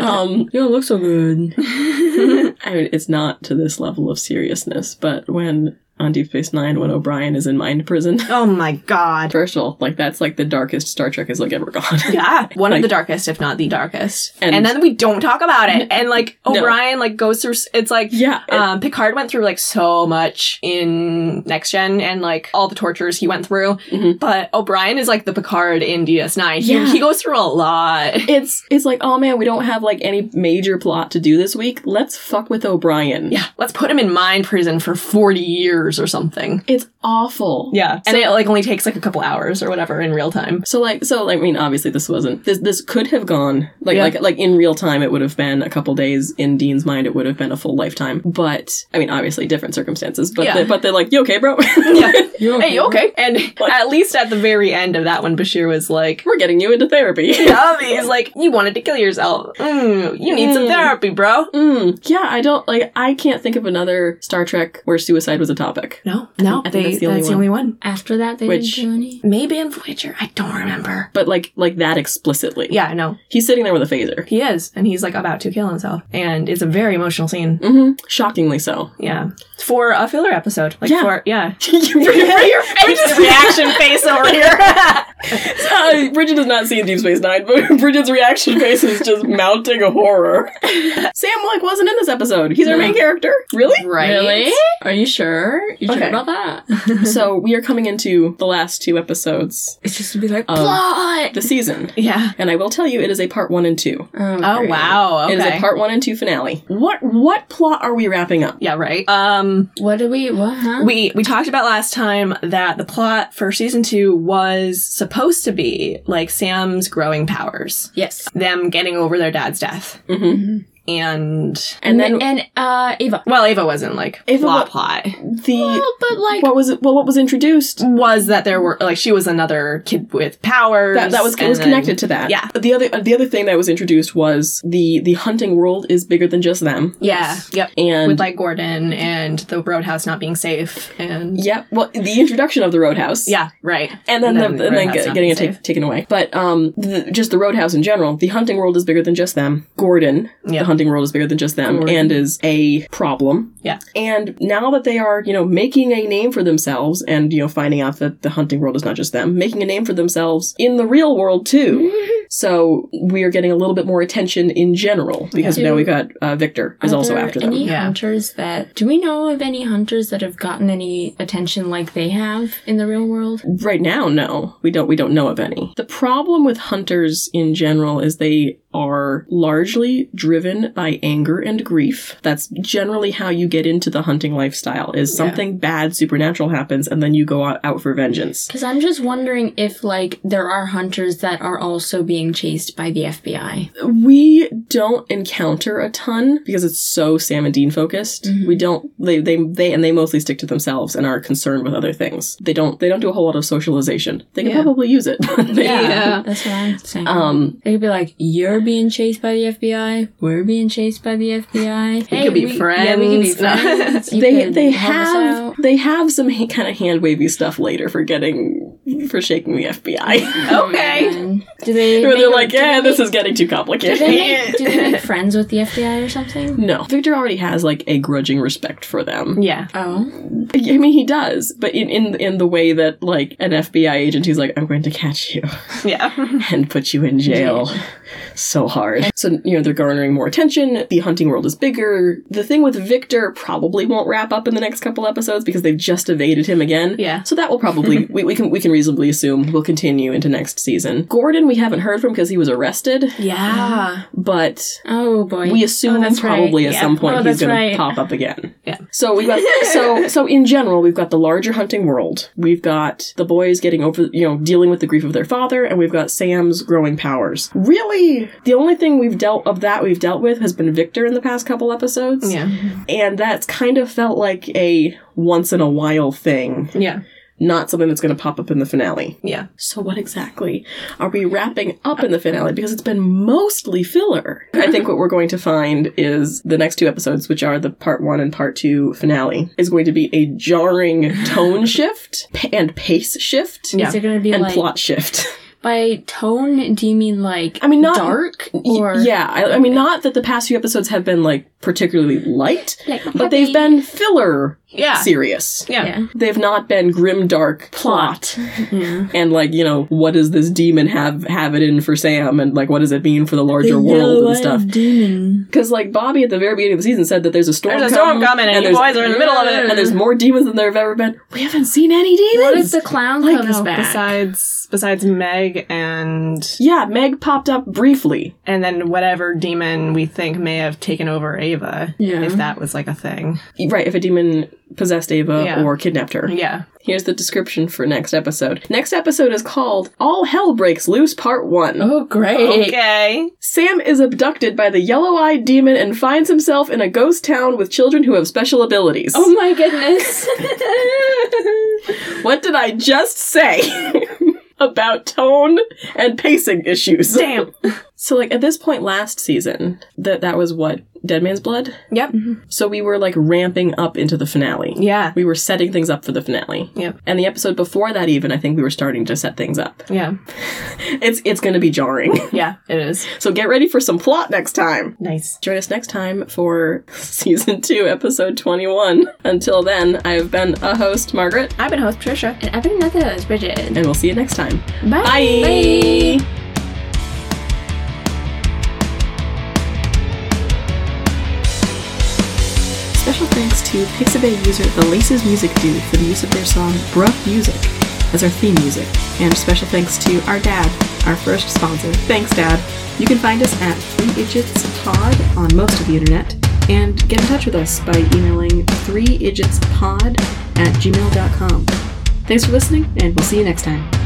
S1: um,
S3: You don't look so good.
S1: I mean, it's not to this level of seriousness, but when on Deep Space Nine, when O'Brien is in mind prison,
S2: Oh my god.
S1: first of all, like that's like the darkest Star Trek has like ever gone.
S2: Yeah, one of
S1: Like-
S2: the darkest, if not the darkest.
S1: And-
S2: And, then we don't talk about it. And like
S1: No.
S2: O'Brien, like goes through. s- It's like
S1: Yeah, it-
S2: um, Picard went through like so much in Next Gen, and like all the tortures he went through. But O'Brien is like the Picard in DS9. He,
S1: Mm-hmm. Yeah.
S2: he goes through a lot.
S1: It's it's like, oh man, we don't have like any major plot to do this week. Let's fuck with O'Brien.
S2: Yeah, let's put him in mind prison for forty years or something.
S1: It's awful.
S2: Yeah, and it like only takes like a couple hours or whatever in real time.
S1: So like so like, I mean obviously this wasn't this this could have gone like
S2: Yeah.
S1: like like in real time it would have been a couple days in Dean's mind it would have been a full lifetime but I mean obviously different circumstances but
S2: Yeah.
S1: they, but they're like you okay bro
S2: Yeah. hey, you okay? And at least at the very end of that one, Bashir was like,
S1: we're getting you into therapy
S2: Yeah, he's like, you wanted to kill yourself. Mm, you need some
S1: Mm.
S2: therapy, bro.
S1: Mm, yeah I don't like I can't think of another Star Trek where suicide was a topic
S2: No, no,
S1: I think That's the only
S2: that's
S1: one.
S2: the only one.
S3: After that, they
S1: Which-
S3: didn't do any.
S2: Maybe in Voyager. I don't remember.
S1: But like like that explicitly.
S2: Yeah, I know.
S1: He's sitting there with a phaser.
S2: He is, and he's like about to kill himself. And it's a very emotional scene.
S1: Mm-hmm. Shockingly so.
S2: Yeah. For a filler episode. Like
S1: Yeah.
S2: for yeah.
S1: Your
S2: Just reaction face over here.
S1: Uh, Bridget does not see in Deep Space Nine, but Bridget's reaction face is just mounting horror. Sam Willick wasn't in this episode. He's our main character. Really?
S3: Right? Really? Are you sure? You
S1: Okay.
S3: sure about that?
S1: so we are coming into the last two episodes
S3: it's just to be like
S1: Um,
S3: plot.
S1: of the season.
S2: yeah.
S1: And I will tell you, it is a part one and two.
S2: Oh
S3: great.
S2: wow. Okay.
S1: It is a part one and two finale. What what plot are we wrapping up?
S2: yeah, right. Um
S3: What do we? What? Huh?
S2: we we talked about last time that the plot for season 2 was supposed to be like Sam's growing powers.
S3: yes.
S2: Them getting over their dad's death.
S1: Mm-hmm.
S2: And
S1: And then
S3: and uh Eva.
S2: well, Ava wasn't like
S1: Ava
S2: plot
S1: wa-
S2: plot
S1: the
S3: Well, but like
S1: what was it? Well, what was introduced?
S2: was that there were like she was another kid with powers
S1: That, that was
S2: and
S1: it was
S2: then-
S1: connected to that.
S2: Yeah.
S1: The other the other thing that was introduced was the the hunting world is bigger than just them.
S2: Yeah. Yep.
S1: And
S2: with like Gordon and the Roadhouse not being safe and
S1: Yep. Well, the introduction of the Roadhouse.
S2: yeah, right.
S1: And then, the, and then
S2: Roadhouse
S1: get- getting
S2: not being
S1: it ta-
S2: safe.
S1: taken away. But um, the, just the Roadhouse in general, the hunting world is bigger than just them. Gordon,
S2: Yeah.
S1: the hunting world is bigger than just them
S2: Gordon.
S1: and is a problem.
S2: Yeah.
S1: And now that they are, you know, making a name for themselves and, you know, finding out that the hunting world is not just them, making a name for themselves in the real world too. so we are getting a little bit more attention in general because
S3: Yeah.
S1: now we got uh, Victor is
S3: Are
S1: also
S3: there
S1: after them.
S3: Any
S2: Yeah.
S3: hunters that do we know of any hunters that have gotten any attention like they have in the real world?
S1: Right now, no. We don't we don't know of any. The problem with hunters in general is they are largely driven by anger and grief. That's generally how you get into the hunting lifestyle is something bad supernatural happens and then you go out, out for vengeance.
S3: Because I'm just wondering if like there are hunters that are also being chased by the FBI.
S1: We don't encounter a ton because it's so Sam and Dean focused. We don't they, they they and they mostly stick to themselves and are concerned with other things. They don't they don't do a whole lot of socialization. They could
S2: Yeah.
S1: probably use it. They-
S3: that's what I'm saying.
S1: Um
S3: They could be like, "You're being chased by the FBI. We're being chased by the FBI.
S2: We could be
S3: Yeah, we could be
S2: friends."
S3: friends. You
S1: they
S3: could
S1: they
S3: help us
S1: have
S3: out.
S1: they have some ha- kind of hand wavy stuff later for getting for shaking the FBI.
S3: Oh,
S2: Okay.
S3: man. Do they?
S1: Where they're
S3: make-
S1: like,
S3: do they
S1: yeah, this
S3: make-
S1: is getting too
S3: Do they,
S1: complicated.
S3: make, do they make friends with the FBI or something?
S1: No, Victor already has like a grudging respect for them.
S2: Yeah.
S3: Oh,
S1: I mean, he does, but in in in the way that like an FBI agent, he's like, I'm going to catch you
S2: Yeah.
S1: and put you in jail. So hard. So, you know, they're garnering more attention. The hunting world is bigger. The thing with Victor probably won't wrap up in the next couple episodes because they've just evaded him again.
S2: Yeah.
S1: So that will probably we, we can we can reasonably assume will continue into next season. Gordon we haven't heard from because he was arrested,
S2: yeah.
S1: but
S3: oh boy.
S1: we assume
S3: Oh, that's right.
S1: probably at
S3: Yeah.
S1: some point
S3: Oh,
S1: he's
S3: that's
S1: going
S3: right.
S1: to pop up again.
S2: Yeah.
S1: So we got so so in general we've got the larger hunting world. We've got the boys getting over you know dealing with the grief of their father, and we've got Sam's growing powers. Really, the only thing we've dealt of that we've dealt with has been Victor in the past couple episodes,
S2: Yeah.
S1: and that's kind of felt like a once in a while thing,
S2: Yeah.
S1: not something that's going to pop up in the finale.
S2: Yeah.
S1: So what exactly are we wrapping up in the finale? Because it's been mostly filler. I think what we're going to find is the next two episodes, which are the part one and part two finale, is going to be a jarring tone shift p- and pace shift
S2: Yeah.
S3: Is it gonna be
S1: and
S3: like
S1: plot shift.
S3: by tone? Do you mean like
S1: I mean, not-
S3: dark
S1: Y-
S3: or
S1: yeah, I, I mean, not that the past few episodes have been like particularly light,
S3: Like,
S1: but they've
S3: happy.
S1: been filler
S2: Yeah.
S1: serious.
S2: Yeah.
S3: yeah.
S1: They've not been grim dark plot. And like, you know, what does this demon have have it in for Sam and like what does it mean for the larger world and stuff?
S3: Demon.
S1: Cuz like Bobby at the very beginning of the season said that there's a storm
S2: There's a storm coming and you
S1: there's-
S2: boys are in the middle of it.
S1: and there's more demons than there've ever been. We haven't seen any demons.
S3: What if the clown
S1: Like, oh,
S3: comes
S1: no,
S3: back?
S2: Besides besides Meg and
S1: yeah, Meg popped up briefly.
S2: and then whatever demon we think may have taken over Ava.
S3: Yeah.
S2: If that was like a thing.
S1: Right, if a demon possessed Ava
S2: Yeah.
S1: or kidnapped her.
S2: Yeah.
S1: Here's the description for next episode. Next episode is called All Hell Breaks Loose Part 1.
S3: oh great.
S2: Okay.
S1: Sam is abducted by the yellow eyed demon and finds himself in a ghost town with children who have special abilities.
S3: Oh my goodness.
S1: What did I just say? About tone and pacing issues.
S2: Damn.
S1: So, like at this point last season, that that was what Dead Man's Blood.
S2: Yep. Mhm.
S1: So we were like ramping up into the finale.
S2: Yeah.
S1: We were setting things up for the finale.
S2: Yep.
S1: And the episode before that even I think we were starting to set things up.
S2: Yeah.
S1: It's it's going to be jarring.
S2: Yeah, it is.
S1: So get ready for some plot next time.
S2: Nice.
S1: Join us next time for season 2 episode 21. Until then, I have been a host Margaret
S2: I've been host Patricia.
S3: And I've been another host, Bridget.
S1: and we'll see you next time.
S3: Bye.
S1: Bye. Special thanks to Pixabay user The Laces Music Dude for the use of their song Bruh Music as our theme music. And special thanks to our dad, our first sponsor. Thanks, Dad. You can find us at Three Idiots Pod on most of the internet. And get in touch with us by emailing 3idgitspod at gmail.com. Thanks for listening, and we'll see you next time.